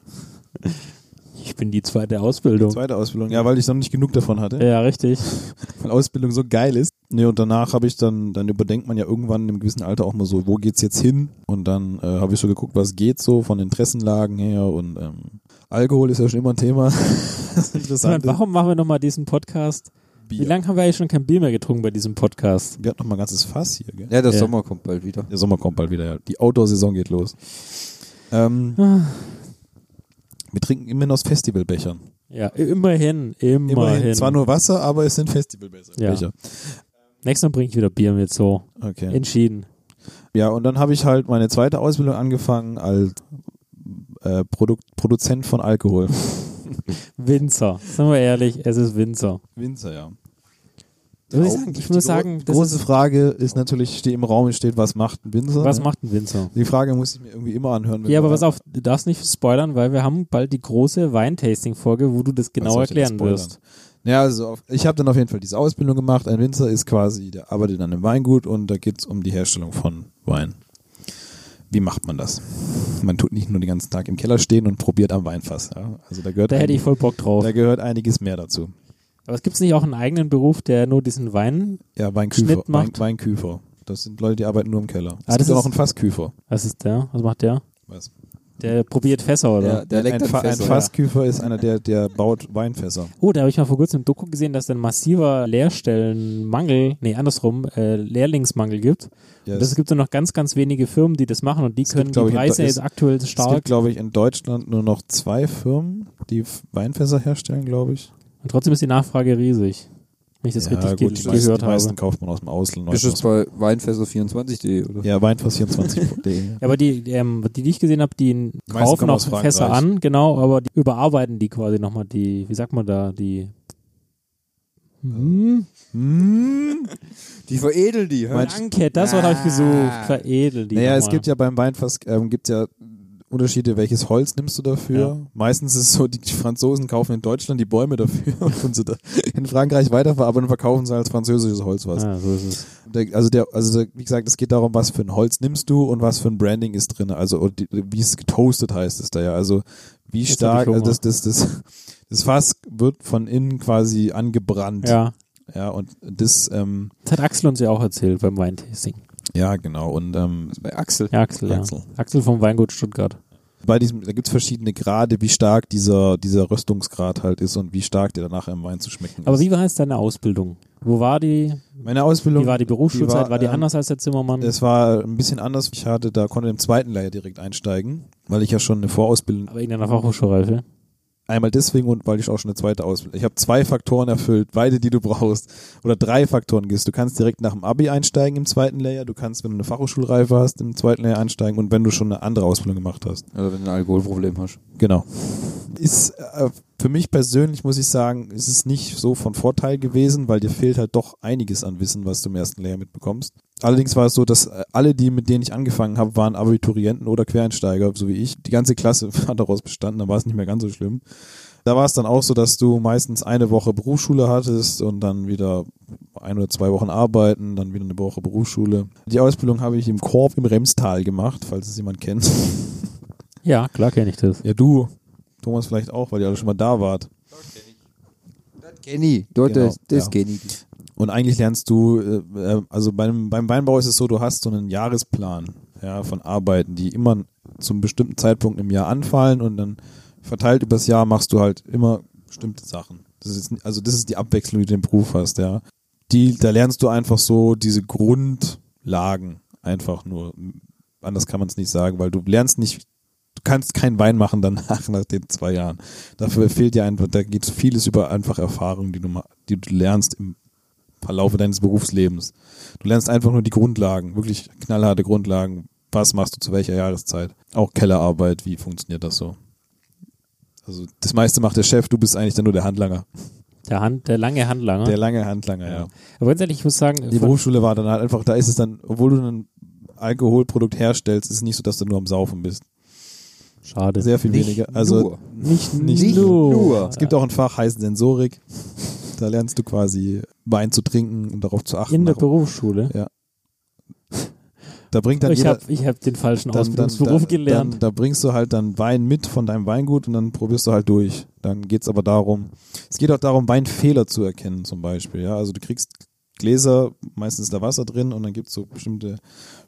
Speaker 3: Ich bin die zweite Ausbildung.
Speaker 1: Zweite Ausbildung. Ja, weil ich noch nicht genug davon hatte.
Speaker 3: ja, richtig.
Speaker 1: weil Ausbildung so geil ist. Nee, und danach habe ich dann, dann überdenkt man ja irgendwann im gewissen Alter auch mal so, wo geht's jetzt hin? Und dann äh, habe ich so geguckt, was geht so von Interessenlagen her und ähm, Alkohol ist ja schon immer ein Thema. das
Speaker 3: Sondern
Speaker 1: Interessante.
Speaker 3: warum machen wir nochmal diesen Podcast? Wie lange haben wir eigentlich schon kein Bier mehr getrunken bei diesem Podcast?
Speaker 1: Wir hatten noch mal ein ganzes Fass hier, gell?
Speaker 2: Ja, der
Speaker 3: Ja.
Speaker 2: Sommer kommt bald wieder.
Speaker 1: Der Sommer kommt bald wieder, ja. Die Outdoor-Saison geht los. Ähm, wir trinken immerhin aus Festivalbechern.
Speaker 3: Ja, immerhin, immerhin.
Speaker 1: Immerhin. Zwar nur Wasser, aber es sind Festivalbecher.
Speaker 3: Ja. Nächstes Mal bringe ich wieder Bier mit, so.
Speaker 1: Okay.
Speaker 3: Entschieden.
Speaker 1: Ja, und dann habe ich halt meine zweite Ausbildung angefangen als äh, Produkt, Produzent von Alkohol.
Speaker 3: Winzer. Sind wir ehrlich, es ist Winzer.
Speaker 1: Winzer, ja.
Speaker 3: Muss ich sagen, ich muss sagen, das
Speaker 1: große
Speaker 3: ist,
Speaker 1: Frage ist natürlich, die im Raum steht, was macht ein Winzer?
Speaker 3: was
Speaker 1: ne?
Speaker 3: macht ein Winzer?
Speaker 1: Die Frage muss ich mir irgendwie immer anhören. wenn
Speaker 3: Ja,
Speaker 1: wir-
Speaker 3: aber pass auf, du darfst nicht spoilern, weil wir haben bald die große Weintasting-Folge, wo du das
Speaker 1: was
Speaker 3: genau
Speaker 1: soll ich denn
Speaker 3: erklären
Speaker 1: spoilern?
Speaker 3: wirst.
Speaker 1: Ja, also auf, ich habe dann auf jeden Fall diese Ausbildung gemacht. Ein Winzer ist quasi, der arbeitet an einem Weingut und da geht's um die Herstellung von Wein. Wie macht man das? Man tut nicht nur den ganzen Tag im Keller stehen und probiert am Weinfass. Ja? Also da gehört
Speaker 3: Da hätte ich
Speaker 1: einig-
Speaker 3: voll Bock drauf.
Speaker 1: da gehört einiges mehr dazu.
Speaker 3: Aber es gibt nicht auch einen eigenen Beruf, der nur diesen Wein,
Speaker 1: Ja, Weinküfer.
Speaker 3: Schnitt macht.
Speaker 1: Wein, Weinküfer. Das sind Leute, die arbeiten nur im Keller. Es gibt
Speaker 3: Ah, das
Speaker 1: auch
Speaker 3: ist-
Speaker 1: noch einen Fassküfer.
Speaker 3: was ist der? Was macht der?
Speaker 1: Was?
Speaker 3: Der probiert Fässer, oder?
Speaker 2: Ja, der leckt
Speaker 1: ein,
Speaker 2: dann
Speaker 1: Fa ein
Speaker 2: fest.
Speaker 1: Fassküfer ist einer, der, der baut Weinfässer.
Speaker 3: Oh, da habe ich mal vor kurzem im Doku gesehen, dass es ein massiver Lehrstellenmangel, nee, andersrum, äh, Lehrlingsmangel gibt.
Speaker 1: Yes.
Speaker 3: Und das gibt dann noch ganz, ganz wenige Firmen, die das machen und die können
Speaker 1: gibt, glaub
Speaker 3: die
Speaker 1: ich,
Speaker 3: Preise
Speaker 1: in-
Speaker 3: jetzt aktuell
Speaker 1: Es
Speaker 3: stark.
Speaker 1: gibt, glaube ich, in Deutschland nur noch zwei Firmen, die F- Weinfässer herstellen, glaube ich.
Speaker 3: Und trotzdem ist die Nachfrage riesig. Wenn ich das richtig
Speaker 1: die,
Speaker 3: ge
Speaker 1: meisten,
Speaker 3: gehört
Speaker 1: die
Speaker 3: habe.
Speaker 1: meisten kauft man aus dem Ausland.
Speaker 2: Ist das bei weinfässer24.de, oder?
Speaker 1: ja, Weinfass24.de.
Speaker 3: Ja, aber die, ähm, die, die ich gesehen habe, die kaufen
Speaker 1: kommen
Speaker 3: auch
Speaker 1: aus Frankreich.
Speaker 3: Fässer an, genau, aber die überarbeiten die quasi nochmal die, wie sagt man da, die. Hm,
Speaker 1: Hm.
Speaker 2: Die veredeln die. hör.
Speaker 3: danke, das Wort habe ich gesucht. Veredel die.
Speaker 1: Naja,
Speaker 3: nochmal.
Speaker 1: es gibt ja beim Weinfass ähm, gibt's ja Unterschiede, welches Holz nimmst du dafür. Meistens ist es so, die Franzosen kaufen in Deutschland die Bäume dafür und tun sie da in Frankreich weiterverarbeiten und verkaufen sie als französisches Holzfass.
Speaker 3: Ah, so ist es.
Speaker 1: Der, also, der, also der, wie gesagt, es geht darum, was für ein Holz nimmst du und was für ein Branding ist drin. Also und die, wie es getoastet heißt, ist da ja. Also wie
Speaker 3: Jetzt hab
Speaker 1: stark,
Speaker 3: ich Hunger.
Speaker 1: also das, das, das, das Fass wird von innen quasi angebrannt.
Speaker 3: Ja.
Speaker 1: ja und das, ähm,
Speaker 3: Das hat Axel uns ja auch erzählt beim Weintasting.
Speaker 1: ja genau. Und ähm,
Speaker 2: Bei Axel.
Speaker 3: Ja, Axel,
Speaker 1: Axel.
Speaker 3: ja. Axel vom Weingut Stuttgart.
Speaker 1: bei diesem, da gibt's verschiedene Grade, wie stark dieser, dieser Röstungsgrad halt ist und wie stark der danach im Wein zu schmecken
Speaker 3: Aber
Speaker 1: ist.
Speaker 3: wie war es deine Ausbildung? Wo war die?
Speaker 1: Meine Ausbildung,
Speaker 3: Wie war die Berufsschulzeit? war, die
Speaker 1: ähm,
Speaker 3: anders als der Zimmermann?
Speaker 1: Es war ein bisschen anders. Ich hatte, da konnte im zweiten Lehrjahr direkt einsteigen, weil ich ja schon eine Vorausbildung
Speaker 3: Aber in der Fachhochschulreife.
Speaker 1: Einmal deswegen und weil ich auch schon eine zweite Ausbildung. Ich habe zwei Faktoren erfüllt, beide, die du brauchst. Oder drei Faktoren gehst. Du kannst direkt nach dem Abi einsteigen im zweiten Lehrjahr. Du kannst, wenn du eine Fachhochschulreife hast, im zweiten Lehrjahr einsteigen und wenn du schon eine andere Ausbildung gemacht hast.
Speaker 2: Oder wenn du ein Alkoholproblem hast.
Speaker 1: Genau. Ist äh, für mich persönlich, muss ich sagen, ist es nicht so von Vorteil gewesen, weil dir fehlt halt doch einiges an Wissen, was du im ersten Lehrjahr mitbekommst. Allerdings war es so, dass äh, alle, die mit denen ich angefangen habe, waren Abiturienten oder Quereinsteiger, so wie ich. Die ganze Klasse war daraus bestanden, da war es nicht mehr ganz so schlimm. Da war es dann auch so, dass du meistens eine Woche Berufsschule hattest und dann wieder ein oder zwei Wochen arbeiten, dann wieder eine Woche Berufsschule. Die Ausbildung habe ich im Korb im Remstal gemacht, falls es jemand kennt.
Speaker 3: Ja, klar kenne ich das.
Speaker 1: Ja, du. Thomas vielleicht auch, weil ihr alle schon mal da wart.
Speaker 2: Kenny. Dort,
Speaker 1: Genau,
Speaker 2: das, das
Speaker 1: ja.
Speaker 2: Kenny.
Speaker 1: Und eigentlich lernst du, äh, äh, also beim, beim Weinbau ist es so, du hast so einen Jahresplan ja, von Arbeiten, die immer zum bestimmten Zeitpunkt im Jahr anfallen und dann verteilt übers Jahr machst du halt immer bestimmte Sachen. Das ist, n- also das ist die Abwechslung, die du im Beruf hast, ja. Die, da lernst du einfach so diese Grundlagen einfach nur. Anders kann man es nicht sagen, weil du lernst nicht, du kannst keinen Wein machen danach, nach den zwei Jahren. Dafür fehlt dir einfach, da geht vieles über einfach Erfahrungen, die du, ma- die du lernst im Verlaufe deines Berufslebens. Du lernst einfach nur die Grundlagen, wirklich knallharte Grundlagen. Was machst du zu welcher Jahreszeit? Auch Kellerarbeit, wie funktioniert das so? Also das meiste macht der Chef, du bist eigentlich dann nur der Handlanger.
Speaker 3: Der, Hand, der lange Handlanger.
Speaker 1: Der lange Handlanger, ja.
Speaker 3: Aber ganz ehrlich, ich muss sagen,
Speaker 1: Die
Speaker 3: von,
Speaker 1: Berufsschule war dann halt einfach, da ist es dann, obwohl du ein Alkoholprodukt herstellst, ist es nicht so, dass du nur am Saufen bist.
Speaker 3: schade.
Speaker 1: Sehr viel
Speaker 2: Nicht
Speaker 1: weniger. Also
Speaker 2: nur.
Speaker 1: nicht,
Speaker 2: nicht nur.
Speaker 1: Es gibt auch ein Fach, heißt Sensorik. Da lernst du quasi Wein zu trinken und darauf zu achten.
Speaker 3: in der
Speaker 1: Darauf-
Speaker 3: Berufsschule.
Speaker 1: da bringt dann
Speaker 3: ich
Speaker 1: jeder,
Speaker 3: habe ich hab den falschen Ausbildungsberuf gelernt.
Speaker 1: Dann, da bringst du halt dann Wein mit von deinem Weingut und dann probierst du halt durch. Dann geht's aber darum, es geht auch darum, Weinfehler zu erkennen zum Beispiel. Ja? Also du kriegst Gläser, meistens ist da Wasser drin und dann gibt's so bestimmte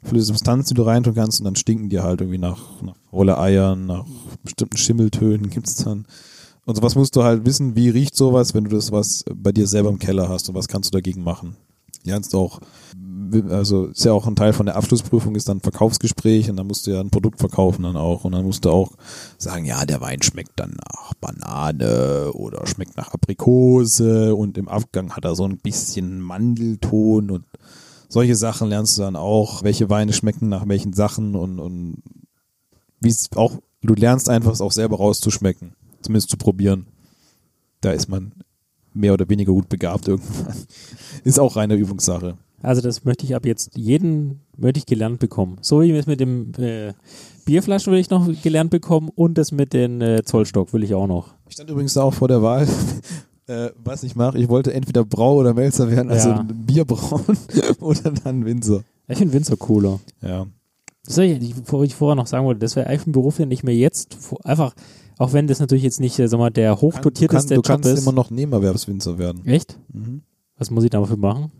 Speaker 1: flüssige Substanzen, die du reintun kannst und dann stinken die halt irgendwie nach, nach Rolle Eiern, nach bestimmten Schimmeltönen gibt's dann. Und sowas musst du halt wissen, wie riecht sowas, wenn du das was bei dir selber im Keller hast und was kannst du dagegen machen. Lernst auch also ist ja auch ein Teil von der Abschlussprüfung, ist dann ein Verkaufsgespräch und dann musst du ja ein Produkt verkaufen dann auch und dann musst du auch sagen, ja, der Wein schmeckt dann nach Banane oder schmeckt nach Aprikose und im Abgang hat er so ein bisschen Mandelton und solche Sachen lernst du dann auch, welche Weine schmecken nach welchen Sachen und, und wie es auch, du lernst einfach es auch selber rauszuschmecken, zumindest zu probieren. Da ist man mehr oder weniger gut begabt irgendwann. Ist auch reine Übungssache.
Speaker 3: Also das möchte ich ab jetzt jeden möchte ich gelernt bekommen. So wie das mit dem äh, Bierflaschen will ich noch gelernt bekommen und das mit den äh, Zollstock will ich auch noch.
Speaker 1: Ich stand übrigens da auch vor der Wahl, äh, was ich mache. Ich wollte entweder Brau oder Melzer werden, also
Speaker 3: Ja.
Speaker 1: Bier brauen oder dann Winzer.
Speaker 3: Ich finde Winzer cooler.
Speaker 1: Ja.
Speaker 3: Das soll ich, ich, wo ich vorher noch sagen wollte, das wäre eigentlich ein Beruf, den ich mir jetzt vor- einfach, auch wenn das natürlich jetzt nicht äh, sag mal, der hochdotierteste
Speaker 1: du
Speaker 3: Job
Speaker 1: kannst
Speaker 3: ist.
Speaker 1: immer noch Nebenerwerbswinzer werden.
Speaker 3: Echt?
Speaker 1: Mhm.
Speaker 3: Was muss ich dafür machen?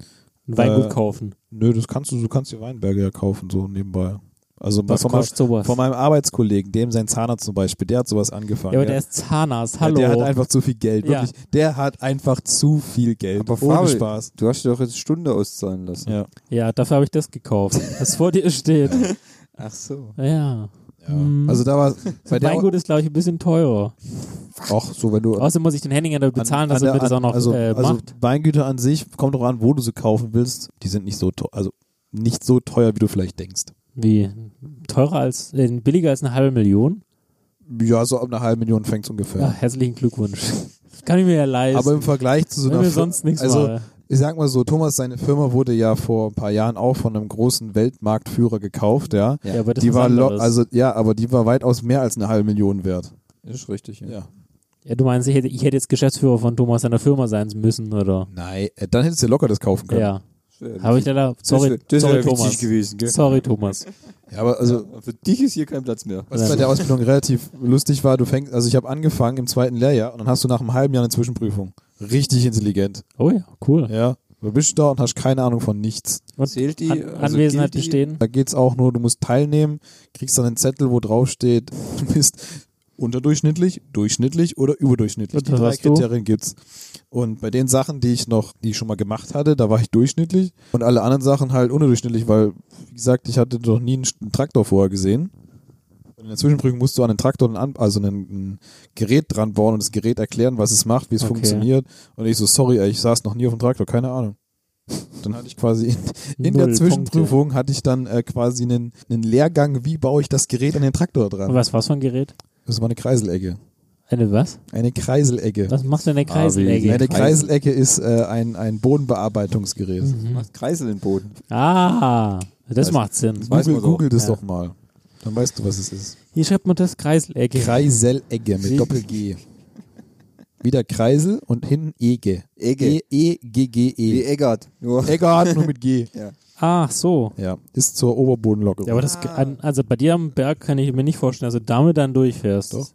Speaker 3: Ein Weingut
Speaker 1: Äh,
Speaker 3: kaufen.
Speaker 1: Nö, das kannst du, du kannst dir Weinberge ja kaufen, so nebenbei. Also
Speaker 3: Was
Speaker 1: von, meinem-
Speaker 3: kostet sowas?
Speaker 1: von meinem Arbeitskollegen, dem sein Zahnarzt zum Beispiel, der hat sowas angefangen.
Speaker 3: Ja, aber
Speaker 1: ja.
Speaker 3: der ist Zahnarzt,
Speaker 1: Ja,
Speaker 3: hallo.
Speaker 1: Der hat einfach zu viel Geld,
Speaker 3: Ja.
Speaker 1: wirklich. Der hat einfach zu viel Geld. ohne
Speaker 2: Fabel,
Speaker 1: Spaß.
Speaker 2: Du hast dir doch jetzt Stunde auszahlen lassen.
Speaker 1: Ja.
Speaker 3: ja, dafür habe ich das gekauft, was vor dir steht.
Speaker 2: Ach so.
Speaker 3: Ja. Hm.
Speaker 1: Also da war bei der
Speaker 3: mein Gut ist, glaube ich, ein bisschen teurer.
Speaker 1: auch so, wenn du
Speaker 3: Außerdem muss ich den Henninger dafür bezahlen, dass
Speaker 1: an
Speaker 3: er
Speaker 1: der-
Speaker 3: mir das auch
Speaker 1: an-
Speaker 3: noch
Speaker 1: also,
Speaker 3: äh,
Speaker 1: also
Speaker 3: macht.
Speaker 1: Weingüter an sich kommt drauf an, wo du sie kaufen willst. Die sind nicht so teuer, also nicht so teuer, wie du vielleicht denkst.
Speaker 3: Wie? Teurer als, äh, billiger als eine halbe Million?
Speaker 1: Ja, so ab einer halben Million fängt
Speaker 3: Ja,
Speaker 1: ungefähr.
Speaker 3: herzlichen Glückwunsch. Das kann ich mir ja leisten.
Speaker 1: Aber im Vergleich zu so
Speaker 3: wenn
Speaker 1: einer
Speaker 3: mir
Speaker 1: Fir-
Speaker 3: sonst nichts
Speaker 1: also
Speaker 3: mache.
Speaker 1: ich sag mal so, Thomas, seine Firma wurde ja vor ein paar Jahren auch von einem großen Weltmarktführer gekauft, ja.
Speaker 3: Ja, aber das
Speaker 1: die
Speaker 3: ist
Speaker 1: war
Speaker 3: was
Speaker 1: lo-
Speaker 3: anderes.
Speaker 1: also ja, aber die war weitaus mehr als eine halbe Million wert.
Speaker 2: Ist richtig, ja.
Speaker 3: ja, du meinst, ich hätte, ich hätte jetzt Geschäftsführer von Thomas seiner Firma sein müssen, oder?
Speaker 1: Nein, äh, dann hättest du locker das kaufen können.
Speaker 3: Ja. Habe ich leider.
Speaker 2: das
Speaker 3: Sorry,
Speaker 2: wär- das
Speaker 3: sorry,
Speaker 2: wär witzig
Speaker 3: Thomas.
Speaker 2: gewesen, gell?
Speaker 3: Sorry, Thomas.
Speaker 1: Ja, aber also
Speaker 2: Ja, Für dich ist hier kein Platz mehr.
Speaker 1: was bei der Ausbildung relativ lustig war, du fängst, also ich habe angefangen im zweiten Lehrjahr und dann hast du nach einem halben Jahr eine Zwischenprüfung. Richtig intelligent.
Speaker 3: Oh ja, cool.
Speaker 1: Ja. Du bist da und hast keine Ahnung von nichts.
Speaker 3: Und
Speaker 2: Zählt die,
Speaker 3: An
Speaker 2: also
Speaker 3: Anwesenheit
Speaker 2: gilt die-
Speaker 3: bestehen.
Speaker 1: Da geht's auch nur, du musst teilnehmen, kriegst dann einen Zettel, wo drauf steht, du bist unterdurchschnittlich, durchschnittlich oder überdurchschnittlich.
Speaker 3: Und
Speaker 1: Die
Speaker 3: was
Speaker 1: drei
Speaker 3: hast du?
Speaker 1: Kriterien gibt's. Und bei den Sachen, die ich noch, die ich schon mal gemacht hatte, da war ich durchschnittlich und alle anderen Sachen halt unterdurchschnittlich, weil, wie gesagt, ich hatte noch nie einen St- einen Traktor vorher gesehen. Und in der Zwischenprüfung musst du an den Traktor, einen An- also ein Gerät dran bauen und das Gerät erklären, was es macht, wie es
Speaker 3: Okay.
Speaker 1: funktioniert. Und ich so, sorry, ey, ich saß noch nie auf dem Traktor, keine Ahnung. Dann hatte ich quasi in, in der
Speaker 3: Null
Speaker 1: Zwischenprüfung hatte ich dann äh, quasi einen, einen Lehrgang, wie baue ich das Gerät an den Traktor
Speaker 3: Und
Speaker 1: dran.
Speaker 3: Was war's für ein Gerät?
Speaker 1: Das war eine Kreiselecke.
Speaker 3: Eine was?
Speaker 1: Eine Kreiselecke.
Speaker 3: Was macht denn eine
Speaker 2: Ah, wie-
Speaker 1: Eine
Speaker 3: Kreiselecke?
Speaker 1: Kreiselecke ist äh, ein, ein Bodenbearbeitungsgerät.
Speaker 3: Mhm.
Speaker 2: Macht Kreisel in den Boden.
Speaker 3: Ah, das macht Sinn.
Speaker 2: Weiß
Speaker 1: Google,
Speaker 2: man doch.
Speaker 1: Google das
Speaker 3: Ja.
Speaker 1: doch mal. Dann weißt du, was es ist.
Speaker 3: Hier schreibt man das Kreiselecke.
Speaker 1: Kreiselecke mit Doppel-G. Wieder Kreisel und hinten Ege. E,
Speaker 2: Ege. Wie
Speaker 1: E-E-G-G-E.
Speaker 2: Eggert. Nur.
Speaker 1: Eggard nur mit G.
Speaker 3: Ach so.
Speaker 1: Ja, ist zur Oberbodenlockerung.
Speaker 3: Ja, aber das, an- also bei dir am Berg kann ich mir nicht vorstellen, dass du damit dann durchfährst.
Speaker 1: Doch.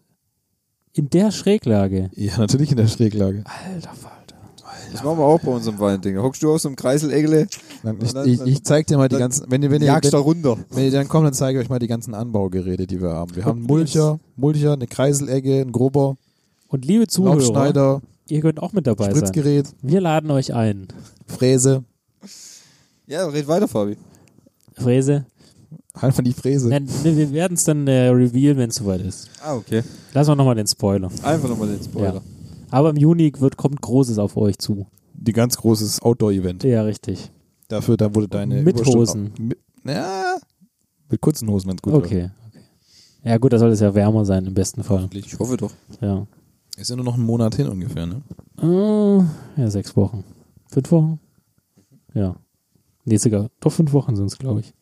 Speaker 3: In der Schräglage.
Speaker 1: ja, natürlich in der Schräglage.
Speaker 3: Alter Falter.
Speaker 2: Das machen wir auch bei unserem Weinding. Da Hockst du auf so einem Kreisel-Eggle,
Speaker 1: Dann, ich,
Speaker 2: Dann-
Speaker 1: ich, ich zeig dir mal die
Speaker 2: dann-
Speaker 1: ganzen. Wenn, ihr- wenn, ihr-
Speaker 2: jagst da
Speaker 1: wenn,
Speaker 2: runter.
Speaker 1: wenn ihr dann kommt, dann zeige ich euch mal die ganzen Anbaugeräte, die wir haben. Wir haben einen Mulcher, Mulcher, eine Kreiselegge, einen Grober,
Speaker 3: Und liebe Zuhörer,
Speaker 1: Laubschneider,
Speaker 3: ihr könnt auch mit dabei sein.
Speaker 1: Spritzgerät,
Speaker 3: Wir laden euch ein.
Speaker 1: Fräse.
Speaker 2: Ja, red weiter, Fabi.
Speaker 3: Fräse.
Speaker 1: Einfach die Fräse.
Speaker 3: Nein, wir wir werden es dann äh, revealen, wenn es soweit ist.
Speaker 2: Ah, okay.
Speaker 3: Lassen wir nochmal den Spoiler.
Speaker 2: Einfach nochmal den Spoiler.
Speaker 3: Aber im Juni wird, kommt Großes auf euch zu.
Speaker 1: Die ganz großes Outdoor-Event.
Speaker 3: Ja, richtig.
Speaker 1: Dafür, da wurde deine
Speaker 3: Mit
Speaker 1: Überstunde-
Speaker 3: Hosen.
Speaker 1: Mit, ja, mit kurzen Hosen, wenn's gut wird.
Speaker 3: okay. okay. Ja gut, da soll es ja wärmer sein im besten Fall.
Speaker 2: Ich hoffe doch.
Speaker 3: Ja.
Speaker 1: Ist ja nur noch ein Monat hin ungefähr, ne?
Speaker 3: Äh, ja, sechs Wochen. Fünf Wochen? Ja. Nee, sogar. Doch fünf Wochen sind es, glaube ich.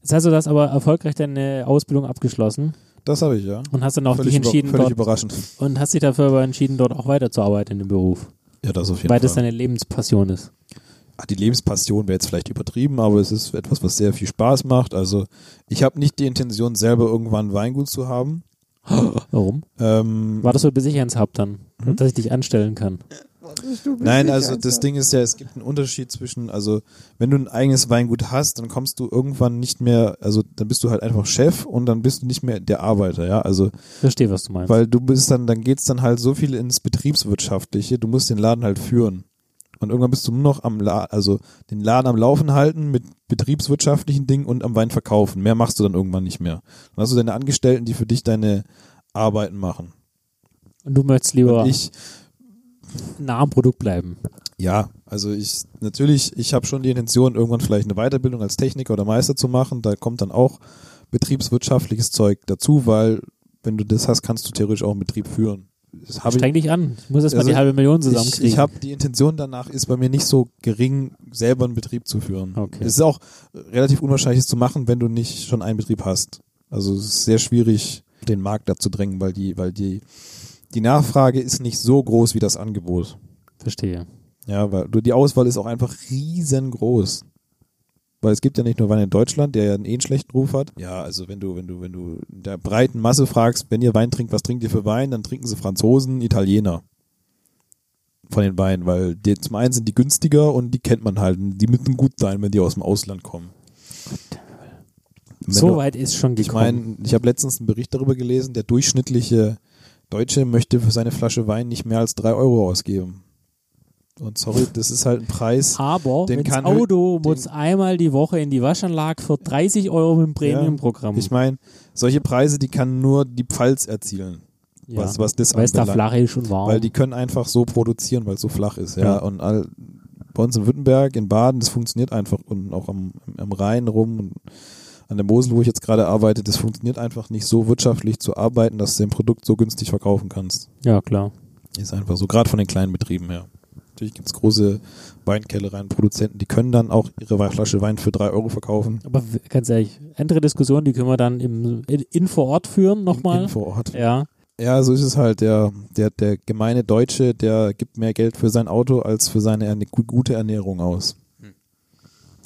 Speaker 3: Jetzt hast du das aber erfolgreich deine Ausbildung abgeschlossen
Speaker 1: Das habe ich, ja.
Speaker 3: und hast dann auch
Speaker 1: völlig
Speaker 3: dich entschieden
Speaker 1: über, völlig
Speaker 3: dort,
Speaker 1: überraschend.
Speaker 3: und hast dich dafür aber entschieden, dort auch weiterzuarbeiten in dem Beruf.
Speaker 1: Ja, das auf jeden
Speaker 3: weil
Speaker 1: Fall.
Speaker 3: das deine Lebenspassion ist.
Speaker 1: Ah, die Lebenspassion wäre jetzt vielleicht übertrieben, aber es ist etwas, was sehr viel Spaß macht. Also ich habe nicht die Intention, selber irgendwann Weingut zu haben.
Speaker 3: Warum?
Speaker 1: Ähm,
Speaker 3: War das so, bis ich eins hab dann,
Speaker 1: Hm?
Speaker 3: dass ich dich anstellen kann?
Speaker 1: nein, also das Ding ist ja, es gibt einen Unterschied zwischen, also wenn du ein eigenes Weingut hast, dann kommst du irgendwann nicht mehr, also dann bist du halt einfach Chef und dann bist du nicht mehr der Arbeiter, ja. Also
Speaker 3: Verstehe, was du meinst.
Speaker 1: Weil du bist dann, dann geht's dann halt so viel ins Betriebswirtschaftliche, du musst den Laden halt führen. Und irgendwann bist du nur noch am La also den Laden am Laufen halten mit betriebswirtschaftlichen Dingen und am Wein verkaufen. Mehr machst du dann irgendwann nicht mehr. Dann hast du deine Angestellten, die für dich deine Arbeiten machen.
Speaker 3: und du möchtest
Speaker 1: Und
Speaker 3: lieber
Speaker 1: ich,
Speaker 3: nah am Produkt bleiben.
Speaker 1: ja, also ich, natürlich, ich habe schon die Intention, irgendwann vielleicht eine Weiterbildung als Techniker oder Meister zu machen. Da kommt dann auch betriebswirtschaftliches Zeug dazu, weil wenn du das hast, kannst du theoretisch auch einen Betrieb führen. Das hab ich-
Speaker 3: Streng dich an. Ich muss erst mal
Speaker 1: Also,
Speaker 3: die halbe Million
Speaker 1: Ich,
Speaker 3: zusammenkriegen.
Speaker 1: ich habe die Intention danach ist bei mir nicht so gering, selber einen Betrieb zu führen.
Speaker 3: Okay.
Speaker 1: Es ist auch relativ unwahrscheinlich es zu machen, wenn du nicht schon einen Betrieb hast. Also es ist sehr schwierig, den Markt dazu drängen, weil die, weil die, die Nachfrage ist nicht so groß wie das Angebot.
Speaker 3: Verstehe.
Speaker 1: Ja, weil du, die Auswahl ist auch einfach riesengroß. Weil es gibt ja nicht nur Wein in Deutschland, der ja einen eh einen schlechten Ruf hat. Ja, also wenn du, wenn du, wenn du der breiten Masse fragst, wenn ihr Wein trinkt, was trinkt ihr für Wein, dann trinken sie Franzosen, Italiener von den Weinen, weil die, zum einen sind die günstiger und die kennt man halt. Und Die müssen gut sein, wenn die aus dem Ausland kommen. Wenn
Speaker 3: So
Speaker 1: du-
Speaker 3: weit ist schon
Speaker 1: Ich
Speaker 3: gekommen.
Speaker 1: meine, ich habe letztens einen Bericht darüber gelesen, der durchschnittliche Deutsche möchte für seine Flasche Wein nicht mehr als 3 Euro ausgeben. Und sorry, das ist halt ein Preis.
Speaker 3: aber
Speaker 1: den
Speaker 3: wenn das
Speaker 1: kann-
Speaker 3: Auto
Speaker 1: den-
Speaker 3: muss einmal die Woche in die Waschanlage für 30 Euro mit dem Premium-Programm.
Speaker 1: Ich meine, solche Preise, die kann nur die Pfalz erzielen,
Speaker 3: Ja.
Speaker 1: was, was das
Speaker 3: Weil es da
Speaker 1: anbelangt.
Speaker 3: flach ist und warm.
Speaker 1: Weil die können einfach so produzieren, weil es so flach ist, ja.
Speaker 3: Ja.
Speaker 1: Und all, bei uns in Württemberg, in Baden, das funktioniert einfach und auch am, am Rhein rum und an der Mosel, wo ich jetzt gerade arbeite, das funktioniert einfach nicht so wirtschaftlich zu arbeiten, dass du dein Produkt so günstig verkaufen kannst.
Speaker 3: ja, klar.
Speaker 1: Ist einfach so, gerade von den kleinen Betrieben her. Natürlich gibt es große Weinkellereien, Produzenten, die können dann auch ihre Wei- Flasche Wein für drei Euro verkaufen.
Speaker 3: Aber w- ganz ehrlich, andere Diskussion, die können wir dann im, in, in vor Ort führen
Speaker 1: In-
Speaker 3: nochmal.
Speaker 1: Vor Ort.
Speaker 3: Ja,
Speaker 1: Ja, so ist es halt. Der, der, der gemeine Deutsche, der gibt mehr Geld für sein Auto als für seine Erne gu- gute Ernährung aus.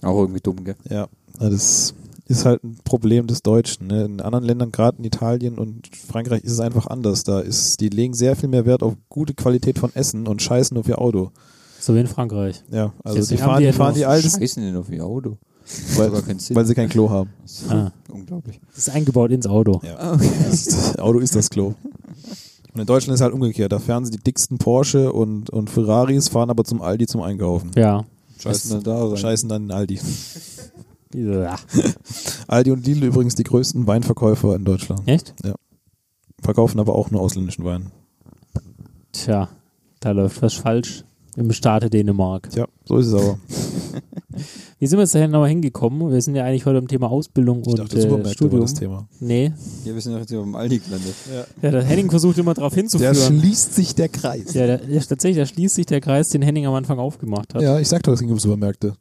Speaker 2: Auch irgendwie dumm, gell?
Speaker 1: Ja, na, das ist halt ein Problem des Deutschen. Ne? In anderen Ländern, gerade in Italien und Frankreich, ist es einfach anders. Da ist, die legen sehr viel mehr Wert auf gute Qualität von Essen und scheißen auf ihr Auto.
Speaker 3: so wie in Frankreich.
Speaker 1: Ja, also
Speaker 3: Deswegen
Speaker 1: die
Speaker 3: haben
Speaker 1: fahren die,
Speaker 3: die halt ja
Speaker 1: fahren
Speaker 3: nur
Speaker 1: die
Speaker 3: auf
Speaker 1: altes,
Speaker 2: Scheißen denn auf ihr Auto?
Speaker 1: weil,
Speaker 2: gar keinen Sinn.
Speaker 1: weil sie kein Klo haben.
Speaker 3: Ah,
Speaker 2: Unglaublich.
Speaker 3: das ist eingebaut ins Auto.
Speaker 1: Ja. Das Auto ist das Klo. Und in Deutschland ist halt umgekehrt. Da fahren sie die dicksten Porsche und, und Ferraris, fahren aber zum Aldi zum Einkaufen.
Speaker 3: Ja.
Speaker 2: Scheißen dann da rein.
Speaker 1: Scheißen dann in Aldi.
Speaker 3: ja.
Speaker 1: Aldi und Lidl übrigens die größten Weinverkäufer in Deutschland.
Speaker 3: Echt?
Speaker 1: Verkaufen aber auch nur ausländischen Wein.
Speaker 3: Tja, da läuft was falsch im Staate Dänemark.
Speaker 1: Tja, so ist es aber.
Speaker 3: Wie sind wir jetzt dahin nochmal hingekommen? Wir sind ja eigentlich heute am Thema Ausbildung
Speaker 1: Ich
Speaker 3: und
Speaker 1: dachte,
Speaker 3: äh,
Speaker 1: Supermärkte war
Speaker 3: Studium.
Speaker 1: das Thema.
Speaker 3: Nee.
Speaker 2: Ja, wir sind doch jetzt hier beim Aldi gelandet.
Speaker 3: Ja, der Henning versucht immer darauf hinzuführen.
Speaker 1: schließt sich der Kreis.
Speaker 3: Ja, der, der, tatsächlich, da schließt sich der Kreis, den Henning am Anfang aufgemacht hat.
Speaker 1: Ja, ich sag doch, es ging um Supermärkte.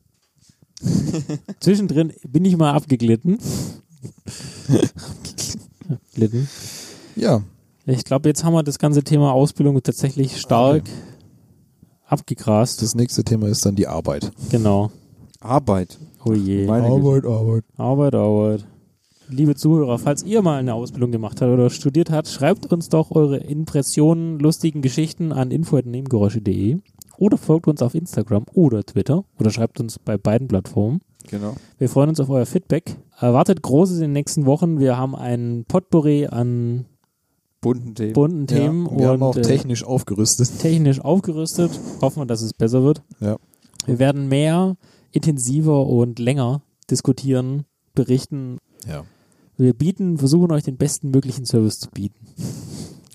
Speaker 3: Zwischendrin bin ich mal abgeglitten. Abgeglitten.
Speaker 1: Ja,
Speaker 3: Ich glaube, jetzt haben wir das ganze Thema Ausbildung tatsächlich stark abgegrast.
Speaker 1: das nächste Thema ist dann die Arbeit.
Speaker 3: genau.
Speaker 2: Arbeit.
Speaker 3: Oh je.
Speaker 2: Meine
Speaker 1: Arbeit.
Speaker 3: Arbeit, Arbeit. Liebe Zuhörer, falls ihr mal eine Ausbildung gemacht habt oder studiert habt, schreibt uns doch eure Impressionen, lustigen Geschichten an info.nebengeräusche.de oder folgt uns auf Instagram oder Twitter oder schreibt uns bei beiden Plattformen.
Speaker 2: Genau.
Speaker 3: Wir freuen uns auf euer Feedback. Erwartet Großes in den nächsten Wochen. Wir haben ein Potpourri an
Speaker 2: Bunten Themen.
Speaker 3: bunten
Speaker 1: Ja,
Speaker 3: Themen
Speaker 1: wir haben
Speaker 3: und
Speaker 1: auch
Speaker 3: äh,
Speaker 1: technisch aufgerüstet.
Speaker 3: technisch aufgerüstet. Hoffen wir, dass es besser wird.
Speaker 1: Ja.
Speaker 3: Wir werden mehr, intensiver und länger diskutieren, berichten.
Speaker 1: Ja.
Speaker 3: Wir bieten, versuchen euch den besten möglichen Service zu bieten.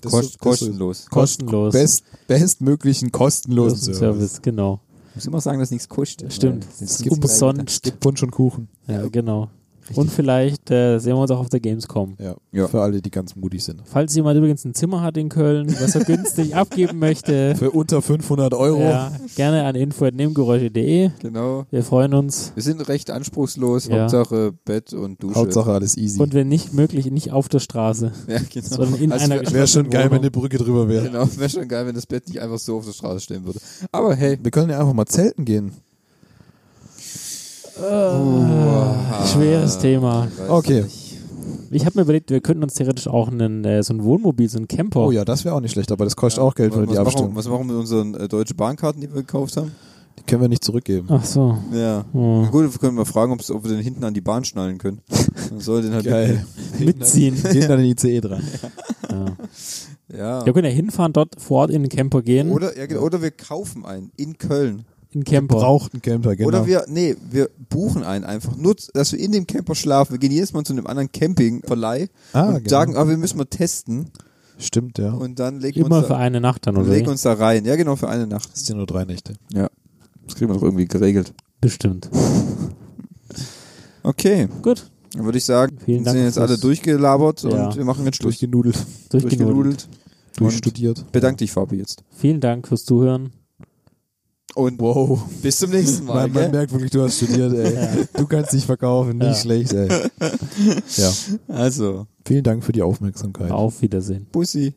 Speaker 2: Kost, kostenlos.
Speaker 3: Kostenlos.
Speaker 1: Best, bestmöglichen kostenlosen
Speaker 3: Service,
Speaker 1: Service.
Speaker 3: genau.
Speaker 2: Ich muss immer sagen, dass nichts kostet.
Speaker 3: Stimmt.
Speaker 2: weil sonst
Speaker 3: Ist
Speaker 2: gibt's
Speaker 3: Umsonst.
Speaker 1: Gibt Punsch und Kuchen.
Speaker 3: Ja, genau. Und vielleicht äh, sehen wir uns auch auf der Gamescom.
Speaker 1: Ja.
Speaker 2: Ja.
Speaker 1: Für alle, die ganz mutig sind.
Speaker 3: Falls jemand übrigens ein Zimmer hat in Köln, was er günstig abgeben möchte,
Speaker 1: Für unter 500 Euro.
Speaker 3: ja, gerne an info.nebengeräusche.de.
Speaker 2: leider- Genau.
Speaker 3: Wir freuen uns.
Speaker 2: Wir sind recht anspruchslos.
Speaker 3: Ja.
Speaker 2: Hauptsache Bett und Dusche.
Speaker 1: Hauptsache alles easy.
Speaker 3: Und wenn nicht möglich, nicht auf der Straße,
Speaker 2: Ja, genau.
Speaker 3: sondern in
Speaker 2: Also
Speaker 3: einer
Speaker 2: wär-
Speaker 1: Wäre schon
Speaker 3: geschlossenen
Speaker 1: geil, wenn
Speaker 3: Wohnung.
Speaker 1: eine Brücke drüber wäre.
Speaker 2: Genau, wäre schon geil, wenn das Bett nicht einfach so auf der Straße stehen würde. Aber hey,
Speaker 1: Wir können ja einfach mal zelten gehen.
Speaker 3: Ah, schweres Thema.
Speaker 2: weiß
Speaker 1: Okay.
Speaker 2: nicht.
Speaker 3: Ich habe mir überlegt, wir könnten uns theoretisch auch einen, äh, so ein Wohnmobil, so ein Camper.
Speaker 1: Oh ja, das wäre auch nicht schlecht, aber das kostet auch Geld, wenn wir die
Speaker 2: was
Speaker 1: abstimmen.
Speaker 2: machen, was machen wir mit unseren äh, deutschen Bahnkarten, die wir gekauft haben?
Speaker 1: Die können wir nicht zurückgeben.
Speaker 3: Ach so.
Speaker 2: Ja.
Speaker 3: Oh.
Speaker 2: Na gut, wir können mal fragen, ob's- ob wir den hinten an die Bahn schnallen können. Dann soll den halt
Speaker 1: Geil.
Speaker 3: Mitziehen.
Speaker 1: Gehen dann in die ICE dran.
Speaker 3: Ja.
Speaker 2: Ja.
Speaker 3: Wir können ja hinfahren, dort vor Ort in den Camper gehen.
Speaker 2: Oder, ja, genau, oder wir kaufen einen in Köln.
Speaker 3: in den Camper.
Speaker 1: Braucht einen Camper, genau.
Speaker 2: Oder wir, nee, wir buchen einen einfach. Nur, dass wir in dem Camper schlafen. Wir gehen jedes Mal zu einem anderen Campingverleih
Speaker 1: Ah,
Speaker 2: und
Speaker 1: genau.
Speaker 2: sagen, ah, wir müssen mal testen.
Speaker 1: Stimmt, ja.
Speaker 2: Und dann legen wir
Speaker 3: Immer
Speaker 2: uns,
Speaker 3: für
Speaker 2: da,
Speaker 3: eine Nacht dann,
Speaker 2: und
Speaker 3: oder?
Speaker 2: legen
Speaker 3: wie?
Speaker 2: uns da rein. Ja, genau, für eine Nacht.
Speaker 1: Das sind ja nur drei Nächte.
Speaker 2: Ja. Das kriegen wir doch irgendwie geregelt.
Speaker 3: Bestimmt.
Speaker 2: Okay.
Speaker 3: Gut.
Speaker 2: Dann würde ich sagen,
Speaker 3: Vielen
Speaker 2: sind
Speaker 3: Dank
Speaker 2: jetzt alle
Speaker 3: fürs-
Speaker 2: durchgelabert
Speaker 3: Ja.
Speaker 2: und wir machen jetzt Schluss.
Speaker 1: Durchgenudelt.
Speaker 3: Durchgenudelt.
Speaker 1: Durchstudiert.
Speaker 2: Bedank dich, Fabi, jetzt.
Speaker 3: Vielen Dank fürs Zuhören.
Speaker 2: Und
Speaker 1: Wow.
Speaker 2: bis zum nächsten Mal.
Speaker 1: Man, man
Speaker 2: gell?
Speaker 1: merkt wirklich, du hast studiert, ey. Du kannst dich verkaufen, nicht
Speaker 3: Ja.
Speaker 1: schlecht, ey. Ja.
Speaker 2: Also,
Speaker 1: Also. Vielen Dank für die Aufmerksamkeit.
Speaker 3: Auf Wiedersehen.
Speaker 2: Pussy.